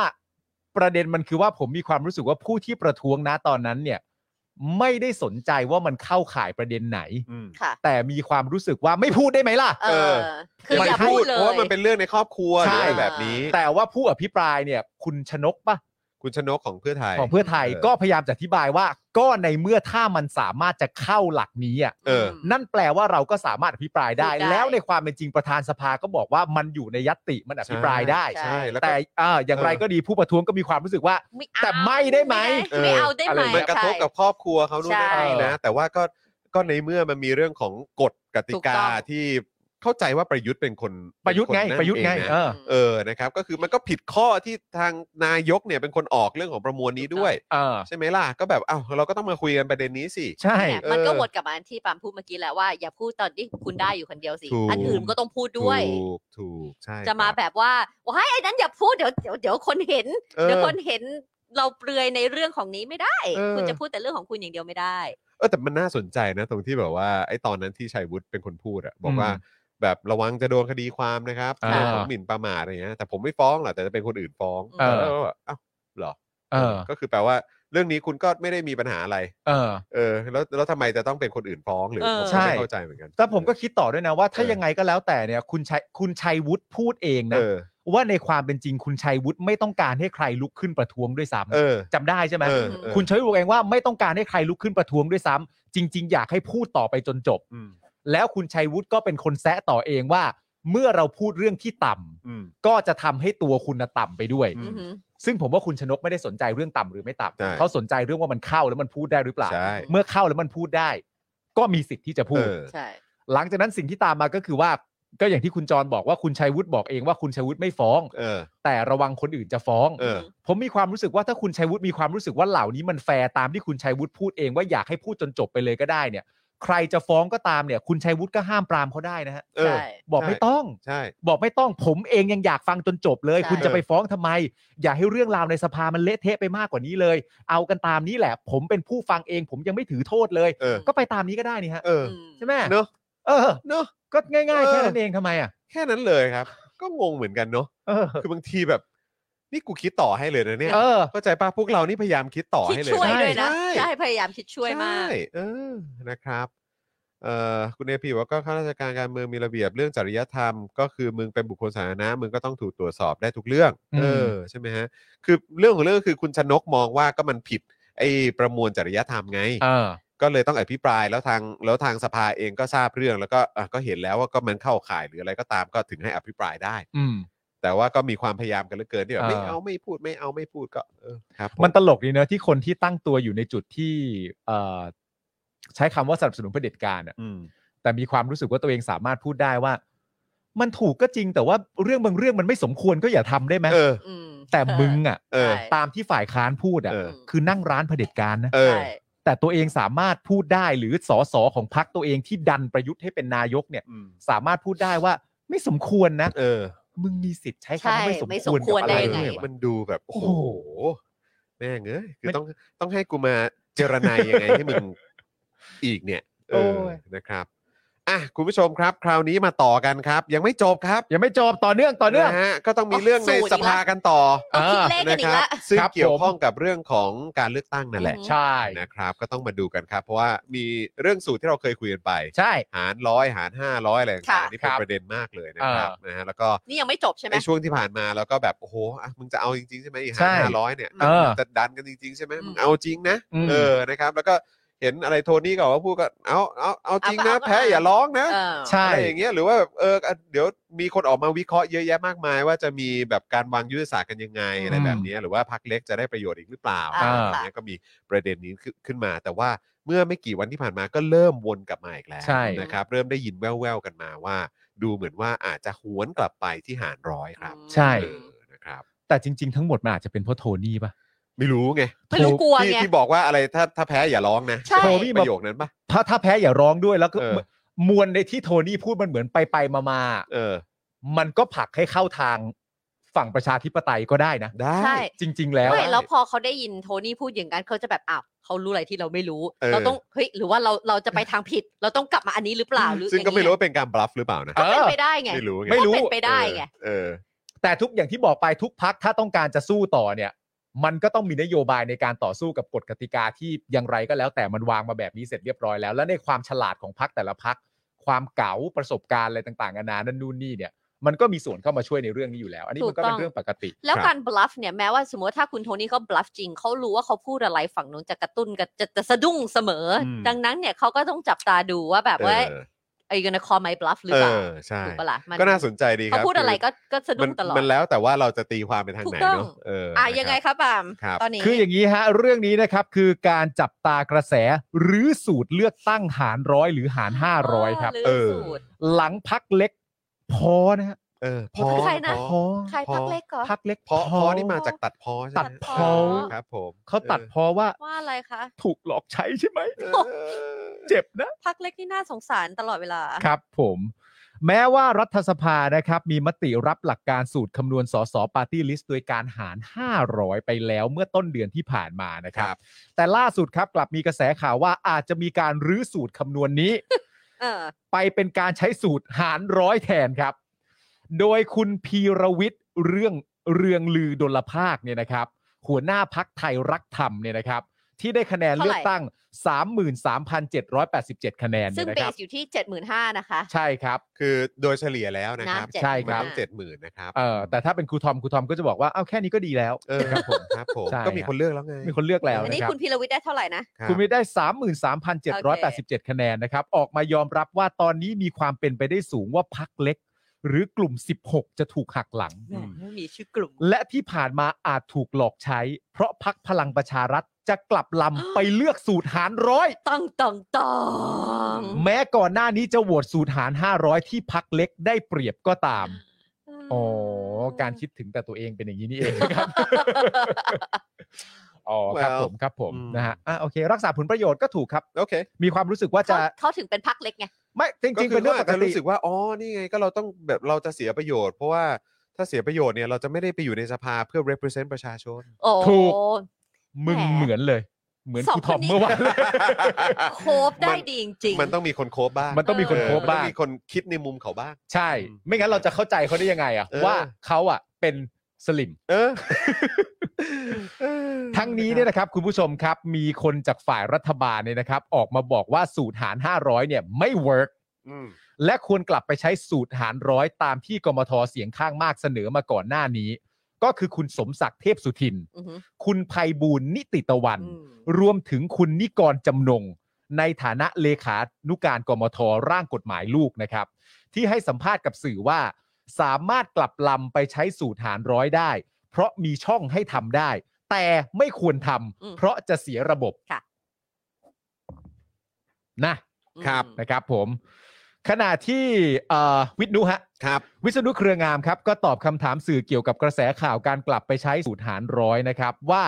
ประเด็นมันคือว่าผมมีความรู้สึกว่าผู้ที่ประท้วงนะตอนนั้นเนี่ย ไม่ได้สนใจว่ามันเข้าข่ายประเด็นไหน อืม ค่ะ แต่มีความรู้สึกว่าไม่พูดได้ไหมล่ะ เอ เอ อ อ คืออย่าพูดเล เพราะ ย ว่ามันเป็นเรื่องในครอบครัวห ใช่ รืออะไรแบบนี้ แต่ว่าผู้อภิปรายเนี่ย คุณชนกปะ คุณชนกของเพื่อไทย ของเพื่อไทย เออ ก็พยายามจะอธิบายว่า ก็ในเมื่อถ้ามันสามารถจะเข้าหลักนี้อ่ะ เออ นั่นแปลว่าเราก็สามารถอภิปรายได้ พูดได้ แล้วในความเป็นจริงประธานสภาก็บอกว่ามันอยู่ในยัตติมันอภิปรายได้ ใช่ ใช่แล้วก็ แต่อ่าอย่างไรก็ดีผู้ประท้วงก็มีความรู้สึกว่า ไม่เอา แต่ไม่ได้ไหม ด้ไม่เอาได้ไหม มันกระทบกับ ใช่ ครอบครัวเขาด้วย ใช่ นะ แต่ว่าก็ก็ในเมื่อมันมีเรื่องของกฎกติ ถูก กา ต้อง ที่เข้าใจว่าประยุทธ์เป็นคน ประยุทธ์ไง เนคนนั่น ประยุทธ์ไง เอ เอ นะ อ เออนะครับ ก็คือมันก็ผิดข้อที่ทางนายกเนี่ยเป็นคนออกเรื่องของประมวลนี้ด้วย เออ ใช่ไหมล่ะ ก็แบบอ้าวเราก็ต้องมาคุยกันประเด็นนี้สิ ใช่ เนี่ย เออ มันก็วนกลับมาที่ปามพูดเมื่อกี้แหละว่าอย่าพูดตอนที่คุณได้อยู่คนเดียวสิ ถูก อันอื่นก็ต้องพูดด้วย ถูกถูกใช่ จะมา ครับ แบบว่าว้ายไอ้นั้นอย่าพูดเดี๋ยวเดี๋ยวเดี๋ยวคนเห็น เออ เดี๋ยวคนเห็นเราเปลือยในเรื่องของนี้ไม่ได้ เออ คุณจะพูดแต่เรื่องของคุณอย่างเดียวไม่ได้ เออแต่มันน่าสนใจนะตรงที่แบบว่าไอ้ตอนนั้นที่ชัยวุฒิเป็นคนพูดอะบอกว่า แบบระวังจะโดนคดีความนะครับ อ่า เรื่องของหมิ่นประมาทอะไรเงี้ยแต่ผมไม่ฟ้องหรอกแต่จะเป็นคนอื่นฟ้อง เออ แล้วก็แบบอ้าวเหรอ เออ ก็คือแปลว่า เรื่องนี้คุณก็ไม่ได้มีปัญหาอะไร เออ เออ แล้วแล้วทำไมจะต้องเป็นคนอื่นฟ้องหรือ เออ ผม ใช่ ก็ไม่เข้าใจเหมือนกัน แต่ผมก็คิดต่อด้วยนะว่า ถ้า เออ ยังไงก็แล้วแต่เนี่ย คุณชัยคุณชัยวุฒิพูดเอง เอ นะ อ ว่าในความเป็นจริงคุณชัยวุฒิไม่ต้องการให้ใครลุกขึ้นประท้วงด้วยซ้ เออ ำจำได้ใช่ไหม เออเออ คุณชัยวุฒิบอกเองว่าไม่ต้องการให้ใครลุกขึ้นประท้วงด้วยซ้ำจริง ๆ อยากให้พูดต่อไปจนจบ อืม แล้วคุณชัยวุฒิก็เป็นคนแซะต่อเองว่า เมื่อเราพูดเรื่องที่ต่ำ อืม ก็จะทำให้ตัวคุณน่ะต่ำไปด้วย อื อือหือ ซึ่งผมว่าคุณชนกไม่ได้สนใจเรื่องต่ำหรือไม่ ใช่ ต่ำเขาสนใจเรื่องว่ามันเข้าแล้วมันพูดได้หรือเปล่า ใช่ เมื่อเข้าแล้วมันพูดได้ ก็มีสิทธิ์ที่จะพู เอ ด อ ใช่ หลังจากนั้นสิ่งที่ตามมาก็คือว่า ก็อย่างที่คุณจรบอกว่าคุณชัยวุฒิบอกเองว่าคุณชัยวุฒิไม่ฟ้อง เออ แต่ระวังคนอื่นจะฟ้อง เออ ผมมีความรู้สึกว่าถ้าคุณชัยวุฒิมีความรู้สึกว่าเหล่านี้มันแฟร์ตามที่คุณชัยวุฒิพูดเองว่าอยากให้พูดจนจบไปเลยก็ได้เนี่ย ใครจะฟ้องก็ตามเนี่ย คุณชัยวุฒิก็ห้ามปรามเขาได้นะฮะ เออ ใช่ บอก ใช่ ไม่ต้อง ใช่ บอกไม่ต้องผมเองยังอยากฟังจนจบเลย ใช่ คุณจะไปฟ้องทำไม อย่าให้เรื่องราวในสภามันเละเทะไปมากกว่านี้เลย เอากันตามนี้แหละ ผมเป็นผู้ฟังเอง ผมยังไม่ถือโทษเลย เออ ก็ไปตามนี้ก็ได้นี่ฮะ เออ ม ใช่ไหม เนอะ เออ เนอะ ก็ง่าย ๆ เออ แค่นั้นเองทำไมอ่ะ แค่นั้นเลยครับ ก็งงเหมือนกันเนอะ เออ คือบางทีแบบ นี่กูคิดต่อให้เลยนะเนี่ย เออ เข้าใจป่ะพวกเรานี่พยายามคิดต่อ คิด ให้เลย ช่วย นะ ด้วยนะ ใช่ ใช่พยายามคิดช่วยมาก ใช่เออนะครับเอ่อคุณเอพีบอกว่าก็ข้าราชการการเมืองมีระเบียบเรื่องจริยธรรม ก็คือมึงเป็นบุคคลสาธารณะมึงก็ต้องถูกตรวจสอบได้ทุกเรื่อง อืม เออใช่ไหมฮะคือเรื่องของเรื่องคือคุณชนกมองว่าก็มันผิดไอ้ประมวลจริยธรรมไง เออ ก็เลยต้องอภิปรายแล้วทางแล้วทางสภาเองก็ทราบเรื่องแล้วก็อ่ะก็เห็นแล้วว่าก็มันเข้าข่ายหรืออะไรก็ตามก็ถึงให้อภิปรายได้ อืม แต่ว่าก็มีความพยายามกันเหลือเกินที่แบบไม่ อ่า เอาไม่พูดไม่เอาไม่พูดก็เออครับผ มันตลกดีเนอะที่คนที่ตั้งตัวอยู่ในจุดที่เอ่อใช้คำว่าสนับสนุนเผด็จการอ่ะ อืม แต่มีความรู้สึกว่าตัวเองสามารถพูดได้ว่า มันถูกก็จริงแต่ว่าเรื่องบางเรื่องมันไม่สมควรก็อย่าทำได้ไหม เออ อืม แต่มึงอ่ะ เออ ใช่ ตามที่ฝ่ายค้านพูดอ่ะ เออ คือนั่งร้านเผด็จการนะ เออ ใช่ แต่ตัวเองสามารถพูดได้หรือสอสอของพรรคตัวเองที่ดันประยุทธ์ให้เป็นนายกเนี่ย อืม สามารถพูดได้ว่าไม่สมควรนะ เออ มึงมีสิทธิ์ใช้คำ ใช่ ว่า ไม่ ไม่ ส ส ม ม ค คว ว ร ร ได้ กับ ยังไง อะรเลวะ มันดูแบบโอ้โห โอ้โห แม่งเอ้ยคือ ไม่ ต้องต้องให้กูมาเจรนายยังไง ให้มึงอีกเนี่ยเอ โอ้ อย นะครับอ่ะคุณผู้ชมครับ คราวนี้มาต่อกันครับ ยังไม่จบครับ ยังไม่จบต่อเนื่องต่อเนื่อง นะฮะก็ต้องมีเรื่องในสภากันต่อ ต้องคิดเลขกั นะ นอี ค ก รั แล้ว ซึ่ง ครับผม เกี่ยวข้องกับเรื่องของการเลือกตั้งนั่นแหละ อือฮึ ใช่ นะครับ ก็ต้องมาดูกันครับ เพราะว่ามีเรื่องสูตรที่เราเคยคุยกันไป ใช่ หารร้อยหารห้าร้อยอะไรต่างๆนี่เป็น ครับ ประเด็นมากเลยนะครับนะฮะแล้วก็ นี่ยังไม่จบใช่ไหม ไอช่วงที่ผ่านมาเราก็แบบโอ้โหอ่ะมึงจะเอาจริงๆใช่ไหมอีก ใช่ ห้าร้อยเนี่ย เออ มึงจะดันกันจริงๆใช่ไหม อืม มึงเอาจริงนะ อืม เออนะครับ แล้วก็เห็นอะไรโทนี่ก็ว่าพูดก็เอาเอาเอาจริงนะ เอาก็เอา แพ้อย่าร้องนะ เออ ใช่ อะไรอย่างเงี้ยหรือว่าแบบเอออ่ะเดี๋ยวมีคนออกมาวิเคราะห์เยอะแยะมากมาย ว่าจะมีแบบการวางยุทธศาสตร์กันยังไง อืม อะไรแบบเนี้ยหรือว่าพักเล็กจะได้ประโยชน์อีกหรือเปล่า อ่า อะไรอย่างเงี้ยก็มีประเด็นนี้ขึ้นขึ้นมา แต่ว่าเมื่อไม่กี่วันที่ผ่านมาก็เริ่มวนกลับมาอีกแล้ว ใช่ นะครับเริ่มได้ยินแว่วๆกันมาว่า ดูเหมือนว่าอาจจะหวนกลับไปที่หารร้อยครับ ใช่ เออนะครับ แต่จริง ๆ ทั้งหมดมันอาจจะเป็นเพราะโทนี่ปะ ไม่รู้ไง ไม่รู้กลัว ที่ ไง ที่บอกว่าอะไรถ้าถ้าแพ้อย่าร้องนะ ใช่ โทนี่ ป มา ระโยคนั้นปะ ถ้าถ้าแพ้อย่าร้องด้วยแล้วก็ เออ มวลในที่โทนี่พูดมันเหมือนไปไปๆมาๆ เออ มันก็ผลักให้เข้าทาง ฝั่งประชาธิปไตยก็ได้นะ ได้ ใช่ จริง ๆ แล้ว ไม่ อะ แล้วพอเขาได้ยินโทนี่พูดอย่างนั้นเขาจะแบบอ้าวเขารู้อะไรที่เราไม่รู้ เออ เราต้องเฮ้ยหรือว่าเราเราจะไปทางผิด เราต้องกลับมาอันนี้หรือเปล่าหรือ ซึ่งก็ไม่รู้ อย่า ว่าเป็นการบลัฟหรือเปล่านะ เอ เงี้ยเป็น อ ไปได้ไง ไม่รู้ง ไม่รู้ ก็เป็นไปได้ไง เออ แต่ทุกอย่างที่บอกไปทุกพักถ้าต้องการจะสู้ต่อเนี่ย มันก็ต้องมีนโยบายในการต่อสู้กับกฎกติกาที่อย่างไรก็แล้วแต่มันวางมาแบบนี้เสร็จเรียบร้อยแล้ว และในความฉลาดของพักแต่ละพักความเก๋าประสบการณ์อะไรต่างๆนานานั่นนู่นนี่เนี่ยมันก็มีส่วนเข้ามาช่วยในเรื่องนี้อยู่แล้ว อันนี้มันก็เป็นเรื่องปกติ แล้ว ครับ การ bluff เนี่ยแม้ว่าสมมติถ้าคุณโทนี่เขา bluff จริงเขารู้ว่าเขาพูดอะไรฝั่งนู้นจะกระตุ้นกันจะจะสะดุ้งเสมออ ม ดังนั้นเนี่ยเขาก็ต้องจับตาดูว่าแบบว่า เออ ไอ้กันคอไม bluff หรือ เอ เปล่า อใช่ ถูกปะล่ะมัน ก็น่าสนใจดีครั เขา บ พูดอะไรก็ก็สะ มั ดุ้ น งตลอด มันแล้วแต่ว่าเราจะตีความไปทางไหน ถูกต้อง เนาะเออ อ่ะ อ่ะ ยังไงครับปาล์ม ครับ ตอนนี้ คืออย่างนี้ฮะเรื่องนี้นะครับคือการจับตากระแสหรือสูตรเลือกตั้งหารร้อยหรือหาร 500 ครับ เออ หลังพักเล็กพอนะฮะ เออพ มั อน คือใครนะ พอ พอ ใครพักเล็กก่อน พักเล็ก พอพอนี่มาจากตัดพอใช่ไหม ตัดพอ ครับผม เขาตัดพอว่า ว่าอะไรคะ ถูกหลอกใช้ใช่ไหม เออ เจ็บนะ พักเล็กนี่น่าสงสารตลอดเวลา ครับผมแม้ว่ารัฐสภานะครับ มีมติรับหลักการสูตรคำนวณสสปาร์ตี้ลิสต์โดยการหาร 500 ไปแล้วเมื่อต้นเดือนที่ผ่านมานะครับ ครับ แต่ล่าสุดครับกลับมีกระแสข่าวว่าอาจจะมีการรื้อสูตรคำนวณนี้ เออ ไปเป็นการใช้สูตรหารร้อยแทนครับ โดยคุณพีรวิทย์เรื่องเรืองลือดลภาคเนี่ยนะครับ หัวหน้าพักไทยรักธรรมเนี่ยนะครับ ที่ได้คะแนนเลือกตั้ง 33,787 คะแนน ซึ่ง เนี่ยนะ เบ ครับ สอยู่ที่เจ็ดหมื่นห้านะคะ ใช่ครับ คือโดยเฉลี่ยแล้วนะครับ น้ำ ใช่ครับ มันต้องเจ็ดหมื่นนะครับ เออแต่ถ้าเป็นครูทอมครูทอมก็จะบอกว่าเอาแค่นี้ก็ดีแล้ว เออครับผมครับผม ใช่ ก็มีคนเลือกแล้วไง มีคนเลือกแล้ว อัน นะ นี้ ครับ คุณพีรวิทย์ได้เท่าไหร่นะ รับ คุณมีได้ 33,787 คะแนนนะครับ ออกมายอมรับว่าตอนนี้มีความเป็นไปได้สูงว่าพักเล็ก หรือกลุ่ม 16 จะถูกหักหลัง ไม่มีชื่อกลุ่ม และที่ผ่านมาอาจถูกหลอกใช้ เพราะพักพลังประชารัฐจะกลับลำ ไปเลือกสูตรหารร้อย ต้องต้องต้อง แม้ก่อนหน้านี้จะโหวตสูตรหาร 500 ที่พักเล็กได้เปรียบก็ตาม อ๋อ การคิดถึงแต่ตัวเองเป็นอย่างนี้นี่เองนะครับ อ๋อครับ Well ผมครับผม อืม นะฮะอ่ะโอเค รักษาผลประโยชน์ก็ถูกครับ โอเค มีความรู้สึกว่า เขา จะ เขาถึงเป็นพักเล็กไง ไม่จริงๆเป็นเรื่องป ก็ ก คืขาาจจะ ติ รู้สึกว่าอ๋อนี่ไงก็เราต้องแบบเราจะเสียประโยชน์ เพราะว่าถ้าเสียประโยชน์เนี่ยเราจะไม่ได้ไปอยู่ในสภาเพื่อ represent ประชาชน โอ้ ถูก มึงเหมือนเลย เหมือนกูทอมเมื่อวานเลย *laughs* โคบได้ดีจริงๆ มันต้องมีคนโคบบ้าง มันต้องมีคนโคบบ้าเออมันต้งองมีคนคิดในมุมเขาบ้าง ใช่ ไม่งั้นเราจะเข้าใจเขาได้ยังไงอะ เออ ว่าเขาอะเป็นสลิม เออ ทั้งนี้เนี่ยนะครับคุณผู้ชมครับ มีคนจากฝ่ายรัฐบาลเนี่ยนะครับ ออกมาบอกว่าสูตรหาร 500 เนี่ยไม่เวิร์ก อืม และควรกลับไปใช้สูตรหารร้อยตามที่กมทเสียงข้างมากเสนอมาก่อนหน้านี้ ก็คือคุณสมศักดิ์เทพสุทิน อือหือ คุณภัยบูลย์นิติตะวัน อืม รวมถึงคุณนิกรจำนง ในฐานะเลขานุการกมทร่างกฎหมายลูกนะครับ ที่ให้สัมภาษณ์กับสื่อว่า สามารถกลับลำไปใช้สูตรหารร้อยได้ เพราะมีช่องให้ทำได้ แต่ไม่ควรท อืม ำเพราะจะเสียระบบ ค่ะ นะ ครับ นะครับผม ขณะที่เอ่อวิทนุฮะ ครับ วิษณุเครืองามครับ ก็ตอบคำถามสื่อเกี่ยวกับกระแสข่าวการกลับไปใช้สูตรหารร้อยนะครับ ว่า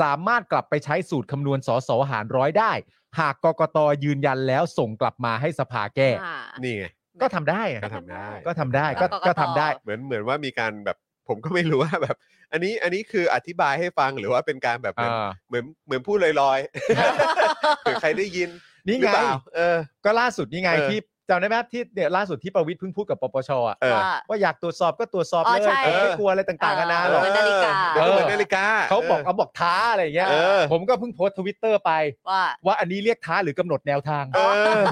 สามารถกลับไปใช้สูตรคำนวณสสหารร้อยได้ หากกกตยืนยันแล้วส่งกลับมาให้สภาแก้ อ่า นี่ไง ก็ทำได้อะ ก็ทำได้ ก็ทำได้ก็ กกต ก็ทำได้ เหมือนเหมือนว่ามีการแบบผมก็ไม่รู้ว่าแบบ อันนี้อันนี้คืออธิบายให้ฟังหรือว่าเป็นการแบบเหมือน อ่า เหมือนเหมือนพูดลอยๆ *laughs* หรือใครได้ยิน นี่ หรือ ไง เปล่าเออ ก็ล่าสุดนี่ไง เออ ที่จำได้ไหมครับที่เนี่ยล่าสุดที่ประวิทย์เพิ่งพูดกับปปชอะ เออ ว่า ว่าอยากตรวจสอบก็ตรวจสอบ อ๋อ เลย ใช่ ผมไม่กลัวอะไรต่างๆกันานา เออ หรอก เหมือนนาฬิกา เออ เออ เหมือนนาฬิกา เขาบอก อ เขาบอกท้าอะไรอย่างเงี้ย เออ ผมก็เพิ่งโพสทวิตเตอร์ Twitter ไป ว่า ว่าอันนี้เรียกท้าหรือกำหนดแนวทาง เออ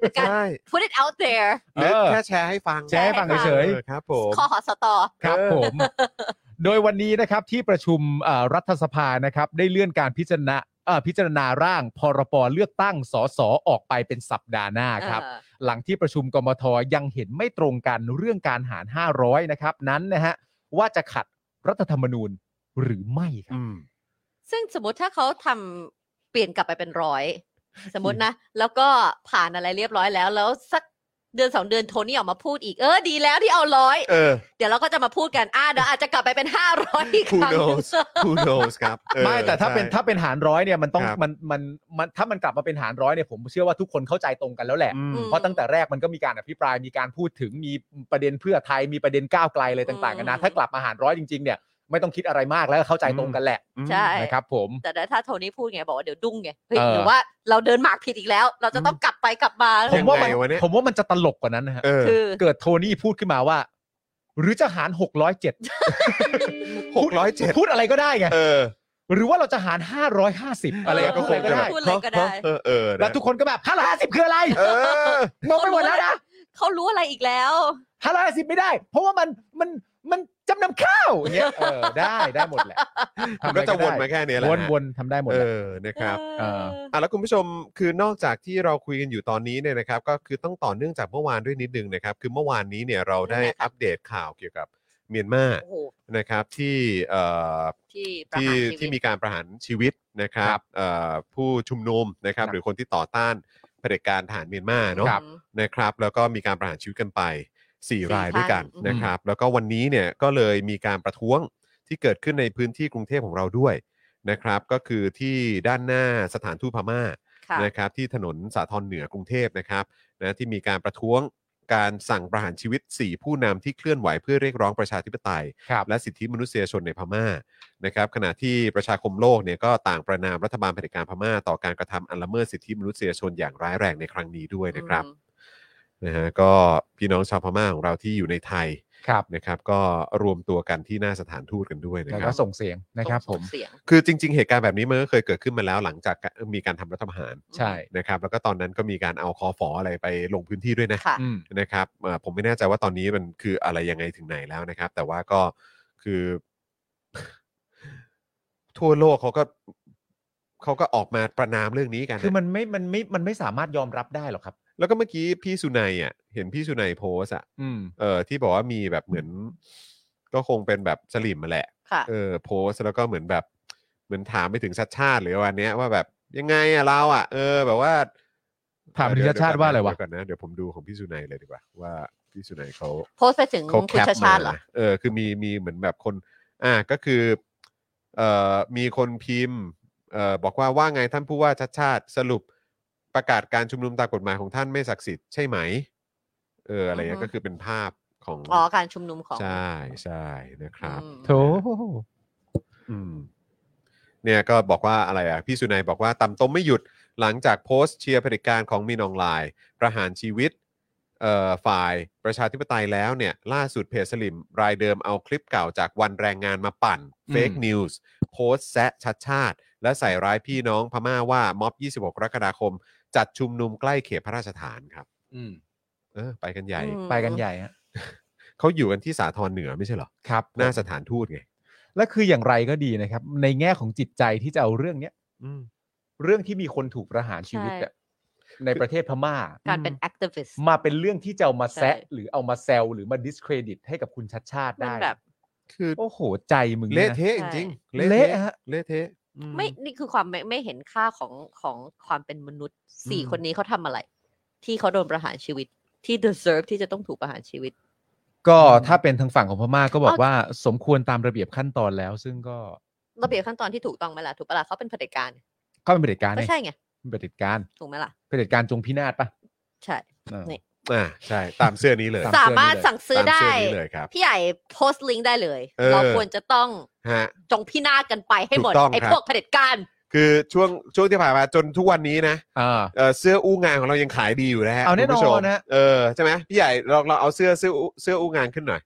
เป็นการ ใช่ put it out there หรือ เออ แค่แชร์ให้ฟัง แชร์ให้ฟังเฉยๆ ออครับผม คอหอสตอ ครับผม โดยวันนี้นะครับที่ประชุมเอ่อรัฐสภานะครับได้เลื่อนการพิจารณาเอ่อพิจารณาร่างพรบเลือกตั้งสสออกไปเป็นสัปดาห์หน้าครับ เออ หลังที่ประชุมกมทยังเห็นไม่ตรงกันเรื่องการหาร 500 นะครับ นั้นนะฮะว่าจะขัดรัฐธรรมนูญหรือไม่ครับ อืม ซึ่งสมมติถ้าเขาทำเปลี่ยนกลับไปเป็นร้อย สมมตินะ แล้วก็ผ่านอะไรเรียบร้อยแล้ว แล้วสัก เดือนสองเดือนโทนี่ออกมาพูดอีกเออดีแล้วที่เอาร้อย เออ เดี๋ยวเราก็จะมาพูดกันอ่าเดี๋ยวอาจจะกลับไปเป็นห้าร้อยอีกค *laughs* Who รั้งหนึ่ง knows who knows ครับเออ ไม่แต่ถ้าเป็น ใช่ ถ้าเป็นหารร้อยเนี่ยมันต้อง ครับ มันมันมันถ้ามันกลับมาเป็นหารร้อยเนี่ยผมเชื่อว่าทุกคนเข้าใจตรงกันแล้วแหละ อืม อืม เพราะตั้งแต่แรกมันก็มีการอภิปรายมีการพูดถึงมีประเด็นเพื่อไทยมีประเด็นก้าวไกลอะไรต่างๆกันา อื นะ ม ถ้ากลับมาหารร้อยจริงๆเนี่ยไม่ต้องคิดอะไรมากแล้วเข้าใจตรงกันแหละ ใช่ นะครับผม แต่ถ้าโทนี่พูดไงบอกว่าเดี๋ยวดุ้งไงเฮ้ย เออ หรือว่าเราเดินหมากผิดอีกแล้ว เราจะต้องกลับไปกลับมา ผมว่ามัน ยังไงวะเนี่ย ผมว่ามันจะตลกกว่านั้นนะฮะ เออ คือ เกิดโทนี่พูดขึ้นมาว่า หรือจะหาร607 หกร้อยเจ็ด พูดอะไรก็ได้ไง เออ หรือว่าเราจะหาร 550 อะไร เออ ก็คง พูดอะจะไรก็ได้ ได้ เออเออนะ แล้วทุกคนก็แบบ550คืออะไร เออ งงไปหมดแล้วนะ เขารู้อะไรอีกแล้ว ห้าร้อยสิบไม่ได้ เพราะว่ามันมันมันจำนำข้าวอย่างเงี้ยเออได้ได้หมดแหละ มันก็จะวนมาแค่เนี้ยแหละ วน ฮะ วนทำได้หมด เอ แหละ อนะครับ เออ อ่ะแล้วคุณผู้ชมคือนอกจากที่เราคุยกันอยู่ตอนนี้เนี่ยนะครับ ก็คือต้องต่อเนื่องจากเมื่อวานด้วยนิดนึงนะครับ คือเมื่อวานนี้เนี่ยเราได้ ยังไงครับ อัปเดตข่าวเกี่ยวกับเมียนมา โอ้โห นะครับที่เอ่อ ที่ประ ที่ หารชีวิต ที่มีการประหารชีวิตนะครับเอ่อผู้ชุมนุมนะครับ ครับ หรือคนที่ต่อต้านเผด็จการทหารเมียนมาเนาะ ครับ นะครับ แล้วก็มีการประหารชีวิตกันไป 4 รายด้วยกัน ท่าน นะครับ แล้วก็วันนี้เนี่ยก็เลยมีการประท้วงที่เกิดขึ้นในพื้นที่กรุงเทพของเราด้วยนะครับ ก็คือที่ด้านหน้าสถานทูตพม่า ค่ะ นะครับที่ถนนสาทรเหนือกรุงเทพนะครับนะที่มีการประท้วงการสั่งประหารชีวิต 4 ผู้นำที่เคลื่อนไหวเพื่อเรียกร้องประชาธิปไตย ครับ และสิทธิมนุษยชนในพม่านะครับขณะที่ประชาคมโลกเนี่ยก็ต่างประนามรัฐบาลเผด็จการพม่า ต่อการกระทำอันละเมิดสิทธิมนุษยชนอย่างร้ายแรงในครั้งนี้ด้วยนะครับ อืม นะฮะก็พี่น้องชาวพม่าของเราที่อยู่ในไทย ครับ นะครับก็รวมตัวกันที่หน้าสถานทูตกันด้วยนะ แล้ว ครั ก็ บ ส่งเสียงนะครับผม ส่งเสียง คือจริง ๆ เหตุการณ์แบบนี้มันก็เคยเกิดขึ้นมาแล้วหลังจากมีการทำรัฐประหาร ใช่ นะครับแล้วก็ตอนนั้นก็มีการเอาคอฟออะไรไปลงพื้นที่ด้วยนะ ค่ะ อืม นะครับเอ่อผมไม่แน่ใจว่าตอนนี้มันคืออะไรยังไงถึงไหนแล้วนะครับ แต่ว่าก็คือ *laughs* ทั่วโลกเขาก็เขาก็ออกมาประนามเรื่องนี้กันนะ คือมันไม่มันไม่มันไม่สามารถยอมรับได้หรอกครับ แล้วก็เมื่อกี้พี่สุนัยอ่ะเห็นพี่สุนัยโพสต์อ่ะ อืม เออที่บอกว่ามีแบบเหมือน ก็คงเป็นแบบสลิมมาแหละ ค่ะ เออโพสต์แล้วก็เหมือนแบบเหมือนถามไปถึงชัดชาติหรือวันเนี้ยว่าแบบยังไงอะเราอะเออแบบว่า ถามไปถึง เดี๋ย ชัดชาติว่าอะไรวะ เดี๋ยก่อนนะเดี๋ยวผมดูของพี่สุนัยเลยดีกว่า ว่าพี่สุนัยเขา โพสต์ไปถึง เขาแค คุณ ป ชาชา มา ติเหรอ เออคือมีมีเหมือนแบบคน อ่ะก็คือเอ่อมีคนพิมพ์เอ่อบอกว่าว่าไงท่านผู้ว่าชัดชาติสรุปประกาศการชุมนุมตามกฎหมายของท่านไม่ศักดิ์สิทธิ์ใช่ไหมเอออะไรเงี้ย อือฮึ ก็คือเป็นภาพของ อ๋อการชุมนุมของ ใช่ใช่นะครับ อืม โถ อืมเนี่ยก็บอกว่าอะไรอ่ะ พี่สุนัยบอกว่าต่ำต้มไม่หยุดหลังจากโพสต์เชียร์เผด็จการของมีนออนไลน์ประหารชีวิตเอ่อฝ่ายประชาธิปไตยแล้วเนี่ย ล่าสุดเพจสลิม รายเดิมเอาคลิปเก่าจากวันแรงงานมาปั่นเฟกนิวส์โพสต์แซะชัดชาติ และใส่ร้ายพี่น้องพม่าว่าม็อบ 26กรกฎาคม จัดชุมนุมใกล้เขตพระราชฐานครับ อืม เออ ไปกันใหญ่ อืม ไปกันใหญ่ฮะ เขาอยู่กันที่สาทรเหนือไม่ใช่เหรอ ครับ หน้าสถานทูตไง และคืออย่างไรก็ดีนะครับ ในแง่ของจิตใจที่จะเอาเรื่องเนี้ย อืม เรื่องที่มีคนถูกประหารชีวิตอะในประเทศพม่า การเป็น activist มาเป็นเรื่องที่จะเอามาแซะ ใช่ หรือเอามาแซวหรือมาดิสเครดิตให้กับคุณชัดชาติ มัน ได้ แบบ คือ โอ้โห ใจมึงนี่ เละ น เทะ ใช่ จริงๆ เละฮะ เละเทะอื ไม่นี่คือความไม่ไม่เห็นค่าของของความเป็นมนุษย์สี่ อืม คนนี้เขาทำอะไร ที่เขาโดนประหารชีวิตที่ deserve ที่จะต้องถูกประหารชีวิต ก็ถ้าเป็นทางฝั่งของพม่าก็บอก เอา ว่าสมควรตามระเบียบขั้นตอนแล้ว ซึ่งก็ ระเบียบขั้นตอนที่ถูกต้องไหมล่ะถูกปะล่ะเขาเป็นเผด็จการ ก็เป็นเผด็จการ ก็ ไง ใช่ไง เป็นเผด็จการ ถูกไหมล่ะ เผด็จการจงพินาศปะ ใช่ เออ นี่ อ่าใช่ตามเสื้อนี้เลย ตาม สามารถสั่งซื้อ ตาม ได้ เสื้อนี้เลยครับ พี่ใหญ่โพสต์ลิงก์ได้เลย เออ เราควรจะต้อง ฮะ จงพินาศกันไปให้หมด ถูกต้อง ไอ้ ครับ พวกเผด็จการ คือช่วงช่วงที่ผ่านมาจนทุกวันนี้นะ อ่า เอ่อเสื้ออู้งานของเรายังขายดีอยู่นะฮะ เอาแน่นคุอนณผู้ชม นะ เออใช่ไหมพี่ใหญ่เราเราเอาเสื้อเสื้ออู้เสื้ออู้งานขึ้นหน่อย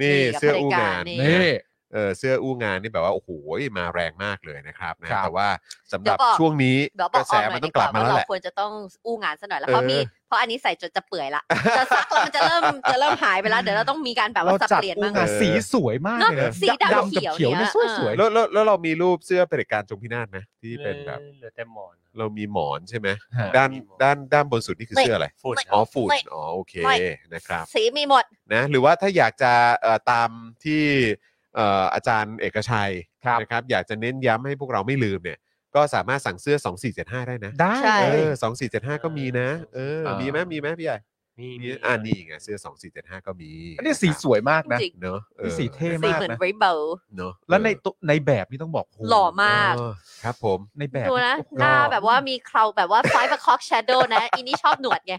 นี่ นี่กับ เสื้ออู้งาน รายการ นี่ เออเสื้ออู้งานนี่แบบว่าโอ้โหมาแรงมากเลยนะครับนะครับ แต่ว่าสำหรับ เดี๋ยวบอก ช่วงนี้ เดี๋ยวกบอก ระแส ออมหน่ มั อน ย ต้ ดี อง ก กลั ว่า บมา ว่า แล้ว เรา แหละ ควรจะต้องอู้งานซะหน่อยแล้ว เออ เพราะมีเพราะอันนี้ใส่จนจะเปื่อย *laughs* ละจะซักแล้วมันจะเริ่มจะเริ่มหายไปแล้วเดี๋ยวเราต้องมีการแบบว่า เรา สับ จัด เปลี่ยน อู้ บ้าง งาน เออ สีสวยมากเลยนะ เนอะสีดำ กับ เขี เขีย ยว ว เนี่ย เนี่ย สวยสวยๆ แล้วแล้วแล้วเรามีรูปเสื้อเผด็จการจงพินาศไหมที่เป็นแบบ เหลือแต่หมอนครับ เรามีหมอนใช่ไหม ฮะ ด้านด้านด้านบนสุดนี่คือ ไม่ เสื้ออะไร ฝุ่น อ๋อฝุ่น ไม่ อ๋อโอเค ไม่ นะครับ สีมีหมด นะหรือว่าถ้าอยากจะเอ่อตามที่เอ่ออาจารย์เอกชัยนะครับอยากจะเน้นย้ำให้พวกเราไม่ลืมเนี่ย ก็สามารถสั่งเสื้อ 2475 ได้นะ ได้ ใช่ เอ เลย อ2475 ก็มีนะ เออ อ่ามีมีไหมมีไหมพี่ใหญ่ มีมี นี่อ่านี่ไงเสื้อ 2475 ก็มี อันนี้สีสวยมากนะ จริง เนอะออ นี่สีเท่ สี มาก เหมือน นะ เรนโบว์ เนอะ แล้วในตัวในแบบนี่ต้องบอกโ หล่อมาก เออครับผม ในแบบ ดูนะ โอ้โ หน้าแบบว่ามีเคราแบบว่า five o'clock shadow นะ อีนี่ชอบหนวด *laughs* ไง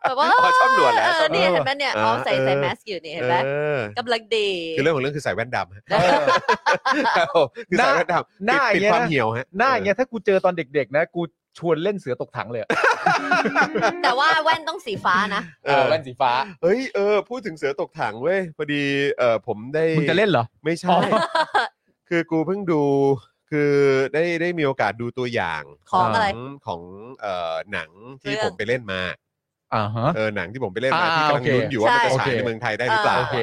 แบบว่า อ๋อชอบหนวดแล้ว เอ ช อ อบหนวด เนี่ยเห็นไหมเนี่ย เออ เอาใส่ใส่ เออ แมสอยู่นี่เห็นไหม เออก ำลังดี คือเรื่องของเรื่องคือใส่แว่นดำฮะ เออ ครับผมคือใส่แว่นดำ หน้า ปิด หน้าอย่างเงี้ย ความ นะ เหี่ยวฮะ หน้าอย่างเงี้ยถ้ากูเจอตอนเด็กๆ นะ กูชวนเล่นเสือตกถังเลยอะ แต่ว่าแว่นต้องสีฟ้า *laughs* นะ เออ แว่นสีฟ้า เฮ้ยเออพูดถึงเสือตกถังเว้ยพอดีเออผมได้ มึงจะเล่นเหรอ ไม่ อ๋ ใช่ อ คือกูเพิ่งดู คือได้ได้มีโอกาสดูตัวอย่าง ของอะไร ของเอ่อหนังที่ เรื่อ ผ ง มไปเล่นมา อ่าฮะ เออหนังที่ผมไปเล่นมา อ่า ที่กำลัง โอเค ลุ้นอยู่ว่ามันจะ ใช่ ฉายในเมืองไทยได้หรือเปล่า อ่า โอเค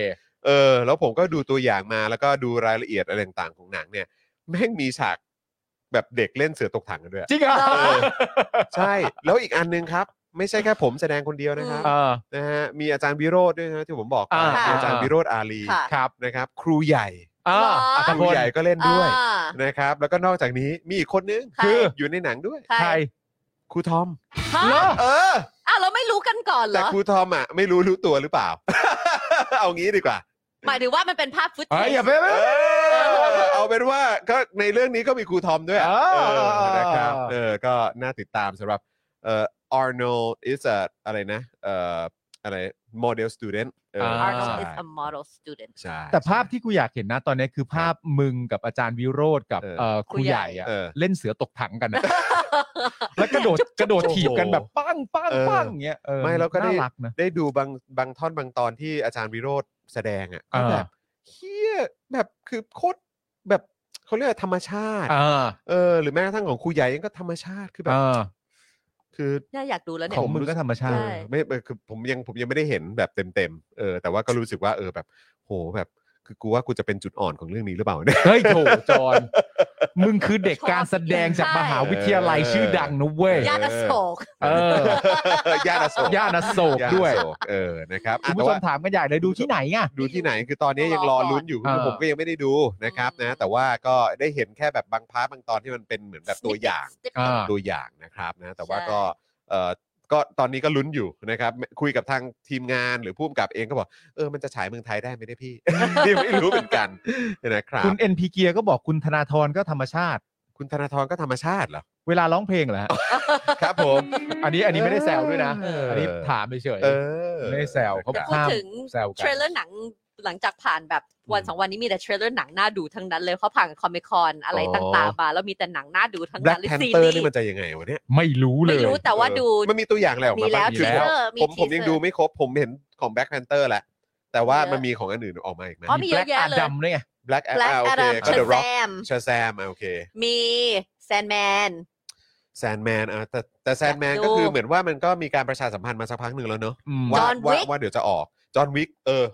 เออ แล้วผมก็ดูตัวอย่างมาแล้วก็ดูรายละเอียดอะไรต่างๆของหนังเนี่ย แม่งมีฉากแบบเด็กเล่นเสือตกถังกันด้วย จริงเหรอ เออ ใช่ แล้วอีกอันหนึงครับ ไม่ใช่แค่ผมแสดงคนเดียวนะครับ เออ นะฮะมีอาจารย์วิโรธด้วยนะที่ผมบอกไป อ่า มีอาจารย์วิโรธอาลี ค่ะ ครับ นะครับ ครูใหญ่ อ่า หรออั อัต ค ภพ รู ล ใหญ่ก็เล่นด้วย อ่า นะครับแล้วก็นอกจากนี้มีอีกคนนึง ใครคือ อยู่ในหนังด้วย ใคร ใคร ครูทอม ฮะ เหรอ เออ อ้าวเราไม่รู้กันก่อนเหร แต่ อ ครูทอมอ่ะไม่รู้รู้ตัวหรือเปล่า *laughs* เอางี้ดีกว่า หมายถึงว่ามันเป็นภาพฟุต เอ้ เท ย จ อย่าไป เอ ไม่ อเอาเป็นว่าก็ในเรื่องนี้ก็มีครูทอมด้วยอะ อ่า เออนะครับเออก็น่าติดตามสำหรับเอ่อ Arnold is a อะไรนะเอ่ออะไร model student เออ อา อ่า ร์โน ใช่ is a model student *laughs* ใช่ แต่ภาพที่กูอยากเห็นนะตอนนี้คือภาพมึงกับอาจารย์วิโรธกับ เออ เอ่อครูใหญ่อะ เออ เล่นเสือตกถังกันอะแล้วกระโดดกระโดดถีบกันแบบปั้งปั้ง เออ ปั้งอย่างเงี้ยเออ ไม่แล้วก็ได้ น่ารักนะ *laughs* ได้ดูบางบางท่อนบางตอนที่อาจารย์วิโรธแสดงอ่ะก็ อ่า แบบเฮียแบบคือโคตรแบบเขาเรียกว่าธรรมชาติ อ่า เออหรือแม้กระทั่งของครูใหญ่เองก็ธรรมชาติคือแบบ อ่า คือ น่าอยากดูแล้วเนี่ ข ย องมึงก็ธรรมชา ใช่ ติ เออไม่เออคือผมยังผมยังไม่ได้เห็นแบบเต็มๆเออแต่ว่าก็รู้สึกว่าเออแบบโหแบบ คือกูว่ากูจะเป็นจุดอ่อนของเรื่องนี้หรือเปล่าเนี่ย เฮ้ยโถจอนมึงคือเด็กการแสดงจากมหาวิทยาลัย เออ ชื่อดังนะเว้ย ญาติอโศก เออ *laughs* ย่านอโศก ย่านอโศก านอ ด้วย โศกเออนะครับ คุ อ่ะแต่ณผู้ช ว่า มถามกันใหญ่เลยดูที่ไหนอ่ะ ดูที่ไหนคือตอนนี้ยังรอลุ้นอยู่ เออ ผมก็ยังไม่ได้ดูนะครับนะ แต่ว่าก็ได้เห็นแค่แบบบางพาร์ทบางตอนที่มันเป็นเหมือนแบบตัว *laughs* อย่าง Snippet อ่า ตัวอย่างนะครับนะ แต่ว่าก็เอ่อก็ตอนนี้ก็ลุ้นอยู่นะครับคุยกับทางทีมงานหรือผู้กำกับเองก็บอกเออมันจะฉายเมืองไทยได้ไหมเนี่ย *laughs* พี่ นี่ไม่รู้เหมือนกันนะครับ คุณ NP เกียร์ก็บอกคุณธนาธรก็ธรรมชาติ คุณธนาธรก็ธรรมชาติเหรอ เวลาร้องเพลงเหรอฮะ ครับผม อันนี้อันนี้ไม่ได้แซวด้วยนะ เอออั อันนี้ถามเฉยๆ เออ ไม่ได้แซวเขา แต่พูดถึง แซวกัน เทรลเลอร์หนังหลังจากผ่านแบบวันสองวันนี้มีแต่เทรลเลอร์หนังน่าดูทั้งนั้นเลยเขาผ่านคอมิคอนอะไรต่างๆมาแล้วมีแต่หนังน่าดูทั้ง แบล็กนั้นหรือ แพน ซี เตอ รี ร์ ส์ นี่มันจะยังไงวะเนี่ย ไม่รู้เล ไม่ ย รู้แต่ว่าดู มันมีตัวอย่างอะไรออก มี มา แล้บ้าวง เทรมีลแล้ว เลอร์มี ผมผม ที ยัง เซอร์ ดูไม่ครบผมเห็นของแบล็กแพนเตอร์แหละแต่ว่า เยอะ มันมีของอันอื่นออกมาอีกไหม อ๋อมีเยอะแยะเลย ดำด้วยไง Black Adam Black โอเค Adam ก็ The Rock Shazam ชาแซมโอเค มีแซนแมน แซนแมนอ่ะแต่แต่แซนแมน อยากดู ก็คือเหมือนว่ามันก็มีการประชาสัมพันธ์มาสักพักหนึ่งแล้วเนอะ อืม ว่า John ว่า Wick ว่าเดี๋ยวจะออกจอห์นวิกเออ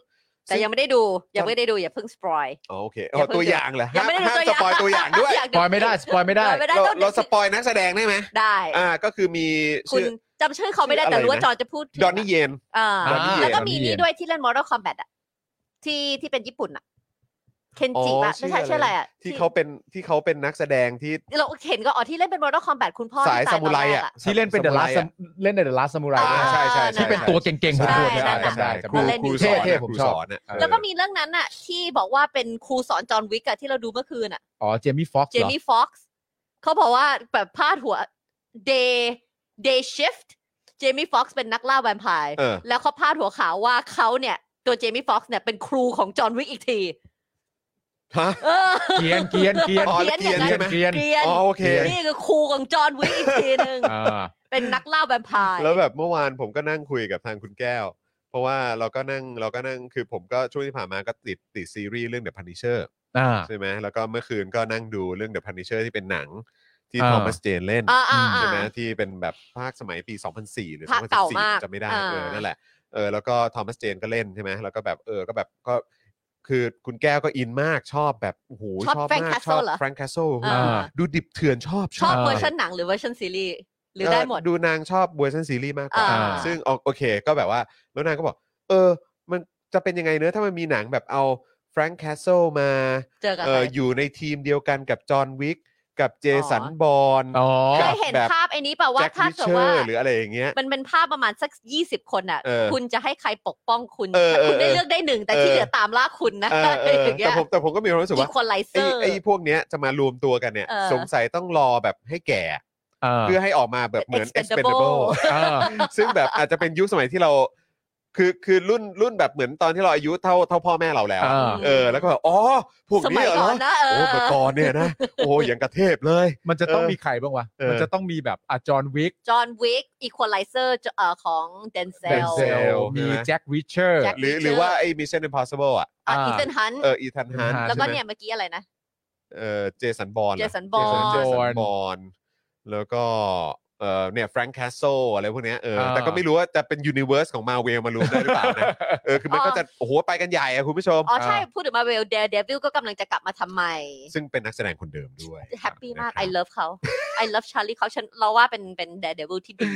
แต่ยังไม่ได้ดูยังไม่ได้ดูอย่าเพิ่งสปอย อ๋อโอเค ยั เอา งไม่ ตัว ได้ อย่างเหรอ ยังไม่ได้ดู ห้าม ตั สปวอย่างอยตัวอย่างด้วย อยาก ปล่อยไม่ได้ปล่อยไม่ได้ ปล่อยไม่ได้ เรา ต้องดู เราสปอยนักแสดงได้ไหม ได้ อ่าก็คือมี คุณ ชื่อ จำชื่อเขาไม่ได้ ชื่ออะไร แต่รู้ว่า นะ จอห์นจะพูดถึง ดอนนี่เยน อ่า ดอนนี่เยน แล้วก็มี ดอนนี่เยน นี่ด้วยที่เล่น Mortal Kombat อะที่ที่เป็นญี่ปุ่นอะเคน อ๋อ จิปะไม่ใช่ชื่ออะไรอะ ที่เขาเป็นที่เขาเป็นนักแสดงที่ เราเห็นก็อ๋อที่เล่นเป็น Mortal Kombat คุณพ่อ สาย ที่ต ซามูไรอ่ะ ตนแก ที่เล่นเป็นเดอะลา ซามูไรอะ เล่นในเดอะลาสซามูไร อ่า ใช่ใช่ใช่นั่นน่ะที่เป็นตัวเก่งๆ ใช่ โหดๆ ใช่ใช่นั่นเนี่ยน่ะ จำได้จำ ครู ได้ เล่น ครูสอน เท่ๆผมชอบ ครูสนน่ะเออ แล้วก็มีเรื่องนั้นอะที่บอกว่าเป็นครูสอนจอห์นวิกอะที่เราดูเมื่อคืนอะ อ๋อเจมี่ฟ็อกซ์ เจมี่ฟ็อกซ์เขาบอกว่าแบบพาดหัว day day shift เจมี่ฟ็อกซ์เป็นนักล่าแวมไพร์ เออ แล้วเขาพาดหัวข่าวว่าเขาเนี่ย ตัวเจมี่ฟ็อกซ์เนี่ยเป็นครูของจอห์นวิกอีกที ฮะ เออ เกียนเกียนเกียน อ๋อเกียน เกียนใช่ไหม เกียน เกรียน อ๋อโอเค นี่คือครูของจอห์นวิกอีกทีหนึ่ง อ่า เป็นนักล่าแวมไพร์ แล้วแบบเมื่อวานผมก็นั่งคุยกับทางคุณแก้ว เพราะว่าเราก็นั่งเราก็นั่งคือผมก็ช่วงที่ผ่านมาก็ติดติดซีรีส์เรื่อง The Punisher อ่า ใช่ไหมแล้วก็เมื่อคืนก็นั่งดูเรื่อง The Punisher ที่เป็นหนังที่ อ่า ทอมัสเจนเล่น อ่าอ่า ใช่ไหม อ่า ที่เป็นแบบภาคสมัยปี 2004 หรือ ภาคเก่ามาก 2014จำไม่ได้ อ่า เออนั่นแหละเออแล้วก็ทอมัสเจนก็เล่นใช่ไหมแล้วก็แบบเออก็แบบก็คือคุณแก้วก็อินมากชอบแบบโอ้โห ชอบ ชอบ แฟรง มา ค์ ก แคส ช เซิ อบ ลเหรอ แฟรงค์แคสเซิล อ่า ดูดิบเถื่อนชอบ ชอบ อ่า เวอร์ชันหนังหรือเวอร์ชันซีรีส์หรือได้หมด ดูนางชอบเวอร์ชันซีรีส์มากกว่า อ่า ซึ่งโอโอเคก็แบบว่า แล้วนางก็บอก เออ มันจะเป็นยังไงเนอะถ้ามันมีหนังแบบเอาแฟรงค์แคสเซิลมา เจอกัน เอ เล อย อยู่ในทีมเดียวกันกับจอห์นวิก กับเจสันบอล อ๋อ ค เค รั ยเห็น แบบ ภาพไอ้นี้เปล่าว่า แจ็ค ถ้า วิ เกิด เชอ ว่า ร์หรืออะไรอย่างเงี้ย มันเป็นภาพประมาณสักยี่สิบคนอ่ะ เออ คุณจะให้ใครปกป้องคุณ เออเออ คุณได้ เออ เลือกได้หนึ่งแต่ เออ ที่เหลือตามล่าคุณนะ เออเออ อย่างเงี้ แต่ ย ผมแต่ผมก็มีความรู้สึก อี ว่า ควอไลเซ ไอ้ อร์ ไอ้พวกเนี้ยจะมารวมตัวกันเนี่ย เออ สงสัยต้องรอแบบให้แก่ เพื่อให้ออกมาแบบเหมือน expendable Expendable *laughs* ซึ่งแบบอาจจะเป็นยุคสมัยที่เรา คือคือรุ่นรุ่นแบบเหมือนตอนที่เราอายุเท่าเท่าพ่อแม่เราแล้ว อ่า เออ แล้วก็แบบอ๋อ พวก สมั นี้ ย เหร ก่อ อน นะเอ โอ้ อ ประกรณ์เนี่ยนะ โอ้อย่างกระเทพเลย มันจะต้อง เออ มีใครบ้างวะ เออ มันจะต้องมีแบบอ่ะจอห์นวิก จอห์นวิกอีควอไลเซอร์เอ่อของเดนเซ เดน ล เซล Denzel มี ใช่ไหม แจ็คริชเชอร์ Jack หรือ Reacher หรือว่าไอ้ Mission Impossible อ่ะ อ่ะ อ่า อีเทนฮัน เอออีธันฮัน Ethan Hunt แล้วก็เนี่ยเมื่อกี้อะไรนะ เออเจสันบอล เจสันบอล เจสันบอลแล้วก็เออเนี่ยแฟรงค์แคสโซอะไรพวกเนี้ยเออ อ่า แต่ก็ไม่รู้ว่าจะเป็นยูนิเวอร์สของมาเวลมารวมได้หรือเปล่านะ *laughs* เออคือมันก็จะโอ้โหไปกันใหญ่อะคุณผู้ชม อ๋อใช่ พูดถึงมาเวลเดเดวิลก็กำลังจะกลับมาทำไม ซึ่งเป็นนักแสดงคนเดิมด้วย แฮปปี้มาก นะครับ I love เขา I love Charlie เขาฉันเราว่าเป็นเป็นเดเดวิลที่ดี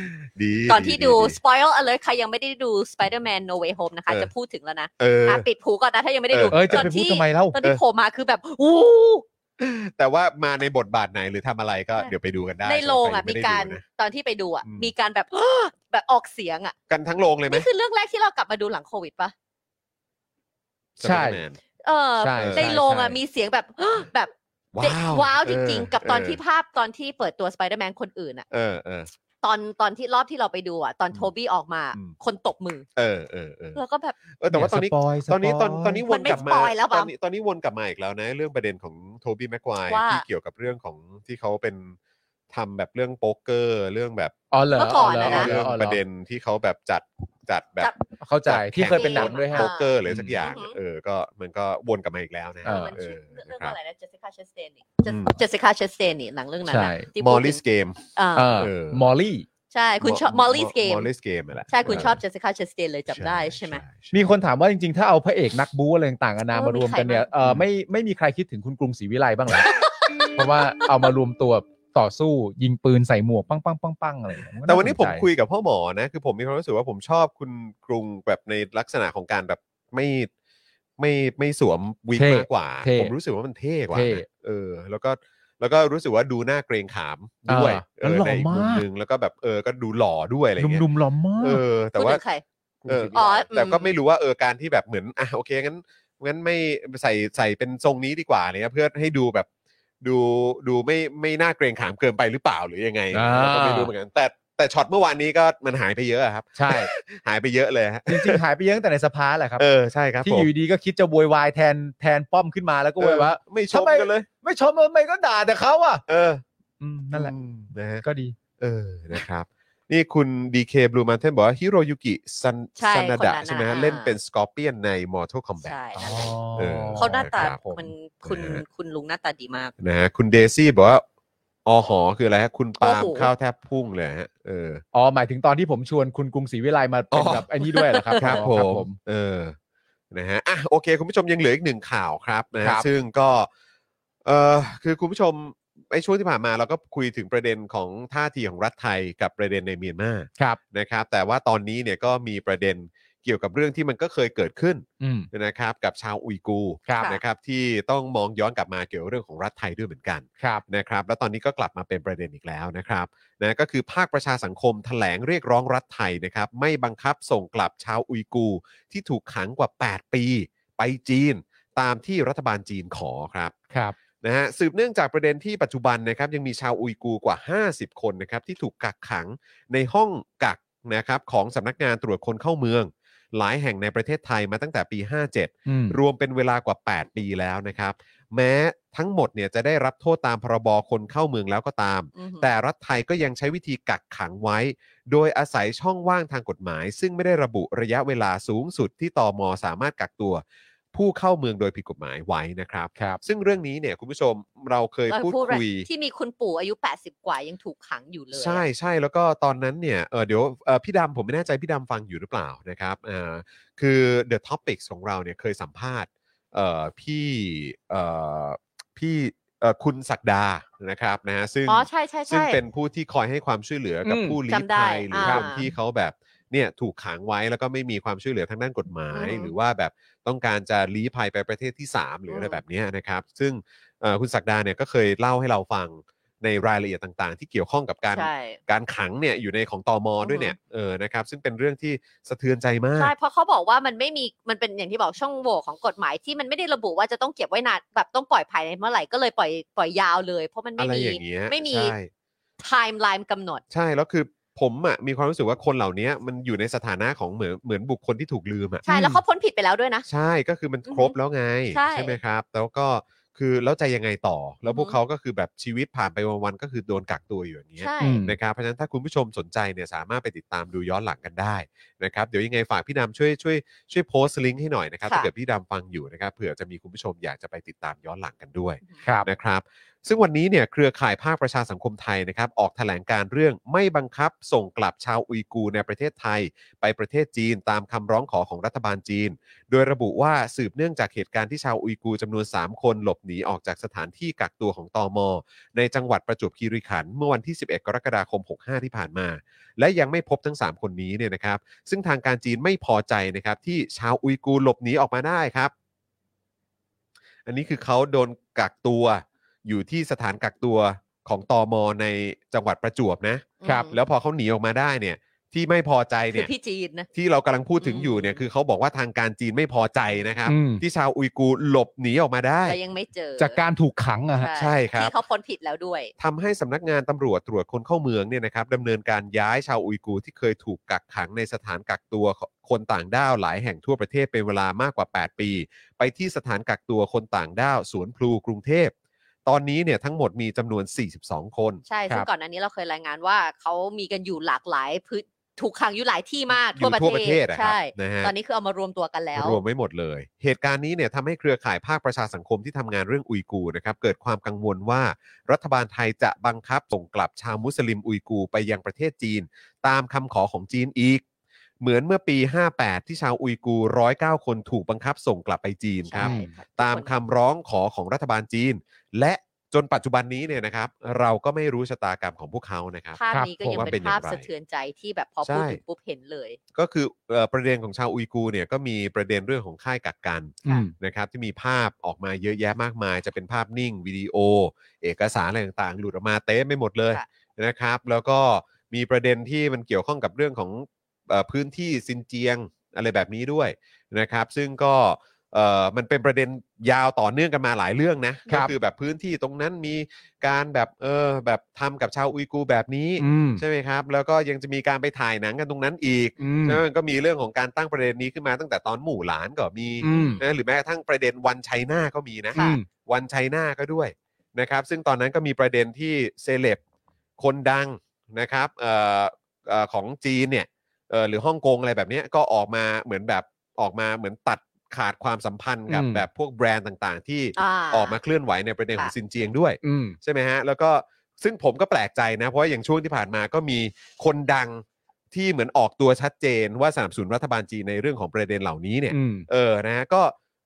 ดี ก่อนที่ดู ดี spoil alert ใครยังไม่ได้ดู Spider-Man No Way Home นะคะ เออ จะพูดถึงแล้วนะ เออ อ่ะปิดหูก่อนนะ ถ้ายังไม่ได้ดู *laughs* เอ้ย จะไปพูดทำไมเล่า ตอนที่โผล่มาคือแบบอู้ แต่ว่ามาในบทบาทไหนหรือทำอะไรก็ ใช่ เดี๋ยวไปดูกันได้ ในโรงอ่ะ สำหบ มี ใคยั กาง ร ไได้ดูนะ ตอนที่ไปดูอ่ะ อืม มีการแบบ *gasps* แบบออกเสียงอ่ะ กันทั้งโรงเลยไหม นี่คือเรื่องแรกที่เรากลับมาดูหลังโควิดปะ ใช่ สไปเดอร์แมน เออ ใช่ช่ ในโรงอ่ะ ใช่ มีเสียงแบบ *gasps* แบบเด็ก ว้าว ว้าวจริง ๆ กับตอน เ ที่ภาพตอนที่เปิดตัว Spider-Man คนอื่นอ่ะ เออเออ ตอนตอนที่รอบที่เราไปดูอ่ะ ตอนโทบี้ออกมา อืม คนตบมือ เออเออเออ แล้วก็แบบ เออแต่ว่าตอนนี้ สปย ตอนนี้ สปย ตอนตอนนี้ว มัน นไม่ กลับมา สปอยแล้ว ตอปะนนี้ตอนนี้วนกลับมาอีกแล้วนะ เรื่องประเด็นของโทบี้แม็กควาย ว่า ที่เกี่ยวกับเรื่องของที่เขาเป็นทำแบบเรื่องโป๊กเกอร์เรื่องแบบ อ๋อเหรอ เมื่อก่อน เหร นะนะ เรื่อง ห ประเด็นที่เขาแบบจัดจัดแบบ จัด เข้าใจ จัด ที่เคยเป็นหนังด้วยฮะ โป๊กเกอร์หรือสักอย่าง อือหือ เออ ก็มันก็วนกลับมาอีกแล้วนะ เอ เอออมันชื่เอออ เรื่ นะ อง ครับ อะไรนะเจสสิก้าเชสเตนนี่ อืม เจสสิก้าเชสเตนนี่หลังเรื่องนั้น ใช่ นะที่ ม พู อลดถึง ลี่สเกม อ่า เออ เออ มอลลี่ ใช่คุณชอบมอลลี่เกม มอลลี่สเกมแหละ ใช่คุณชอบเจสสิก้าเชสเตนเลยจับได้ใช่ไหม มีคนถามว่าจริงๆ ถ้าเอาพระเอกนักบู๊อะไรต่างๆนานามารวมกันเนี่ย เออมีใครบ้าง เออไม่ไม่มีใครคิดถึงคุณกรุงศรีวิไลบ้างเหรอ เพราะว่าเอามารวมตัวต่อสู้ยิงปืนใส่หมวกปังปังปังปังอะไรอย่างเงี้ยก็ แต่วันนี้ผม าสใจ คุยกับพ่อหมอนะ คือผมมีความรู้สึกว่าผมชอบคุณกรุงแบบในลักษณะของการแบบไม่ไม่ไม่สวมวิก เท่ มากกว่า เท่ ผมรู้สึกว่ามันเท่กว่า เท่ นะเออ แล้วก็แล้วก็รู้สึกว่าดูหน้าเกรงขามด้วย อ่า เออ แล้วหล่อ ในอีกมุม มาก หนึงแล้วก็แบบเออก็ดูหล่อด้วยอะไรเงี้ย หนุ่มๆหล่อมาก เออ แต่ พูด ว่า ถึงใคร เออ อ๋ออืม แต่ก็ไม่รู้ว่าเออการที่แบบเหมือนอ่ะโอเคงั้นงั้นไม่ใส่ใส่เป็นทรงนี้ดีกว่าเนี่ยเพื่อให้ดูแบบดูดูไม่ไม่น่าเกรงขามเกินไปหรือเปล่าหรือยังไง อ่า เราก็ไม่รู้เหมือนกัน แต่แต่ช็อตเมื่อวานนี้ก็มันหายไปเยอะอะครับ ใช่ หายไปเยอะเลยฮะ จริงๆ หายไปเยอะตั้งแต่ในสภาแหละครับ เออใช่ครับ ที่ ผ อ ม ยู่ดีๆก็คิดจะโวยวายแทนแทนป้อมขึ้นมาแล้วก็โวยวายว่า เออไม่ชม ทำไม กันเลย ไม่ชมทำไมก็ด่าแต่เขาอ่ะ เออ อืมนั่นแหละ อืมนะฮะ ก็ดี เออนะครับ นี่คุณ DK Blue Mountain บอกว่าฮิโรยุกิซัน ใช่ ซันาดะ คนนั้นน่ะ ใช่ไหมฮะ อ่า เล่นเป็นสกอร์เปียนใน Mortal Kombat ใช่นั่นแหละ เออ เขาหน้าตา ครับผม มันคุณ นะฮะ คุณลุงหน้าตาดีมาก นะฮะคุณเดซี่บอกว่าอหอคืออะไรฮะคุณปาล์ม โอ้โห ข้าวแทบพุ่งเลยฮะเออ อ๋อหมายถึงตอนที่ผมชวนคุณกรุงศรีวิไลมาเป็นแบบไอ้นี่ด้วยเหรอครับ ครับ อ๋ ผ อ มเออนะฮะอ่ะโอเค คุณผู้ชมยังเหลืออีกหนึ่งข่าวครับนะฮะ ครับ ซึ่งก็เออคือคุณผู้ชมไอ้ช่วงที่ผ่านมาเราก็คุยถึงประเด็นของท่าทีของรัฐไทยกับประเด็นในเมียนมา ครับ นะครับแต่ว่าตอนนี้เนี่ยก็มีประเด็นเกี่ยวกับเรื่องที่มันก็เคยเกิดขึ้น อืม นะครับกับชาวอุยกูร์ ครับ นะครับที่ต้องมองย้อนกลับมาเกี่ยวกับเรื่องของรัฐไทยด้วยเหมือนกัน ครับ นะครับแล้วตอนนี้ก็กลับมาเป็นประเด็นอีกแล้วนะครับนะก็คือภาคประชาสังคมแถลงเรียกร้องรัฐไทยนะครับไม่บังคับส่งกลับชาวอุยกูร์ที่ถูกขังกว่า 8 ปี ไปจีน ตามที่รัฐบาลจีนขอครับ ครับ นะฮะสืบเนื่องจากประเด็นที่ปัจจุบันนะครับยังมีชาวอุยกูร์กว่า 50 คนนะครับที่ถูกกักขังในห้องกักนะครับของสำนักงานตรวจคนเข้าเมือง หลายแห่งในประเทศไทยมาตั้งแต่ปี 57 อืม รวมเป็นเวลากว่า 8 ปีแล้วนะครับ แม้ทั้งหมดเนี่ยจะได้รับโทษตามพรบคนเข้าเมืองแล้วก็ตาม อือหือ แต่รัฐไทยก็ยังใช้วิธีกักขังไว้ โดยอาศัยช่องว่างทางกฎหมาย ซึ่งไม่ได้ระบุระยะเวลาสูงสุดที่ตอมสามารถกักตัว ผู้เข้าเมืองโดยผิดกฎหมายไว้นะครับ ครับ ซึ่งเรื่องนี้เนี่ยคุณผู้ชมเราเคย เรา พูด พูดอะไร คุย ที่มีคุณปู่อายุ 80 กว่ายังถูกขังอยู่เลย ใช่ใช่แล้วก็ตอนนั้นเนี่ยเออเดี๋ยวเอ่อพี่ดำผมไม่แน่ใจพี่ดำฟังอยู่หรือเปล่านะครับอ่าคือ The Topics ของเราเนี่ยเคยสัมภาษณ์เอ่อพี่เอ่อพี่เอ่อคุณศักดานะครับนะฮะซึ่ง อ๋อใช่ใช่ ซึ่ง ใช่ เป็นผู้ที่คอยให้ความช่วยเหลือกับ อืม ผู้ลี้ จำได้ ภัยหรืออา คนที่เขาแบบเนี่ยถูกขังไว้แล้วก็ไม่มีความช่วยเหลือทางด้านกฎหมาย อือฮึ หรือว่าแบบต้องการจะลี้ภัยไปประเทศที่ 3 หรืออะไร อืม แบบเนี้ยนะครับ ซึ่ง เอ่อคุณศักดาเนี่ยก็เคยเล่าให้เราฟังในรายละเอียดต่างๆ ที่เกี่ยวข้องกับการ ใช่ การขังเนี่ยอยู่ในของตอมอด้วยเนี่ยเออนะครับซึ่งเป็นเรื่องที่สะเทือนใจมาก ใช่ เพราะเขาบอกว่ามันไม่มีมันเป็นอย่างที่บอกช่องโหว่ของกฎหมายที่มันไม่ได้ระบุว่าจะต้องเก็บไว้นานแบบต้องปล่อยภายในเมื่อไหร่ก็เลยปล่อยปล่อยยาวเลย เพราะมัน อะ ไม่ ไร มี อย่างเงี้ย ไม่มี ใช่ ไทม์ไลน์กำหนด ใช่แล้วคือผมอ่ะมีความรู้สึกว่าคนเหล่านี้มันอยู่ในสถานะของเหมือนเหมือนบุคคลที่ถูกลืมอ่ะ ใช่แล้วเขาพ้นผิดไปแล้วด้วยนะ ใช่ก็คือมัน อือฮึ ครบแล้วไง ใช่ ไหมครับ แล้วก็คือแล้วใจยังไงต่อ แล้วพว อื ก อฮึ เขาก็คือแบบชีวิตผ่านไปวันๆก็คือโดนกักตัวอยู่อย่างเงี้ย ใช่ อืม นะครับเพราะฉะนั้นถ้าคุณผู้ชมสนใจเนี่ยสามารถไปติดตามดูย้อนหลังกันได้นะครับเดี๋ยวยังไงฝากพี่ดำช่วยช่วยช่วยโพสต์ลิงก์ให้หน่อยนะครับ ค่ะ ถ้าเกิดพี่ดำฟังอยู่นะครับเผื่อจะมีคุณผู้ชมอยากจะไปติดตามย้อนหลังกันด้วย ครับ นะครับซึ่งวันนี้เนี่ยเครือข่ายภาคประชาสังคมไทยนะครับออกแถลงการเรื่องไม่บังคับส่งกลับชาวอุยกูร์ในประเทศไทย ไปประเทศจีนตามคำร้องขอของรัฐบาลจีน โดยระบุว่าสืบเนื่องจากเหตุการณ์ที่ชาวอุยกูร์จำนวน 3 คนหลบหนีออกจากสถานที่กักตัวของตอมในจังหวัดประจวบคีรีขันธ์เมื่อวันที่ 11 กรกฎาคม 65 ที่ผ่านมา และยังไม่พบทั้ง 3 คนนี้เนี่ยนะครับ ซึ่งทางการจีนไม่พอใจนะครับที่ชาวอุยกูร์หลบหนีออกมาได้ครับ อันนี้คือเขาโดนกักตัว อยู่ที่สถานกักตัวของตอมในจังหวัดประจวบนะ ครับ แล้วพอเขาหนีออกมาได้เนี่ย ที่ไม่พอใจ คือ เนี่ย พี่จีนนะ ที่เรากำลังพูดถึง อืม อยู่เนี่ยคือเขาบอกว่าทางการจีนไม่พอใจนะครับ อืม ที่ชาวอุยกูร์หลบหนีออกมาได้ แต่ยังไม่เจอ จากการถูกขังอะฮะ ใช่ครับ ที่เขาพ้นผิดแล้วด้วย ทำให้สำนักงานตำรวจตรวจคนเข้าเมืองเนี่ยนะครับดำเนินการย้ายชาวอุยกูร์ที่เคยถูกกักขังในสถานกักตัวคนต่างด้าวหลายแห่งทั่วประเทศเป็นเวลามากกว่า 8 ปี ไปที่สถานกักตัวคนต่างด้าวสวนพลูกรุงเทพ ตอนนี้เนี่ยทั้งหมดมีจำนวน 42 คน ใช่ ค ซึ่ รั ง บ ก่อนหน้านี้เราเคยรายงานว่าเขามีกันอยู่หลากหลายพื้นถูกขังอยู่หลายที่มาก อยู่ทั่วประเทศอะครับ ใช่ นะฮะ ตอนนี้คือเอามารวมตัวกันแล้ว รวมไม่หมดเลย เหตุการณ์นี้เนี่ยทำให้เครือข่ายภาคประชาสังคมที่ทำงานเรื่องอุยกูร์นะครับเกิดความกังวลว่ารัฐบาลไทยจะบังคับส่งกลับชาวมุสลิมอุยกูร์ไปยังประเทศจีน ตามคำขอของจีนอีก เหมือนเมื่อปี 58 ที่ชาวอุยกูร์109 คนถูกบังคับส่งกลับไปจีนครับ ใช่ครับ ตามคำร้องขอของรัฐบาลจีน และจนปัจจุบันนี้เนี่ยนะครับ เราก็ไม่รู้ชะตากรรมของพวกเขานะครับ ภาพนี้ก็ยัง ว่าเป็ เป็น น อย่าง ภาพ ไร สะเทือนใจที่แบบพอพูด ใช่ ถึงปุ๊บเห็นเลย ก็คือเอ่อประเด็นของชาวอุยกูร์เนี่ยก็มีประเด็นเรื่องของค่ายกักกัน อืม นะครับที่มีภาพออกมาเยอะแยะมากมาย จะเป็นภาพนิ่งวิดีโอ เอกสารอะไรต่างๆ หลุดออกมาเต็มไปหมดเลย ค่ะ นะครับ แล้วก็มีประเด็นที่มันเกี่ยวข้องกับเรื่องของเออพื้นที่ซินเจียงอะไรแบบนี้ด้วยนะครับ ซึ่งก็เอ่อมันเป็นประเด็นยาวต่อเนื่องกันมาหลายเรื่องนะ ค ก็ รับ คือแบบพื้นที่ตรงนั้นมีการแบบเออแบบทำกับชาวอุยกูร์แบบนี้ อืม ใช่ไหมครับ แล้วก็ยังจะมีการไปถ่ายหนังกันตรงนั้นอีก อืม ใช่ไหมมันก็มีเรื่องของการตั้งประเด็นนี้ขึ้นมาตั้งแต่ตอนหมู่หลานก็มี อืม นะหรือแม้กระทั่งประเด็นวันไชน่าก็มีนะ อืม วันไชน่าก็ด้วยนะครับซึ่งตอนนั้นก็มีประเด็นที่เซเลบคนดังนะครับเอ่อเอ่อของจีนเนี่ยเอ่อหรือฮ่องกงอะไรแบบเนี้ยก็ออกมาเหมือนแบบออกมาเหมือนตัดขาดความสัมพันธ์กับ อืม แบบพวกแบรนด์ต่างๆ ที่ อ่า ออกมาเคลื่อนไหวในประเด็นของ ค่ะ ซินเจียงด้วย อืม ใช่ไหมฮะแล้วก็ซึ่งผมก็แปลกใจนะ เพราะว่าอย่างช่วงที่ผ่านมาก็มีคนดังที่เหมือนออกตัวชัดเจนว่าสนับสนุนรัฐบาลจีนในเรื่องของประเด็นเหล่านี้เนี่ย อืม เออ นะฮะก็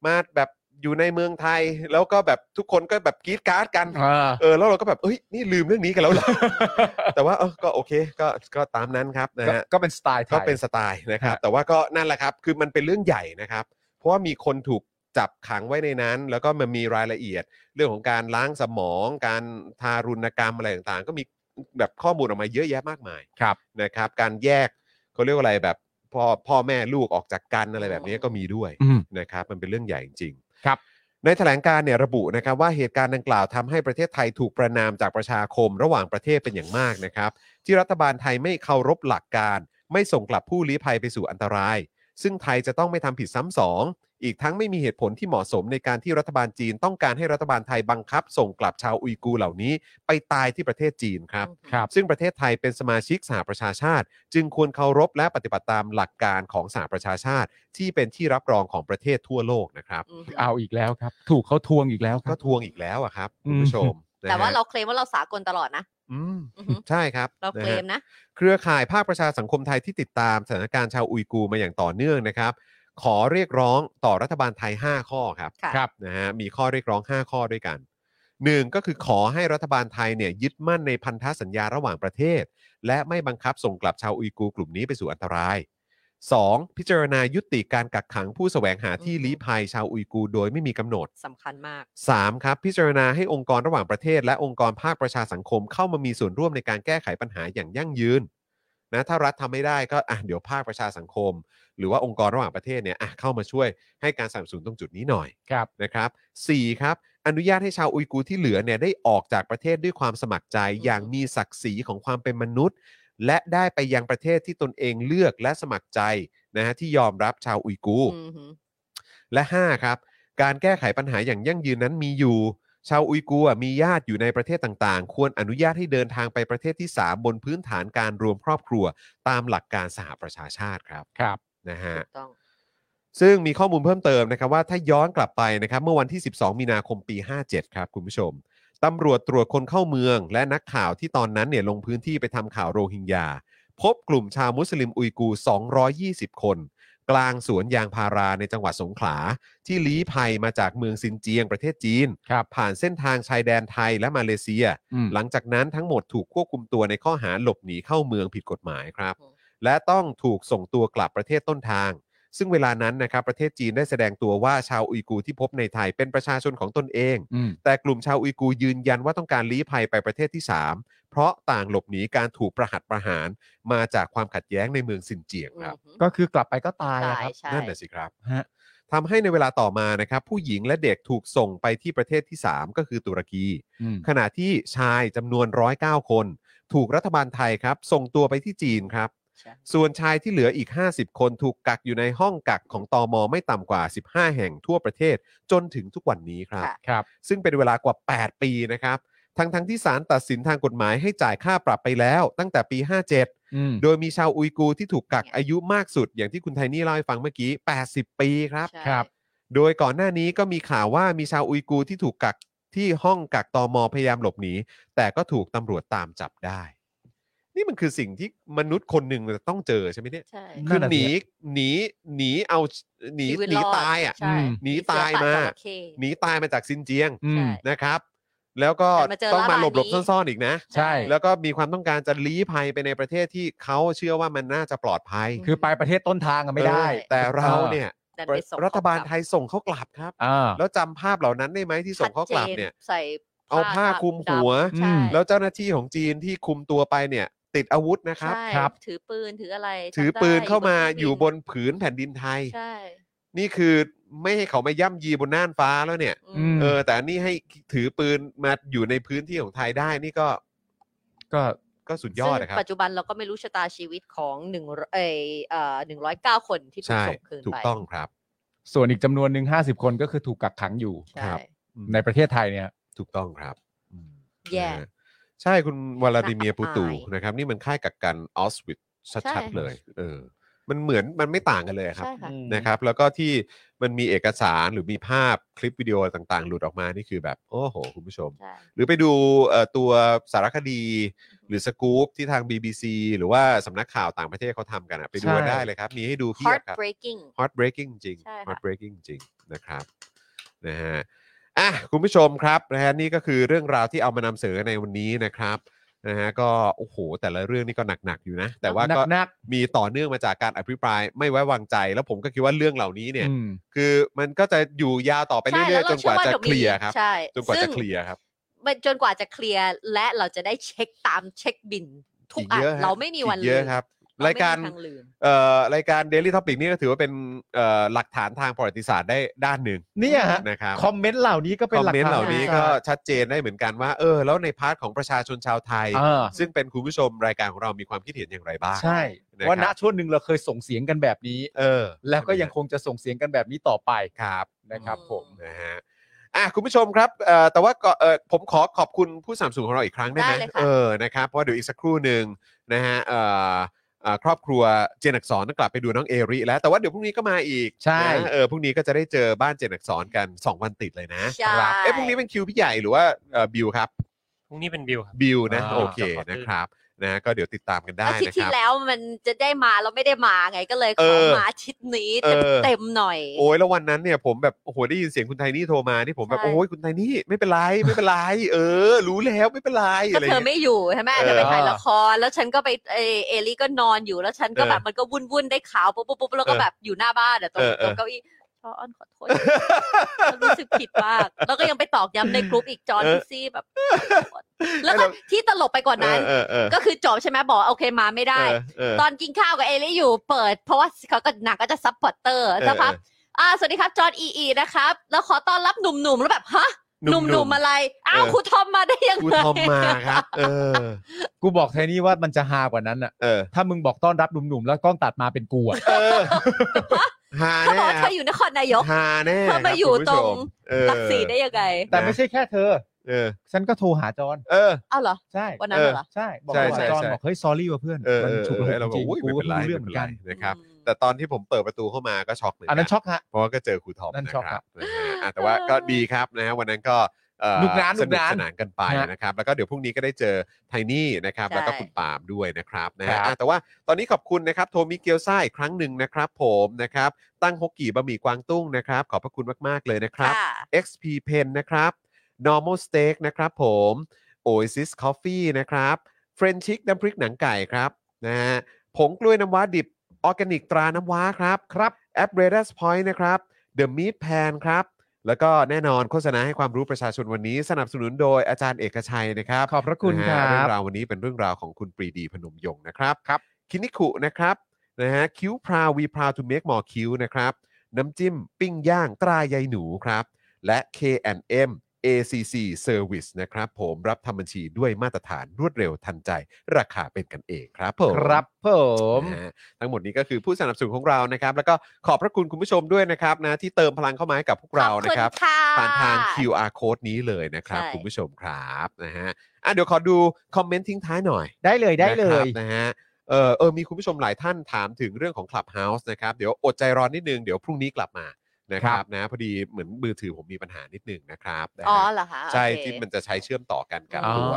มาแบบอยู่ในเมืองไทย *laughs* แล้วก็แบบทุกคนก็แบบกรีดกราร์ดกัน อ่า เออ แล้วเราก็แบบเอ้ย นี่ลืมเรื่องนี้กันแล้วเหรอ *laughs* แต่ว่าเออก็โอเค ก็ก็ตามนั้นครับนะ ก็ ฮะ ก็เป็นสไตล์ไท ก็ ย เป็นสไตล์นะครับ ฮะ แต่ว่าก็นั่นแหละครับ คือมันเป็นเรื่องใหญ่นะครับ เพราะว่ามีคนถูกจับขังไว้ในนั้น แล้วก็มันมีรายละเอียด เรื่องของการล้างสมอง การทารุณกรรมอะไรต่างๆ ก็มีแบบข้อมูลออกมาเยอะแยะมากมาย ครับ นะครับ การแยกเขาเรียกว่าอะไรแบบพ่อพ่อแม่ลูกออกจากกันอะไรแบบนี้ก็มีด้วย อืม นะครับมันเป็นเรื่องใหญ่จริงๆ ครับ ในแถลงการเนี่ยระบุนะครับว่าเหตุการณ์ดังกล่าวทำให้ประเทศไทยถูกประนามจากประชาคมระหว่างประเทศเป็นอย่างมากนะครับ ที่รัฐบาลไทยไม่เคารพหลักการ ไม่ส่งกลับผู้ลี้ภัยไปสู่อันตราย ซึ่งไทยจะต้องไม่ทำผิดซ้ำสอง อีกทั้งไม่มีเหตุผลที่เหมาะสมในการที่รัฐบาลจีนต้องการให้รัฐบาลไทยบังคับ ส่งกลับชาวอุยกูร์เหล่านี้ ไปตายที่ประเทศจีนครับ ครับ ซึ่งประเทศไทยเป็นสมาชิกสหประชาชาติ จึงควรเคารพและปฏิบัติตามหลักการของสหประชาชาติ ที่เป็นที่รับรองของประเทศทั่วโลกนะครับ อืม เอาอีกแล้วครับ ถูกเขาทวงอีกแล้วค ก็ รับ ทวงอีกแล้วอะครับคุณผู้ชมนะฮะ *laughs* แต่ว่าเราเคลมว่าเราสากลตลอดนะ อืม อือหือ ใช่ครับ เราเคล นะ ม ฮะ นะ เครือข่ายภาคประชาสังคมไทยที่ติดตามสถานการณ์ชาวอุยกูร์มาอย่างต่อเนื่องนะครับ ขอเรียกร้องต่อรัฐบาลไทย 5 ข้อครับ ค่ะ ครับ นะฮะมีข้อเรียกร้อง 5 ข้อด้วยกันหนึ่งก็คือขอให้รัฐบาลไทยเนี่ยยึดมั่นในพันธสัญญาระหว่างประเทศ และไม่บังคับส่งกลับชาวอุยกูร์กลุ่มนี้ไปสู่อันตราย 2. พิจารณายุติการกักขังผู้แสวงหาที่ลี้ภัยชาวอุยกูร์โดยไม่มีกำหนด สำคัญมาก 3. ครับพิจารณาให้องค์กรระหว่างประเทศ และองค์กรภาคประชาสังคมเข้ามามีส่วนร่วมในการแก้ไขปัญหาอย่างยั่งยืนนะถ้ารัฐทำไม่ได้ก็อ่ะเดี๋ยวภาคประชาสังคม หรือว่าองค์กรระหว่างประเทศเนี่ยอ่ะเข้ามาช่วยให้การสนับสนุนตรงจุดนี้หน่อย ครับ นะครับ4ครับอนุญาตให้ชาวอุยกูร์ที่เหลือเนี่ยได้ออกจากประเทศด้วยความสมัครใจ อืม อย่างมีศักดิ์ศรีของความเป็นมนุษย์ และได้ไปยังประเทศที่ตนเองเลือกและสมัครใจนะฮะที่ยอมรับชาวอุยกูร์ อือหือ และ 5 ครับ การแก้ไขปัญหาอย่างยั่งยืนนั้นมีอยู่ ชาวอุยกัวมีญาติอยู่ในประเทศต่างๆ ควรอนุญาตให้เดินทางไปประเทศที่ 3 บนพื้นฐานการรวมครอบครัว ตามหลักการสหประชาชาติครับ ครับ นะฮะ ถูกต้อง ซึ่งมีข้อมูลเพิ่มเติมนะครับว่าถ้าย้อนกลับไปนะครับเมื่อวันที่ 12 มีนาคมปี 57 ครับคุณผู้ชมตำรวจตรวจคนเข้าเมืองและนักข่าวที่ตอนนั้นเนี่ยลงพื้นที่ไปทำข่าวโรฮิงญา พบกลุ่มชาวมุสลิมอุยกู 220 คน กลางสวนยางพาราในจังหวัดสงขลา ที่ลี้ภัยมาจากเมืองซินเจียงประเทศจีน ครับ ผ่านเส้นทางชายแดนไทยและมาเลเซีย อืม หลังจากนั้นทั้งหมดถูกควบคุมตัวในข้อหาหลบหนีเข้าเมืองผิดกฎหมายครับ อืม และต้องถูกส่งตัวกลับประเทศต้นทาง ซึ่งเวลานั้นนะครับประเทศจีนได้แสดงตัวว่าชาวอุยกูร์ที่พบในไทยเป็นประชาชนของตนเอง อืม แต่กลุ่มชาวอุยกูร์ยืนยันว่าต้องการลี้ภัยไปประเทศที่ 3 เพราะต่างหลบหนีการถูกประหัตประหาร มาจากความขัดแย้งในเมืองซินเจียง อื ครับ อหือ ก็คือกลับไปก็ตาย ตา อะค ย รับ ใช่ นั่นแหละสิครับ ฮะ ทำให้ในเวลาต่อมานะครับผู้หญิงและเด็กถูกส่งไปที่ประเทศที่ 3 ก็คือตุรกี อืม ขณะที่ชายจำนวน 109 คน ถูกรัฐบาลไทยครับ ส่งตัวไปที่จีนครับ ใช่ ส่วนชายที่เหลืออีก 50 คนถูกกักอยู่ในห้องกักของตอมไม่ต่ำกว่า 15 แห่งทั่วประเทศจนถึงทุกวันนี้ครับ ค่ะ ครับ ซึ่งเป็นเวลากว่า 8 ปีนะครับ ทั้งทั้งๆที่ศาลตัดสินทางกฎหมายให้จ่ายค่าปรับไปแล้ว ตั้งแต่ปี 57 อืม โดยมีชาวอุยกูร์ที่ถูกกักอายุมากสุด อย่างที่คุณไทนี่เล่าให้ฟังเมื่อกี้ 80 ปีครับ ใช่ ครับ โดยก่อนหน้านี้ก็มีข่าวว่ามีชาวอุยกูร์ที่ถูกกักที่ห้องกักตอมพยายามหลบหนีแต่ก็ถูกตำรวจตามจับได้ นี่มันคือสิ่งที่มนุษย์คนหนึ่งจะต้องเจอใช่ไหมเนี่ย ใช่ นั่ คือน น่ะสิ หนีหนีหนีเอาหนี ชีวิ หนี รด ตายอ่ะ ใช่ อืม หนีตายมา เสือป่จระเข้ หนีตายมาจากซินเจียง อื ใช่ ม นะครับ แล้วก็ แต่มาเจอ ต้องมา ร้าน หลบหลบ นี้ ซ่อนๆอีกนะ ใช่ แล้วก็มีความต้องการจะลี้ภัยไปในประเทศที่เขาเชื่อว่ามันน่าจะปลอดภัย คือไปประเทศต้นทางอะไม่ได้ เออแต่เราเนี่ย ดันไปส่ง รัฐบาล เขก ไทยส่งเขากลับครับ อ่า แล้วจำภาพเหล่านั้นได้ไหมที่ส่งเขากลับเนี่ย ชัดจใส่ เอาผ้าคลุมหัว ใช่ อืม แล้วเจ้าหน้าที่ของจีนที่คุมตัวไปเนี่ย ติดอาวุธนะครับ ใช่ ครับ ถือปืนถืออะไร ถือปืนเข้ามา จำได้ อยู่บนผืนแผ่นดินไทย ใช่ นี่คือไม่ให้เขามาย่ำยีบนน่านฟ้าแล้วเนี่ย อืม ม เออ แต่อันนี่ให้ถือปืนมาอยู่ในพื้นที่ของไทยได้นี่ก็ ก็ ก็สุดยอดนะครับ ซึ่งปัจจุบันเราก็ไม่รู้ชะตาชีวิตของหนึ่งเอยเอ่อหนึ่งร้อยเก้าคนที่ถูก ใช่ ส่งคืนไป ถูกต้องครับ ส่วนอีกจำนวนหนึ่ง50 คนก็คือถูกกักขังอยู่ ใช่ ครับ ในประเทศไทยเนี่ย ถูกต้องครับอืม แย่ นะฮะใช่คุณวลาดิเมียร์ปูตู น่าอับอาย นะครับ นี่มันค่ายกักกันออสวิท ใช่ ชัดๆเลย เออ มันเหมือนมันไม่ต่างกันเลยครับ ใช่ค่ะ นะครับแล้วก็ที่มันมีเอกสารหรือมีภาพคลิปวิดีโอต่างๆ หลุดออกมานี่คือแบบ โอ้โห คุณผู้ชม ใช่ หรือไปดูเอ่อตัวสารคดี หรือสกู๊ปที่ทาง BBC หรือว่าสำนักข่าวต่างประเทศเขาทำกันอะไปดูกัน ใช่ ได้เลยครับ มีให้ดูเพี ฮอย ร์ บ ด ครับ breaking hot breaking จริง ใช่ค่ะ hot breaking จริงนะครับนะฮะอ่ะคุณผู้ชมครับนะฮะนี่ก็คือเรื่องราวที่เอามานำเสนอในวันนี้นะครับนะฮะก็โอ้โห แต่ละเรื่องนี่ก็หนักๆอยู่นะ แต่ว่าก็ หนัก มีต่อเนื่องมาจากการอภิปรายไม่ไว้วางใจ แล้วผมก็คิดว่าเรื่องเหล่านี้ ๆ เนี่ย อืม คือมันก็จะอยู่ยาวต่อไป ใช่ เรื่อยๆ จนกว่าจะเคลียร์ครับ ใช่ จนกว่าจะ ซึ่ง เคลียร์ครับ มันจนกว่าจะเคลียร์และเราจะได้เช็คตามเช็คบิน ทุก อีก อัน เยอะฮะ เราไม่มีวัน อีก ลื เยอะ ม ครับ เไม่ รายการ มีทางลืม เอ่อรายการ Daily Topic นี่ก็ถือว่าเป็นเอ่อหลักฐานทางประวัติศาสตร์ได้ด้านหนึ่ง เนี่ยฮะ นะครับ คอมเมนต์เหล่านี้ก็เป็น คอม หลัก เมน ฐา ต์ น เหล่านี้ก็ ทง ชัดเจนได้เหมือนกันว่า เออ แล้วในพาร์ทของประชาชนชาวไทย เออ ซึ่งเป็นคุณผู้ชมรายการของเรามีความคิดเห็นอย่างไรบ้าง ใช่ นะครับ ว่าณช่วงหนึ่งเราเคยส่งเสียงกันแบบนี้ เออ แล้วก็ยังคงจะส่งเสียงกันแบบนี้ต่อไป ครับ นะครับผม นะฮะอ่ะคุณผู้ชมครับเอ่อแต่ว่าก่อนเอ่อผมขอขอบคุณผู้สามสูงของเราอีกครั้งได้ไหม ได้เลยค่ะ เออนะครับเพราะว่าเดี๋ยวอีกสักครู่หนึ่งนะฮะเอ่อเอ่อครอบครัวเจนอักสอนกลับไปดูน้องเอริแล้วแต่ว่าเดี๋ยวพรุ่งนี้ก็มาอีก ใช่ นะเออพรุ่งนี้ก็จะได้เจอบ้านเจนอักสอนกัน 2 วันติดเลยนะ ใช่ เอ้ยพรุ่งนี้เป็นคิวพี่ใหญ่หรือว่าเอ่อบิวครับ พรุ่งนี้เป็นบิวครับ บิลนะ อ่า โอเคนะครับนะก็เดี๋ยวติดตามกันได้ อาทิต นะ ย์ ค ที่ รับ แล้วมันจะได้มาแล้วไม่ได้มาไงก็เลย เอ ขอ อ มาอาทิตย์นี้ เออ เต็มๆหน่อย โอ้ยแล้ววันนั้นเนี่ยผมแบบโอ้โหได้ยินเสียงคุณไทนี่โทรมานี่ผมแบบ ใช่ โอ้ยคุณไทนี่ไม่เป็นไรไม่เป็นไรเออ รู้แล้วไม่เป็นไร ก็ อะไร เธอไม่อยู่ใช่ไหม เออ เธอไปถ่ายละคร แล้วฉันก็ไปเออเอลี่ก็นอนอยู่แล้วฉันก็ เออ แบบมันก็วุ่นวุ่นๆได้ข่าวปุ๊บปุ๊บปุ๊บแล้วก็ เออ แบบอยู่หน้าบ้านอะตรง เออเออ ตรงเก้าอี้จออ้อนขอโทษฉันรู้สึกผิดมากแล้วก็ยังไปตอกย้ำในกลุ่มอีกจอนพี่ซี่แบบแล้วก็ที่ตลกไปกว่านั้น เออเออเออ ก็คือจบใช่ไหมบอกโอเคมาไม่ได้ เออ ตอนกินข้าวกับเอลี่อยู่เปิด เพราะว่าเขาก็หนังก็จะซัพพอร์ตเตอร์ เออ สักพัก เออ อ่าสวัสดีครับจอร์นอีอีนะครับ แล้วขอต้อนรับหนุ่มๆแล้วแบบฮะ ห ห นุ่มๆ นุ่มๆอะไรอ้าว เออ ครูทอมมาได้ยัง ครู ไง ทอมมาครับ เออ กูบอกไทนี่ว่ามันจะฮากว่านั้นอ่ะ เออ ถ้ามึงบอกต้อนรับหนุ่มๆแล้วกล้องตัดมาเป็นกูอะ เอ *laughs* อหา เขาบ แน่ อกว่า ค เธ รับ ออยู่นครนายก หาแน่ เธอมาอยู่ คบคุณผู้ช ตรง มเออ หลักสี่ได้ยังไง แต่ไม่ใช่แค่เธอ เออ ฉันก็โทรหาจอน เออ อ้าวเหรอ ใช่ วันนั้นเหรอ ใช่ บอก ใช่ ว่า ใช่ จอน ใช่ บอกเฮ้ย sorry ว่าเพื่อน เออเออ ฉุก เออ เฉิน เราบอก จริง อุ้ย กู ไม่ ก็ เป็นไรไม่เพิ่งรู้เรื่องเห เป็นมือน ไร กัน นะครับ อืม แต่ตอนที่ผมเปิดประตูเข้ามาก็ช็อกเหมือน อันนั้ กัน นช็อกฮะ เพราะว่าก็เจอครูทอม นั่นช็อก นะครับ อะ นะฮะอ่ะแต่ว่าก็ดีครับนะฮะวันนั้นก็เอ่อ ลูกสน้ำลู นุ ก ก น้ำ สนานกันไป ฮะ นะครับ แล้วก็เดี๋ยวพรุ่งนี้ก็ได้เจอไทนี่นะครับ ใช่ แล้วก็คุณปาล์มด้วยนะครับนะฮะ ครับ อ่ะแต่ว่าตอนนี้ขอบคุณนะครับโทมิเกียวซ่าอีกครั้งหนึ่งนะครับ ผมนะครับ ตั้งฮกกี่บะหมี่กวางตุ้งนะครับ ขอบพระคุณมากๆเลยนะครับ ค่ะ XP Pen นะครับ Normal Steak นะครับผม Oasis Coffee นะครับ f r e n c h i c น้ำพริกหนังไก่ครับนะฮะผงกล้วยน้ำว้าดิบออร์แกนิกตราน้ำว้าครับครับ a p r e d a s Point นะครับ The Meat Pan ครับ แล้วก็แน่นอนโฆษณาให้ความรู้ประชาชนวันนี้ สนับสนุนโดยอาจารย์เอกชัยนะครับ ขอบพระคุณ นะ ค ฮะ รั เรื่อง บ ราววันนี้เป็นเรื่องราวของคุณปรีดีพนมยงค์นะครับ ครับ คินิคุนะครับนะฮะคิ้วพราววีพราวทูเมกมอคิ้วนะครับน้ำจิ้มปิ้งย่างตรายายหนูครับ และ K&M ACC Service นะครับผมรับทำบัญชีด้วยมาตรฐานรวดเร็วทันใจ ราคาเป็นกันเองครับผม ครับผม นะฮะทั้งหมดนี้ก็คือผู้สนับสนุนของเรานะครับ แล้วก็ขอบพระคุณคุณผู้ชมด้วยนะครับนะที่เติมพลังเข้ามาให้กับพวกเรานะครับ ขอณค่ะ ผ่านทาง QR code นี้เลยนะครับ ใช่ คุณผู้ชมครับนะฮะอ่ะเดี๋ยวขอดูคอมเมนต์ทิ้งท้ายหน่อย ได้เลยได้เลย นะครับนะฮะเออเออมีคุณผู้ชมหลายท่านถามถึงเรื่องของ Clubhouse นะครับ เดี๋ยวอดใจรอนิดนึง เดี๋ยวพรุ่งนี้กลับมานะครับนะพอดีเหมือนมือถือผมมีปัญหานิดนึงนะครับนะฮะ อ๋อเหรอคะ ใช่ โอเค ที่มันจะใช้เชื่อมต่อกันกับ อ๋อ ตัว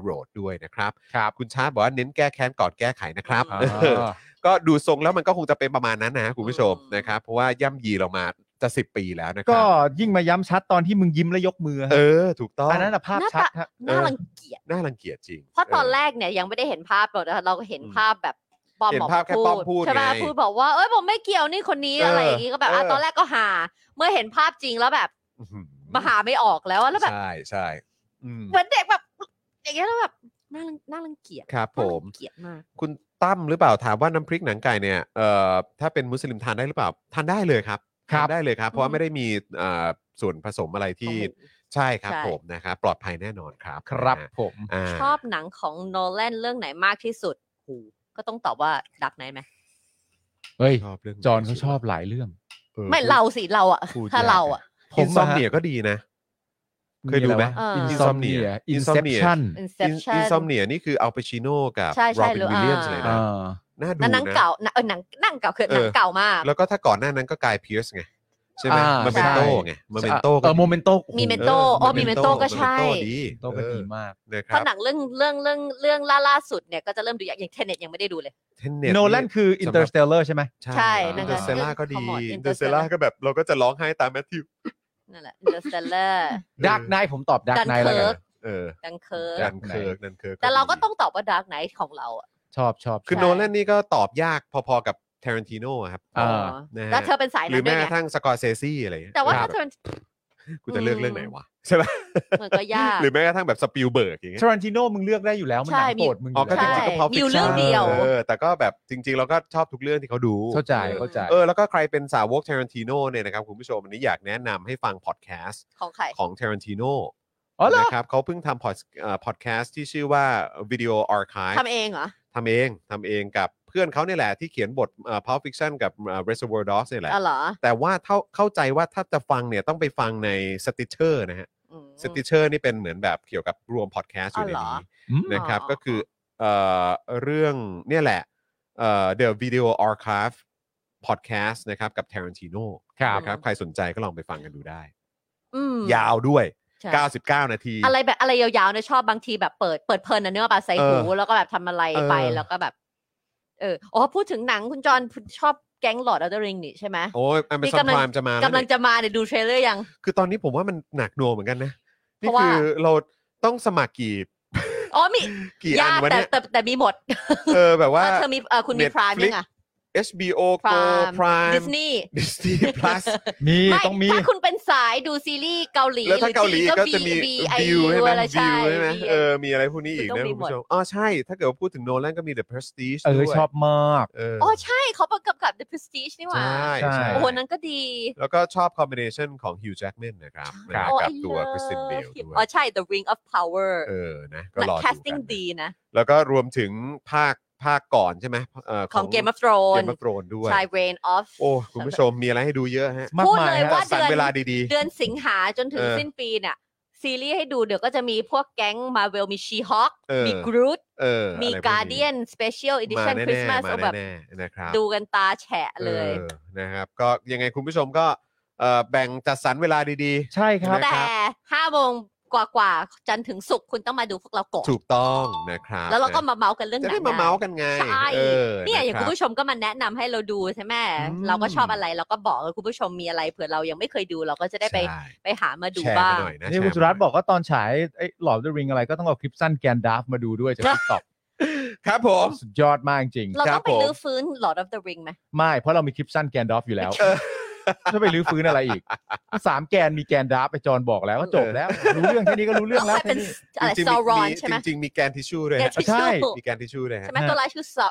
โรดด้วยนะครับ ครับ คุณชาร์ตบอกว่าเน้นแก้แค้นก่อนแก้ไขนะครับ อ่ า ก็ดูทรงแล้วมันก็คงจะเป็นประมาณนั้นนะฮะคุณผู้ชม อืม นะครับเพราะว่าย่ำยีเรามาจะ10ปีแล้วนะค ก็ รับ ยิ่งมาย้ำชัดตอนที่มึงยิ้มและยกมือ เออถูกต้อง อันนั้นน่ะภาพชัดฮะ น่ารังเกียจ น่ารังเกียจจริง เพราะตอน เ แรกเนี่ยยังไม่ได้เห็นภาพหรอกนะคะเราก็เห็นภาพแบบปอม เห็น ออก ภาพแค่ป้อมพูด ใช่ไหม ไง พูดบอกว่าเอ้ยผมไม่เกี่ยวนี่คนนี้ เอออ อะไรอย่างงี้ก็แบบอ่ะ เออ ตอนแรกก็หา เมื่อเห็นภาพจริงแล้วแบบ ออ มาหาไม่ออกแล้วอะแล้วแบบ ใช่ใช่อืม เหมือนเด็กแบบ อย่างเงี้ยแล้วแบบน่ารังน่ารังเกียจ ครับผ น่ารั ม งเกียจมาก คุณตั้มหรือเปล่าถามว่าน้ำพริกหนังไก่เนี่ยเอ่อถ้าเป็นมุสลิมทานได้หรือเปล่าทานได้เลยครับ ครับ ทานได้เลยครับ เพราะว่าไม่ได้มีเอ่อส่วนผสมอะไรที่ใช่ครับ ใช่ ผมนะครับปลอดภัยแน่นอนครับ ครับ นะฮะ ผม อ่า ชอบหนังของโนแลนเรื่องไหนมากที่สุดหูก็ต้องตอบว่าดักไหนไหม เฮ้ย ชอบเรื่อง จอนเขาชอบหลายเรื่อง ออ ไม่เราสิเราอะ พูดยก ถ้าเราอะ อินซอม ผมอะฮะ เนียก็ดีนะ เคยดูไหม เออ อินซอมเนียอินเซปชั่น Inception อินซอมเนียนี่คืออัลปาชิโนกับ ใช่ โร ใช่ บิน หรือ วิลเลียมส์เลย อ่ นะน่าดู นั่นห นะ นังเก่านะเออหนังหนั่งเก่าคือ เออ หนังเก่ามาก แล้วก็ถ้าก่อนหน้านั้นก็กายเพียร์สไง ใช่ไหม อ่า มาเมนโต้ ใช่ ไงมาเมนโต้ เออโมเมนโต มี Memento อ๋อมี Memento ก็ใช่ ดี โตก็ดีมาก เออนะค เพ รั ราะ บ หนังเรื่องเรื่องเรื่องเรื่องล่าล่าสุดเนี่ยก็จะเริ่มดูอย่างอย่างเทเน็ตยังไม่ได้ดูเลย เทนเน็ต โนแลนคืออินเตอร์สเตลเลอร์ใช่ไหม ใช่ อิ นะ นเตอ คะ ร์สเตลล่าก็ดี ขโมย อินเตอร์สเตลล่า Interstellar ก็แบบเราก็จะร้องไห้ตามแมทธิว นั่นแหละ Interstellar ดักไนผมตอบดักไน Dunkirk แล้วกัน เออ ดังเคิร์ ดั ก นเคิร์กดันเคิร์ก แต่เราก็ ดี ต้องตอบว่าดักไหนของเราอะ ชอบชอบ คือ ใช่ โนแลนนี่ก็ตอบยากพอๆกับเทเรนติโน่ครับ า นะฮะ แล้วเธอเป็นสาย หรื นั้ อน ด้ แม้ วย ก ไง ระทั่งสกอร์เซซี่อะไรเงี้ย แต่ว่า ค ถ้า รับ เธอเป็น กูจะเลือก อืม เรื่องไหนวะใช่ไหม มันก็ยาก หรือแม้กระทั่งแบบสปิลเบิร์กอย่างเงี้ย ทารันติโน่มึงเลือกได้อยู่แล้วมันหนัง ใช่มี โปรดมึงอ อ๋อยู่ ก็จ แล้ ริงๆก็วพอ มีอยู่เรื่องเดียว เออแต่ก็แบบจริง ๆ เราก็ชอบทุกเรื่องที่เขาดู เข้าใจเข้าใจ เออแล้วก็ใครเป็นสาวกเท r รนติโนเนี่ยนะครับ คุณผู้ชมอันนี้อยากแนะนำให้ฟังพอดแคสต์ ของใคร ของเท r รนติโน อ๋อเหรอ นะครับเขาเพิ่งทำพอดพอดแคสต์ที่ชื่อว่า Video Archive ทำเองเหรอ ทำเองทำเองกับเพื่อนเขาเนี่ยแหละ ที่เขียนบทเอ่อ Pulp Fiction กับเอ่อ Reservoir Dogs เนี่ยแหละ อ๋อเหรอ แต่ว่าเท่าเข้าใจว่าถ้าจะฟังเนี่ย ต้องไปฟังใน Stitcher นะฮะ อืม Stitcher นี่เป็นเหมือนแบบเกี่ยวกับรวมพอดแคสต์อยู่ใน อ๋อเหร นี้ อ นะครับ อ๋อ ก็คือเอ่อเรื่องเนี่ยแหละเอ่อ The Video Archive Podcast นะครับกับ Tarantino ครับ นะครับใครสนใจก็ลองไปฟังกันดูได้ อืม ยาวด้วย ใช่ 99 นาที อะไรแบบอะไรยาวๆเนี่ยชอบบางทีแบบเปิดเปิดเพลินนะเนื้อปลาใส่หู เออ แล้วก็แบบทำอะไรไป เออ แล้วก็แบบ เอออ๋อพูดถึงหนังคุณจรชอบแก๊งหลอดอัลเดอริงนี่ใช่ไหม โอ้ยอเม นี่ ซอน กำลัง พรามจะมาแว กำลัง เนี่ย จะมาเนี่ยดูเทรลเลอร์ยัง คือตอนนี้ผมว่ามันหนักหน่วงเหมือนกันนะ นี่ เพราะว่า คือเราต้องสมัครกี่ อ๋อมี กี่ ยา อัน ก วะ แต่ เนี่ย แต่แต่มีหมด เออแบบว่า ถ้าเธอมีเออคุณมี Netflix พรามยังอ่ะ HBO Go Prime Prime ดิสนีย์ Disney *laughs* Plus มี ไม่ ต้องมี ถ้าคุณเป็นสายดูซีรีส์เกาหลี แล้วถ้าเกาหลีก็จะมีวิวใช่ไหม อะไร วิ ใช่ วใช่ไหม V เออมีอะไรพวกนี้อีก คุณต้ นะ องมี คุณ หมด ผู้ชมอ๋อใช่ ถ้าเกิดว่าพูดถึงโนแลนก็มี The Prestige เออ ด้วย ชอบมาก เออ อ๋อใช่เขาประกอบกับ The Prestige นี่หว่า ใช่ ใช่ ใช่ โอ้โหนั้นก็ดี แล้วก็ชอบคอมบิเนชันของ Hugh Jackman นะครับนะฮะ โอ้ กับ ไอ้ ตัว เลิฟ Kristen Bale ด้วย อ๋อใช่ The Ring of Power เออนะก็ และ รอดูกัน casting ดีนะ แล้วก็รวมถึงภาคภาคก่อนใช่ไหมเ ของ Game of เก Thrones มมาโตรนด้วย ใช่ Reign of โอ้ คุณผู้ชมมีอะไรให้ดูเยอะฮะ มาก พูด มาย เลย ฮะ ว่า สั่ง เดือน เวลาดี เดือนสิงหาจนถึงสิ้นปีเนี่ยซีรีส์ให้ดูเดี๋ยวก็จะมีพวกแก๊ง Marvel มี She-Hulk ๆ เออ มี Groot เออ มี อะไรพวก Guardian Special มา Edition แน่ๆ Christmas มา เอาแบบ แน่ๆนะครับ ดูกันตาแฉะเลย ออนะครับ ก็ยังไงคุณผู้ชมก็เอ่อแบ่งจัดสรรเวลาดีๆ ใช่ครับ นะ แต่ ครับ ห้าโมงกว่าๆจันทร์ถึงศุกร์คุณต้องมาดูพวกเราก่อน ถูกต้องนะครับ แล้วเราก็ นะ มาเมาส์กันเรื่องห จะ นัง ได้มาเมาส์กันไง ใช่ เออ เนี่ยอย่าง ะ คุ รั ณ บ ผู้ชมก็มาแนะนำให้เราดูใช่ไหม อืม เราก็ชอบอะไรเราก็บอกเลยคุณผู้ชมมีอะไรเผื่อเรายังไม่เคยดูเราก็จะได้ไป ใช่ ไปหามาดู แชร์ บ้าม าง หน่อยนะ นี่คุณ แช สุ มาห รั น่ยตน์บอกว่าตอนฉายไอ้หลอดด้วยริงอะไรก็ต้องเอาคลิปสั้นแกนดาฟมาดูด้วยจากทิกตอก ครับผม สุดยอดมากจริง เรา ครั ต้อบ งไป ผม ลื้อฟื้น Lord of the Ring ไหม ไม่เพราะเรามีคลิปสั้นแกนดาฟอยู่แล้ว เออ ถ้าไปรื้อฟื้นอะไรอีกสามแกนมีแกนดาฟไปจอนบอกแล้วก็จบแล้ว รู้เรื่องแค่นี้ก็รู้เรื่องแล้ว ใครเป็ แค่ น นี้ อะไร จริง ซา ๆ รอน มี ใช่ไหม จริงๆมีแกนทิชชู่ด้วย แก ฮะ ทิช ใช่ ชู่ มีแกนทิชชู่ด้วยฮะ ใช่ไหมตัวร้ายชื่อซา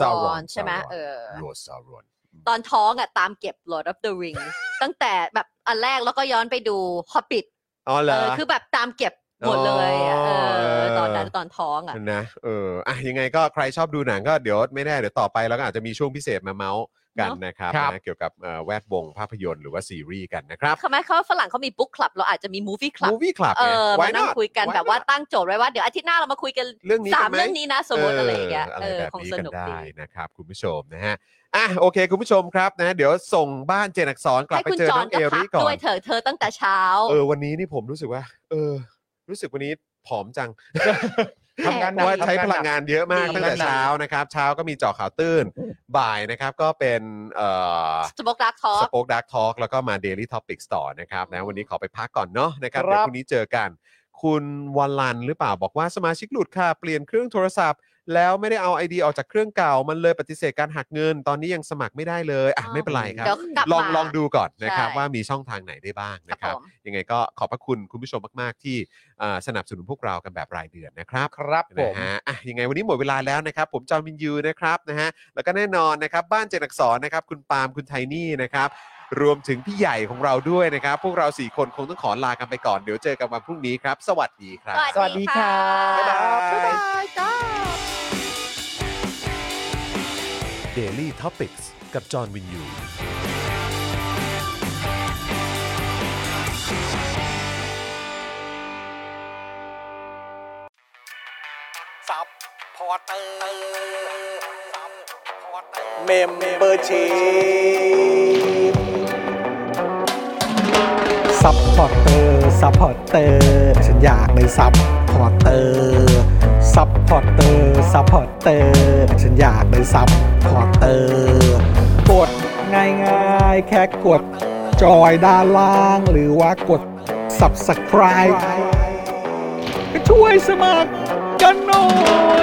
Sauron รอนใช่ไหม Sauron เออ โรสซารอน ตอนท้องอ่ะตามเก็บ Lord of the Ring *laughs* ตั้งแต่แบบอันแรกแล้วก็ย้อนไปดู Hobbit อ๋อเหร เอ อ อคือแบบตามเก็บหมดเลยอะ อ๋ เอ อ อ เออ ตอนนั้นตอนท้องอ่ะ นะเอออ่ะยังไงก็ใครชอบดูหนังก็เดี๋ยวไม่แน่เดี๋ยวต่อไปเราก็อาจจะมีช่วงพิเศษมาเมาส์กันนะครับ ครับ นะเกี่ยวกับเอ่อแวดวงภาพยนตร์หรือว่าซีรีส์กันนะครับ เขาไหมเขาฝรั่งเขามีบุ๊กคลับ เราอาจจะมีมูฟี่คลับ มูวี่คลับ เอ ไง อ Why มานั่ง not? คุยกัน Why แบบว่า not? ตั้งโจทย์ไว้ว่า เดี๋ยวอาทิตย์หน้าเรามาคุยกัน เรื่องนี้ สาม กันไหม เรื่องนี้นะ สมมติอะไรอย่างเงี้ย อะไร เออ แบบ คง นี้ ส กัน นุก ได้ ดี นะครับ คุณผู้ชมนะฮะอ่ะโอเค คุณผู้ชมครับนะ เดี๋ยวส่งบ้านเจนอักสอนกลับไปให้คุณ เจอ จอ น้ น อง ก็ เอ พั ริ ก ก่อ ด้วย น เธอะเธอตั้งแต่เช้า เออวันนี้นี่ผมรู้สึกว่า เออ รู้สึกวันนี้ผอมจัง ทำงานหนัก ว่า แหม ใช้พลังงานเยอะมาก ดี ตั้งแต่เช้านะครับ เช้าก็มีเจาะข่าวตื้นบ่ายนะครับก็เป็นเอ่อ สป็อกดักทอ ส ล์ก ป็อคดักทอล์กแล้วก็มา Daily Topics ต่อนะครับนะวันนี้ขอไปพักก่อนเนาะนะครับ ครับ เดี๋ยวพรุ่งนี้เจอกัน คุณวันลันหรือเปล่าบอกว่าสมาชิกหลุดค่ะ เปลี่ยนเครื่องโทรศัพท์ แล้วไม่ได้เอาไอดีออกจากเครื่องเก่า มันเลยปฏิเสธการหักเงิน ตอนนี้ยังสมัครไม่ได้เลยอ่ะ อ้าว ไม่เป็นไรครับ เดี๋ยวกลับ ลอง มา ลองดูก่อนนะครับ ใช่ ว่ามีช่องทางไหนได้บ้าง ครั นะ บ ครั ผ บ ม ยังไงก็ขอบพระคุณคุณผู้ชมมากๆ ที่อ่าสนับสนุนพวกเรากันแบบรายเดือนนะครับ ครับผ นะ ม ฮะอ่ะยังไงวันนี้หมดเวลาแล้วนะครับ ผมจอห์นวินยูนะครับนะฮะ แล้วก็แน่นอนนะครับ บ้านเจนอักสอนนะครับ คุณปาล์ม คุณไทนี่นะครับ รวมถึงพี่ใหญ่ของเราด้วยนะครับ พวกเรา 4 คนคงต้องขอลากันไปก่อน เดี๋ยวเจอกันวันพรุ่งนี้ครับ สวัสดีครับ สวัสดีค่ะ สวัสดีครับบ๊ายบาย บ๊ายบายจ้า Daily Topics กับจอห์นวินยู ซับพอร์เตอร์ซับพอร์เตอร์ เมมเบอร์ชีพซัพพอร์เตอร์ซัพพอร์เตอร์ฉันอยากเป็นซัพพอร์เตอร์ซัพพอร์เตอร์ซัพพอร์เตอร์ฉันอยากเป็นซัพพอร์เตอร์กดง่ายง่ายๆ แค่กด จอยด้านล่าง หรือว่ากด subscribe ก็ช่วยสมัคร กันหน่อ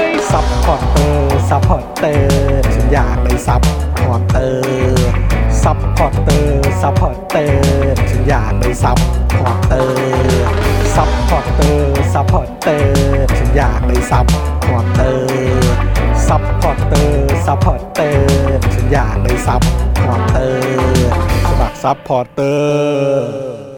ยซัพพอร์เตอร์ซัพพอร์เตอร์ฉันอยากเป็นซัพพอร์เตอร์ซัพพอร์เตอร์ซัพพอร์เตอร์ฉันอยากเป็นซัพพอร์เตอร์ซัพพอร์เตอร์ซัพพอร์เตอร์ฉันอยากเป็นซัพพอร์เตอร์ซัพพอร์เตอร์ซัพพอร์เตอร์ฉันอยากเป็นซัพพอร์เตอร์สมัครซัพพอร์เตอร์